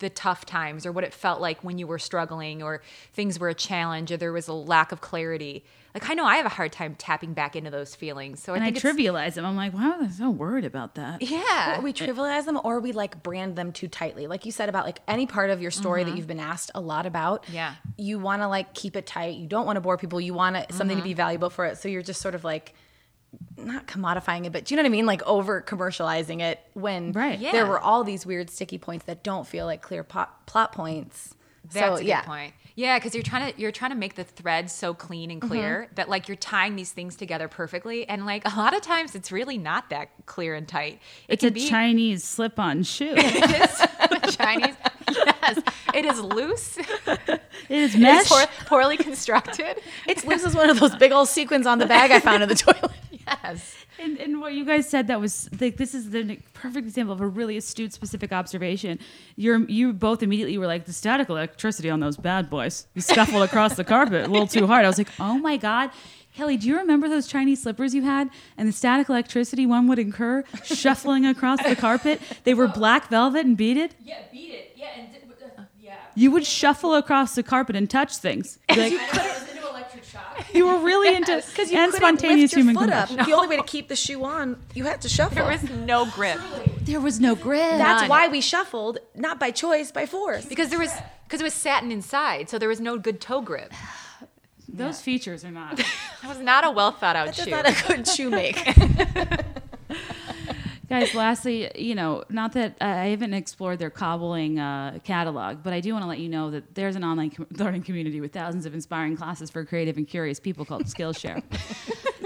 the tough times or what it felt like when you were struggling or things were a challenge or there was a lack of clarity. Like I know I have a hard time tapping back into those feelings. So I And I, think it's- trivialize them. I'm like, why am I so worried about that? Yeah. Or we trivialize them or we like brand them too tightly. Like you said about like any part of your story that you've been asked a lot about. Mm-hmm. Yeah. You want to like keep it tight. You don't want to bore people. You want it, something Mm-hmm. to be valuable for it. So you're just sort of like not commodifying it, but do you know what I mean? Like over commercializing it when Right. Yeah. there were all these weird sticky points that don't feel like clear pot, plot points. That's so a good yeah. point. Yeah, because you're trying to you're trying to make the thread so clean Mm-hmm. and clear that like you're tying these things together perfectly, and like a lot of times it's really not that clear and tight. It It's can a be Chinese slip on shoe. it is Chinese. Yes, it is loose. it is It mesh. is poor, poorly constructed. It's Liz is one of those big old sequins on the bag I found in the toilet. Yes. And, and what you guys said that was like this is the perfect example of a really astute specific observation. You're you both immediately were like the static electricity on those bad boys. You scuffled across the carpet a little too hard. I was like, oh my god, Kelly, do you remember those Chinese slippers you had and the static electricity one would incur shuffling across the carpet? They were black velvet and beaded. Yeah, beat it. Yeah, and did, uh, yeah. You would shuffle across the carpet and touch things. Like, I thought it was into electric shock. you were really into and spontaneous human combustion. The only way to keep the shoe on, you had to shuffle. There was no grip There was no grip. That's None. why we shuffled, not by choice, by force. because there was because it was satin inside, so there was no good toe grip. Those features are not. That was not a well thought out That's shoe. not a good shoe make. guys lastly you know not that i I haven't explored their cobbling uh, catalog but i do want to let you know that there's an online com- learning community with thousands of inspiring classes for creative and curious people called skillshare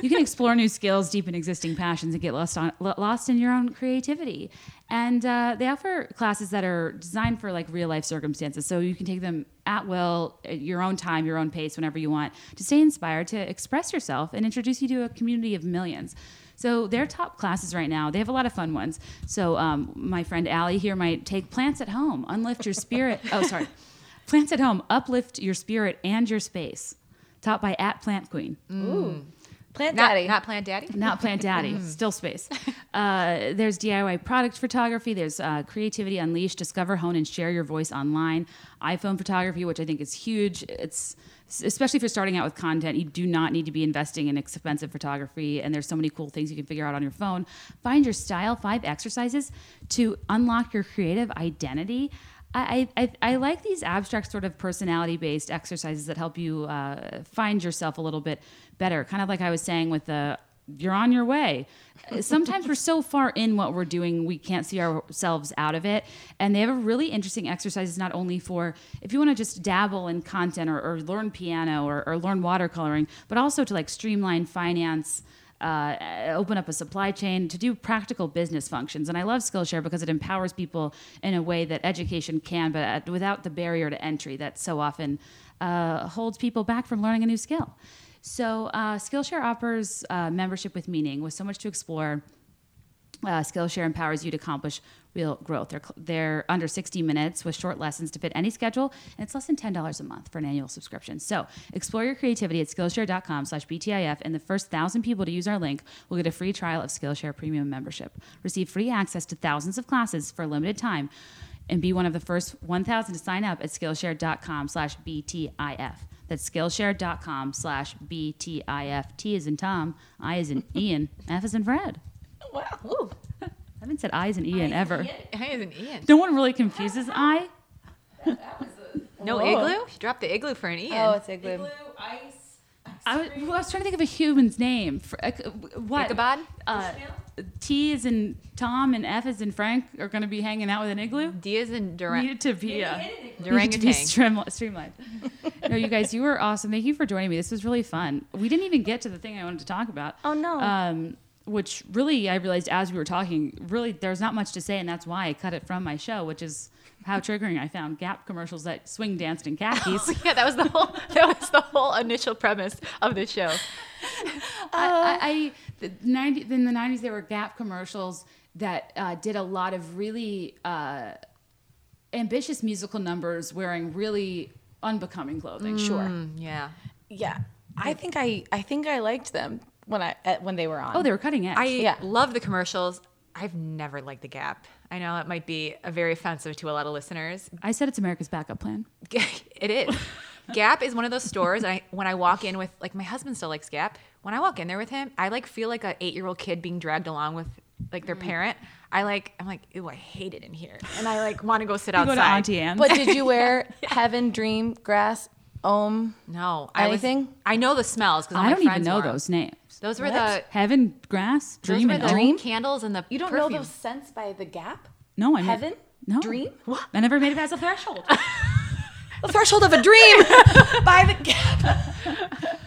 you can explore new skills deepen existing passions and get lost on lo- lost in your own creativity and uh, they offer classes that are designed for like real life circumstances so you can take them at will at your own time your own pace whenever you want to stay inspired to express yourself and introduce you to a community of millions so their top classes right now, they have a lot of fun ones. So um, my friend Allie here might take plants at home, unlift your spirit. oh, sorry, plants at home, uplift your spirit and your space. Taught by at Plant Queen, Plant not, daddy. not Plant Daddy. not Plant Daddy, still space. Uh, there's DIY product photography. There's uh, creativity unleashed. Discover, hone, and share your voice online. iPhone photography, which I think is huge. It's especially if you're starting out with content, you do not need to be investing in expensive photography. And there's so many cool things you can figure out on your phone. Find your style. Five exercises to unlock your creative identity. I, I, I I like these abstract sort of personality based exercises that help you uh, find yourself a little bit better. Kind of like I was saying with the you're on your way. Sometimes we're so far in what we're doing, we can't see ourselves out of it. And they have a really interesting exercises not only for if you want to just dabble in content or, or learn piano or, or learn watercoloring, but also to like streamline finance uh, open up a supply chain to do practical business functions. And I love Skillshare because it empowers people in a way that education can, but at, without the barrier to entry that so often uh, holds people back from learning a new skill. So uh, Skillshare offers uh, membership with meaning with so much to explore uh, Skillshare empowers you to accomplish real growth. They're, cl- they're under 60 minutes with short lessons to fit any schedule, and it's less than $10 a month for an annual subscription. So explore your creativity at Skillshare.com slash BTIF, and the first 1,000 people to use our link will get a free trial of Skillshare Premium membership. Receive free access to thousands of classes for a limited time, and be one of the first 1,000 to sign up at Skillshare.com slash BTIF. That's Skillshare.com slash BTIF. T is in Tom, I is in Ian, F is in Fred. Wow. I haven't said I's and Ian ever. I is an Ian. No one really confuses I. No Whoa. igloo? She dropped the igloo for an Ian. Oh, it's igloo. Igloo, ice, ice I was, well, I was trying to think of a human's name. For, uh, what? Ichabod? Uh, T is in Tom and F is in Frank are going to be hanging out with an igloo. D is in Durant. Needed to be uh, needed to be Orangutan. streamli- streamlined. no, you guys, you were awesome. Thank you for joining me. This was really fun. We didn't even get to the thing I wanted to talk about. Oh, no. Um, which really, I realized as we were talking, really, there's not much to say, and that's why I cut it from my show, which is how triggering I found Gap commercials that swing danced in khakis. Yeah, that was the whole that was the whole initial premise of the show. I, I, I the 90, in the 90s there were gap commercials that uh, did a lot of really uh, ambitious musical numbers wearing really unbecoming clothing sure Mm, Yeah. Yeah. I think I I think I liked them when I at, when they were on. oh they were cutting edge I Yeah. love the commercials. I've never liked the Gap. I know it might be a very offensive to a lot of listeners. I said it's america's backup plan it is. Gap is one of those stores. And I, when I walk in with, like, my husband still likes Gap. When I walk in there with him, I like feel like a eight year old kid being dragged along with like their parent. I like, I'm like, ooh, I hate it in here, and I like want to go sit go outside. to Auntie Anne's. But did you wear Heaven, Dream, Grass, Om? No, I was- Anything? I know the smells because i don't even know those uh, names Those were Uh, the What? heaven grass those dream were and the Ohm? candles and the You don't know perfume. those scents by the Gap? no i Heaven? no Dream? i never made it past the threshold The threshold of a dream by the Gap.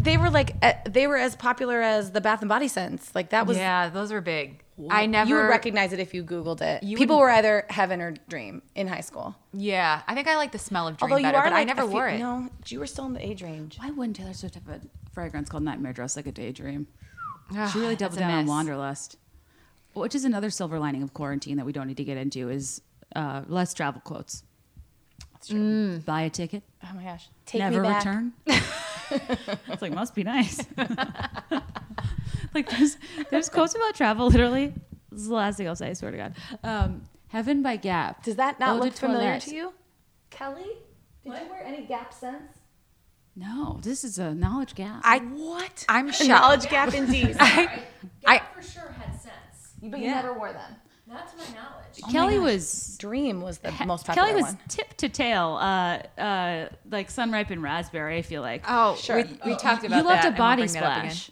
they were like uh, they were as popular as the Bath and Body scents. Like that was yeah, those were big. I never. you would recognize it if you Googled it. You People would- were either Heaven or Dream in high school. Yeah, I think I like the smell of dream Although you better, are but like I never a few- wore it. No, you were still in the age range. why wouldn't taylor swift have a fragrance called nightmare dress like a daydream Ugh, she really Ah, that's doubled a down on miss. wanderlust which is another silver lining of quarantine that we don't need to get into is uh, less travel quotes That's true. buy a ticket Oh my gosh. Take never me back. return it's like must be nice like there's, there's quotes about travel literally this is the last thing i'll say i swear to god um, heaven by gap Does that not Eau de look familiar Toilette. to you? Kelly, did you wear any Gap scents? no this is a knowledge gap I What? I'm A shocked. knowledge gap indeed. I, I- Gap for sure had sense. but you Yeah. never wore them. Not to my knowledge. kelly was Dream was the most popular Kelly was one. tip to tail, uh, uh, like sunripe and raspberry. I feel like oh, Sure. we, we talked about you loved that, a and we'll body bring that up again. splash.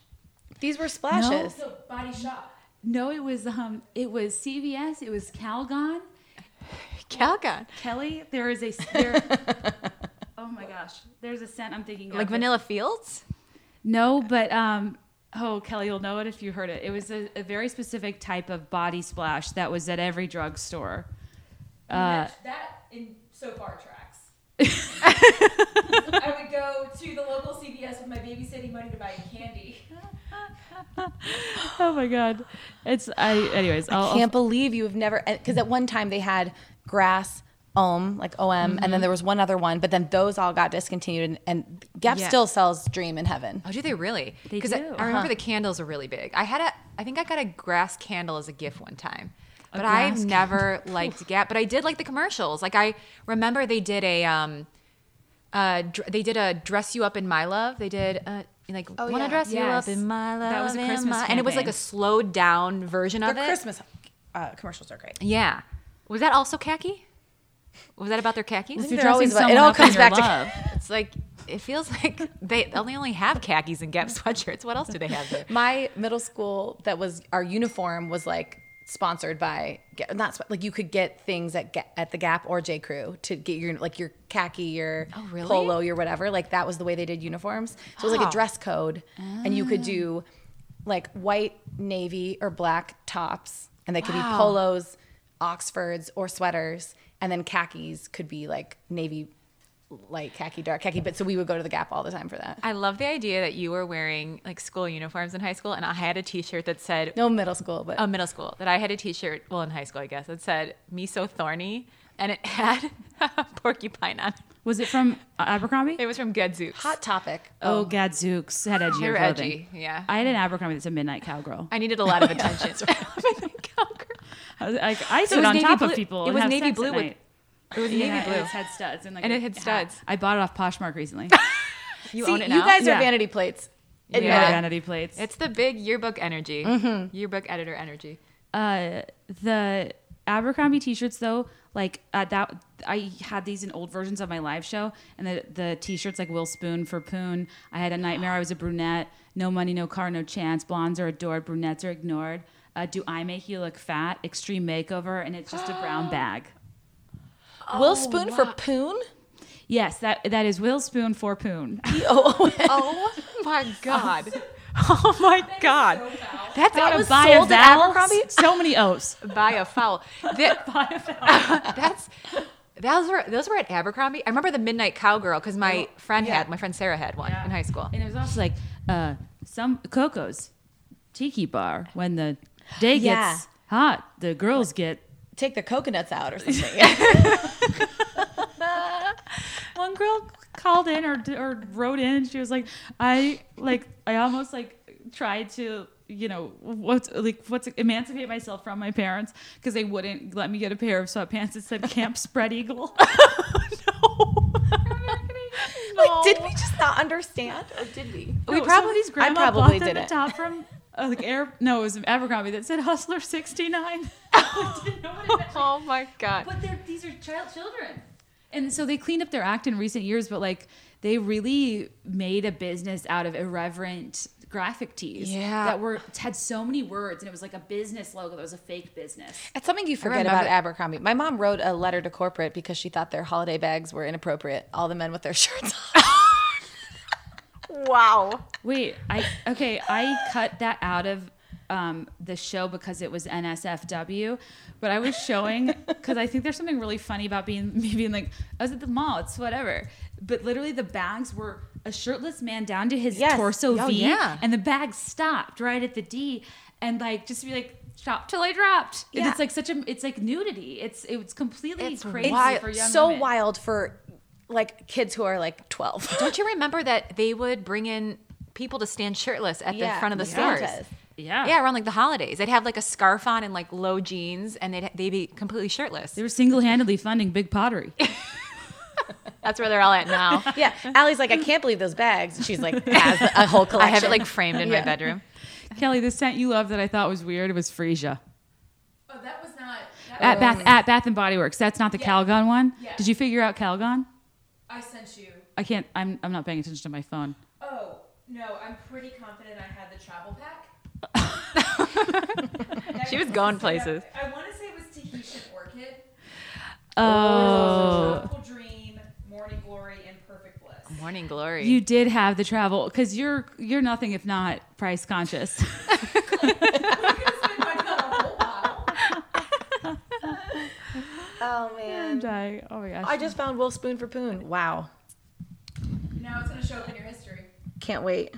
These were splashes. So body shop. No, it was um, it was CVS. It was Calgon. Calgon, Kelly, there is a there, oh my gosh, there's a scent I'm thinking of. like Vanilla Fields. No, but um, oh Kelly, you'll know it if you heard it. It was a, a very specific type of body splash that was at every drugstore. Uh, And that, that in so far tracks. I would go to the local CVS with my babysitting money to buy candy. Oh my god, it's I. Anyways, I'll, Oh. Can't believe you have never because at one time they had grass. Om like OM, and Mm-hmm. then there was one other one, but then those all got discontinued. And, and Gap Yeah. still sells Dream in Heaven. Oh, do they really? Mm. They I, do. I remember the candles are really big. I had a, I think I got a grass candle as a gift one time, but I've grass never liked Gap. But I did like the commercials. Like I remember they did a, um, uh, dr- they did a dress you up in my love. They did uh, like wanna yeah. dress you Oh, Yes. up in my love. That was a in Christmas my-" and it was like campaign. a slowed down version Their of it. Christmas uh, commercials are great. Yeah, was that also khaki? Was that about their khakis? you're They're always dressing about- it all someone up comes in your back to love. It's like it feels like they they only have khakis and Gap sweatshirts. What else do they have there? My middle school that was our uniform was like sponsored by Ga- not sp- like you could get things at Ga- at the Gap or J Crew to get your like your khaki, your Oh, really? polo, your whatever. Like that was the way they did uniforms. So it was like Oh. a dress code, and you could Ah. do like white, navy, or black tops, and they could be Wow. polos, oxfords, or sweaters, and then khakis could be like navy. Light khaki, dark khaki, but so we would go to the Gap all the time for that. I love the idea that you were wearing like school uniforms in high school, and I had a T-shirt that said No middle school, but uh, middle school that I had a T-shirt. Well, in high school, I guess that said "Me so thorny," and it had a porcupine on. it. Was it from Abercrombie? It was from Gadzooks. hot topic. oh, Gadzooks had edgy They were clothing. edgy, yeah. I had an Abercrombie that's a midnight cowgirl. I needed a lot of attention. Cowgirl. I, was- like, I was sit on navy top blue- of people. it and was have navy sex at blue with- night. It was navy Yeah, blue. It had studs and like And a it had hat. studs. I bought it off Poshmark recently. You See, own it you now. guys Yeah. are vanity plates. Admit Yeah. it. Vanity plates. it's the big yearbook energy. Yearbook editor energy. uh, the Abercrombie t-shirts though, like uh, that I had these in old versions of my live show, and the the t-shirts like Will Spoon for Poon. I had a nightmare. I was a brunette. No money, no car, no chance. Blondes are adored. Brunettes are ignored. Uh, do I make you look fat? Extreme makeover, and it's just a brown bag. Will Spoon for Poon? Yes, that that is Will Spoon for Poon. Oh my god. Oh my god. That's Gotta that was buy a sold at vowel. Abercrombie. So many O's. Buy a foul. That- that's those were those were at Abercrombie. I remember the Midnight Cowgirl because my friend had my friend Sarah had one in high school. And it was also like uh, some Coco's tiki bar when the day gets Yeah. hot, the girls get Take the coconuts out or something. one girl called in or or wrote in and she was like i like i almost like tried to you know what's like what's emancipate myself from my parents because they wouldn't let me get a pair of sweatpants that said camp spread eagle Oh, Like, did we just not understand? Or did we? we probably- these Oh, grandma I probably bought them didn't. the top from uh, like air no it was abercrombie that said hustler 69 Oh my god. But they're these are child children. And so they cleaned up their act in recent years, but like they really made a business out of irreverent graphic tees Yeah. that were had so many words and it was like a business logo that was a fake business. That's something you forget remember- about Abercrombie. My mom wrote a letter to corporate because she thought their holiday bags were inappropriate. All the men with their shirts off. Wow. Wait, I okay, I cut that out of um, the show because it was NSFW, but I was showing because I think there's something really funny about being me being like I was at the mall, it's whatever. But literally, the bags were a shirtless man down to his Yes. torso Oh, V, yeah. and the bag stopped right at the D, and like just be like stop till I dropped. And Yeah. It's like such a it's like nudity. It's it's completely It's crazy wild. for young so women. wild for like kids who are like 12. Don't you remember that they would bring in people to stand shirtless at the Yeah, front of the yeah. stores? Santas. Yeah. Yeah, around like the holidays. They'd have like a scarf on and like low jeans and they'd, they'd be completely shirtless. They were single-handedly funding big pottery. That's where they're all at now. yeah. Allie's like, I can't believe those bags. And she's like, has a whole I collection. have it like framed in my Yeah. bedroom. Kelly, the scent you love that I thought was weird was Frisia. Oh, that was not. At That Bath at Bath and Body Works. That's not the Calgon one. Yeah. Did you figure out Calgon? I sent you. I can't. I'm I'm not paying attention to my phone. Oh no, I'm pretty confident I had the travel pack. That She was also going straight places. up- I want to say it was Tahitian orchid. Oh, Tropical dream, morning glory, and perfect bliss. Morning glory. you did have the travel because you're you're nothing if not price conscious. I could spend money on a whole bottle. oh, man. And I, oh my gosh. I just found Will Spoon for Poon. Wow. Now it's gonna show up in your history. Can't wait.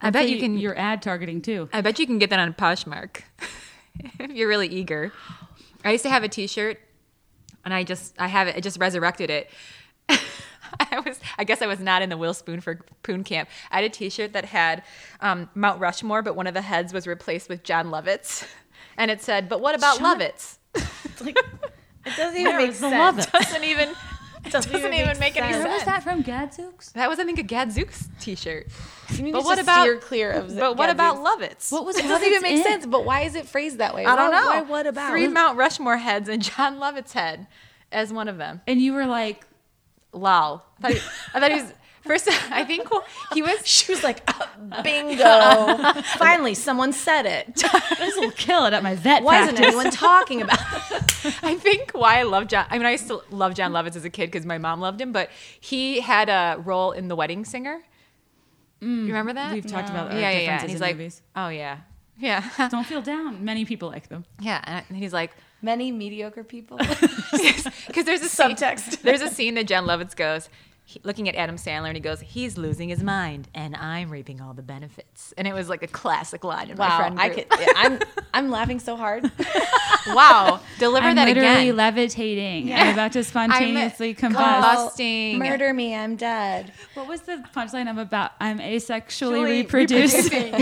I bet you Hopefully can. Your ad targeting too. I bet you can get that on Poshmark if you're really eager. I used to have a T-shirt, and I just I have it. I just resurrected it. I was I guess I was not in the Will Spoon for Poon camp. I had a T-shirt that had um, Mount Rushmore, but one of the heads was replaced with John Lovitz, and it said, "But what about Lovitz?" It doesn't even make is the love sense. it? Doesn't even doesn't, even even, make make, any sense. sense. Where was that from? Gadzooks. That was I think a Gadzooks T-shirt. You need But to what just about- steer clear of But what Gadzooks. about Lovitz? What was It Lovitz doesn't even make in? sense. But why is it phrased that way? I don't Why- know. Why, what about? three Mount Rushmore heads and John Lovett's head? as one of them. And you were like, Lol. I thought he, I thought he was first. I think he was. She was like, "Uh, bingo. Finally, someone said it. this will kill it at my vet Why isn't practice. anyone talking about I think why I love John. I mean, I used to love John Lovitz as a kid because my mom loved him, but he had a role in The Wedding Singer. you remember that? We've talked about our yeah, yeah, yeah. differences And he's in like, movies. oh yeah, yeah, Don't feel down. Many people like them. yeah. And I- and he's like, many mediocre people? because there's a Scene, Subtext. there's a scene that John Lovitz goes. he- Looking at Adam Sandler, and he goes, "He's losing his mind, and I'm reaping all the benefits." And it was like a classic line in my Wow, friend I could. group. yeah, I'm I'm laughing so hard. wow, deliver I'm that literally again. levitating. I'm about to spontaneously combust. God. Busting. murder me, I'm dead. What was the punchline? I'm about. I'm asexually Sexually reproducing.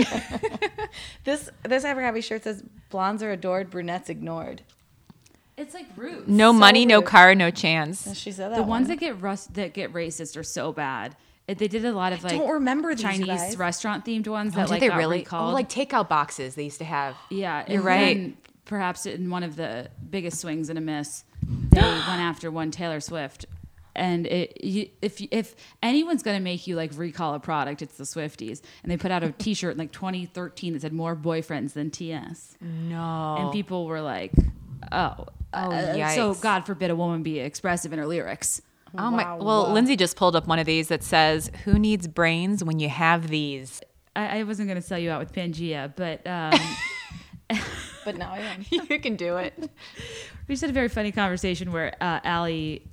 This this Abercrombie shirt says blondes are adored, brunettes ignored. It's like rude. no so money, no rude. car, no chance. And she said that The one. ones that get rust that get racist are so bad. It, they did a lot of like don't remember these, you Chinese guys. restaurant themed ones that Did like they got really? recalled. Oh, like takeout boxes they used to have. yeah, you're and right. then Perhaps in one of the biggest swings and a miss, they went after one Taylor Swift. And it, you, if you- if anyone's gonna make you like recall a product, it's the Swifties. And they put out a T-shirt in like 2013 that said "More boyfriends than TS," No. and people were like, "Oh, uh, so yikes. God forbid a woman be expressive in her lyrics." Oh my! Well, Lindsay just pulled up one of these that says, "Who needs brains when you have these?" I, I wasn't going to sell you out with Pangea, but um, but now I am. you can do it. we just had a very funny conversation where uh, Allie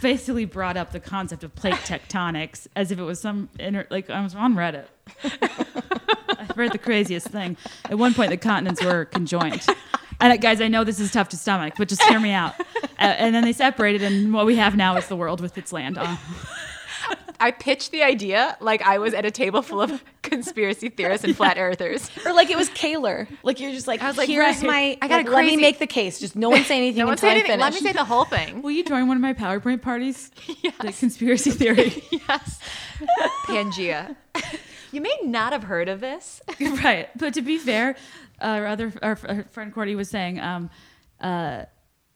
basically brought up the concept of plate tectonics as if it was some inner, like I was on Reddit. I read the craziest thing. At one point, the continents were conjoined. And uh, guys, I know this is tough to stomach, but just hear me out. Uh, and then they separated, and what we have now is the world with its land on. I pitched the idea like I was at a table full of conspiracy theorists and flat earthers. Or like it was Kaler. Like you're just like, I was like, here's right. my. I got a like, Let me crazy- make the case. Just no one say anything No one until say I anything. finish. Let me say the whole thing. Will you join one of my PowerPoint parties? The conspiracy theory. yes. Pangea. You may not have heard of this. right. But to be fair, our other our, our friend Cordy was saying, um, uh,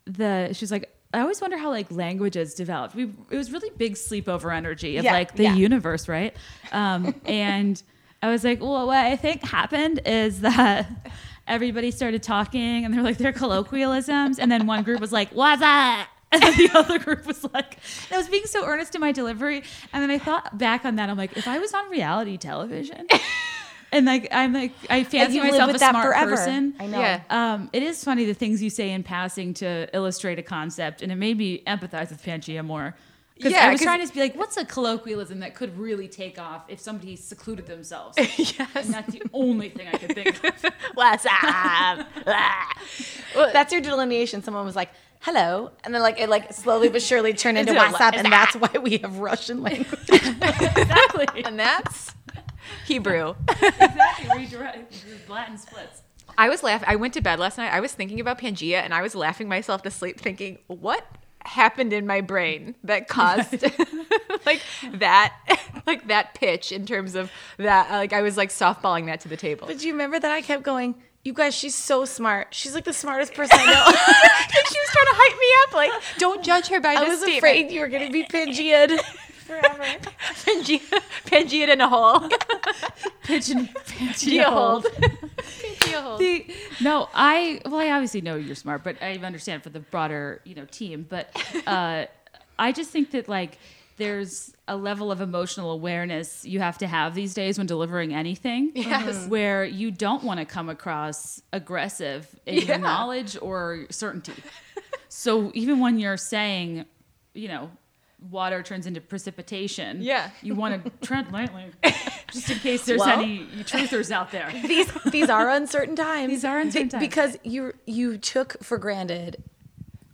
the she's like, I always wonder how like languages developed. We it was really big sleepover energy of Yeah, like the yeah. universe, right? Um, and I was like, well, what I think happened is that. Everybody started talking, and they're like their colloquialisms, and then one group was like, "What's up?" And then the other group was like, "I was being so earnest in my delivery." And then I thought back on that, I'm like, if I was on reality television, and like I'm like I fancy you live myself with a that smart forever. person. I know. Yeah. Um, it is funny the things you say in passing to illustrate a concept, and it made me empathize with Pangea more. Because Yeah, I was 'cause- trying to be like, what's a colloquialism that could really take off if somebody secluded themselves? yes. And that's the only thing I could think of. What's up? That's your delineation. Someone was like, hello. And then like it like slowly but surely turned into Into a- WhatsApp. And that's why we have Russian language. exactly. and that's Hebrew. Exactly. Redirect. Latin splits. I was laughing. I went to bed last night. I was thinking about Pangea and I was laughing myself to sleep, thinking, what happened in my brain that caused like that, like that pitch in terms of that? uh, Like I was like softballing that to the table. but do you remember that I kept going, you guys, she's so smart. She's like the smartest person I know. and she was trying to hype me up, like, don't judge her by I this was statement. afraid you were going to be Pangea forever. Pangea, Pangea in a hole. Pigeon. Pangea Pangea hold. The- no, I well, I obviously know you're smart, but I understand for the broader you know team. But uh, I just think that like there's a level of emotional awareness you have to have these days when delivering anything, Mm-hmm. Yes. where you don't want to come across aggressive in Yeah. your knowledge or certainty. so even when you're saying, you know. Water turns into precipitation. Yeah. You want to tread lightly just in case there's Well- any truthers out there. these these are uncertain times. These are uncertain Be- times. because you you took for granted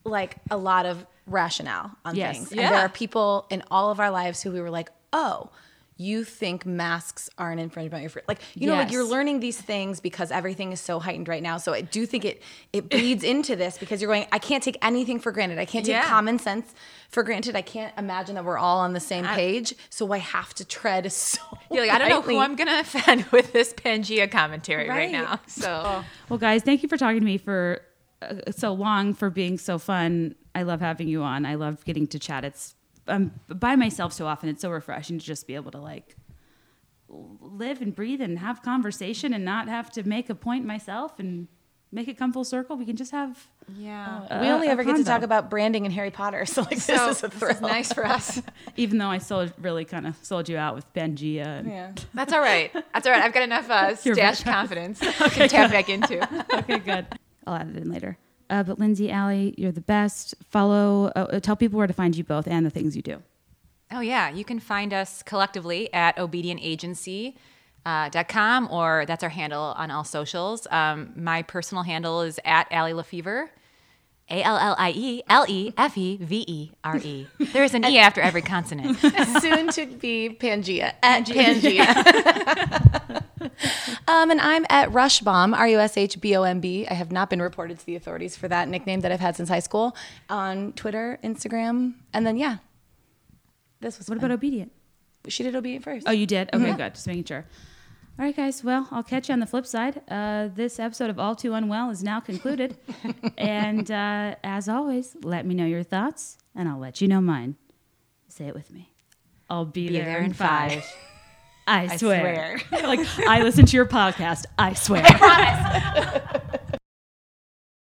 like a lot of rationale on Yes. things. Yeah. And there are people in all of our lives who we were like, oh. You think masks are an infringement on your free like you know like Yes. you're learning these things because everything is so heightened right now. So I do think it it bleeds into this because you're going I can't take anything for granted. I can't take Yeah. common sense for granted. I can't imagine that we're all on the same page. So I have to tread so. You're like, I don't know lightly." who I'm going to offend with this Pangea commentary right, Oh. Right. now. So Well, guys, thank you for talking to me for uh, so long for being so fun. I love having you on. I love getting to chat. It's I'm by myself so often. It's so refreshing to just be able to like l- live and breathe and have conversation and not have to make a point myself and make it come full circle. We can just have Yeah. we a- only a ever get to convo. talk about branding and Harry Potter, so like so this is a thrill. nice for us. even though I sold really kind of sold you out with Benji and Yeah. That's all right. That's all right. I've got enough uh, stash confidence to tap back into. okay, good. I'll add it in later. Uh, but Lindsay, Allie, you're the best. Follow, uh, uh, tell people where to find you both and the things you do. Oh, yeah. You can find us collectively at obedientagency.com, or that's our handle on all socials. Um, my personal handle is at Allie Lefevre. A L L I E L E F E V E R E. There is an E after every consonant. soon to be Pangea at Pangea. um, and I'm at Rushbomb, R U S H B O M B. I have not been reported to the authorities for that nickname that I've had since high school on Twitter, Instagram, and then yeah. This was What about obedient? she did obedient first. Oh, you did? Okay, good. Just making sure. All right, guys. Well, I'll catch you on the flip side. Uh, this episode of All Too Unwell is now concluded. and uh, as always, let me know your thoughts and I'll let you know mine. Say it with me. I'll be, there, in five. I, swear. like, I listen to your podcast. I swear.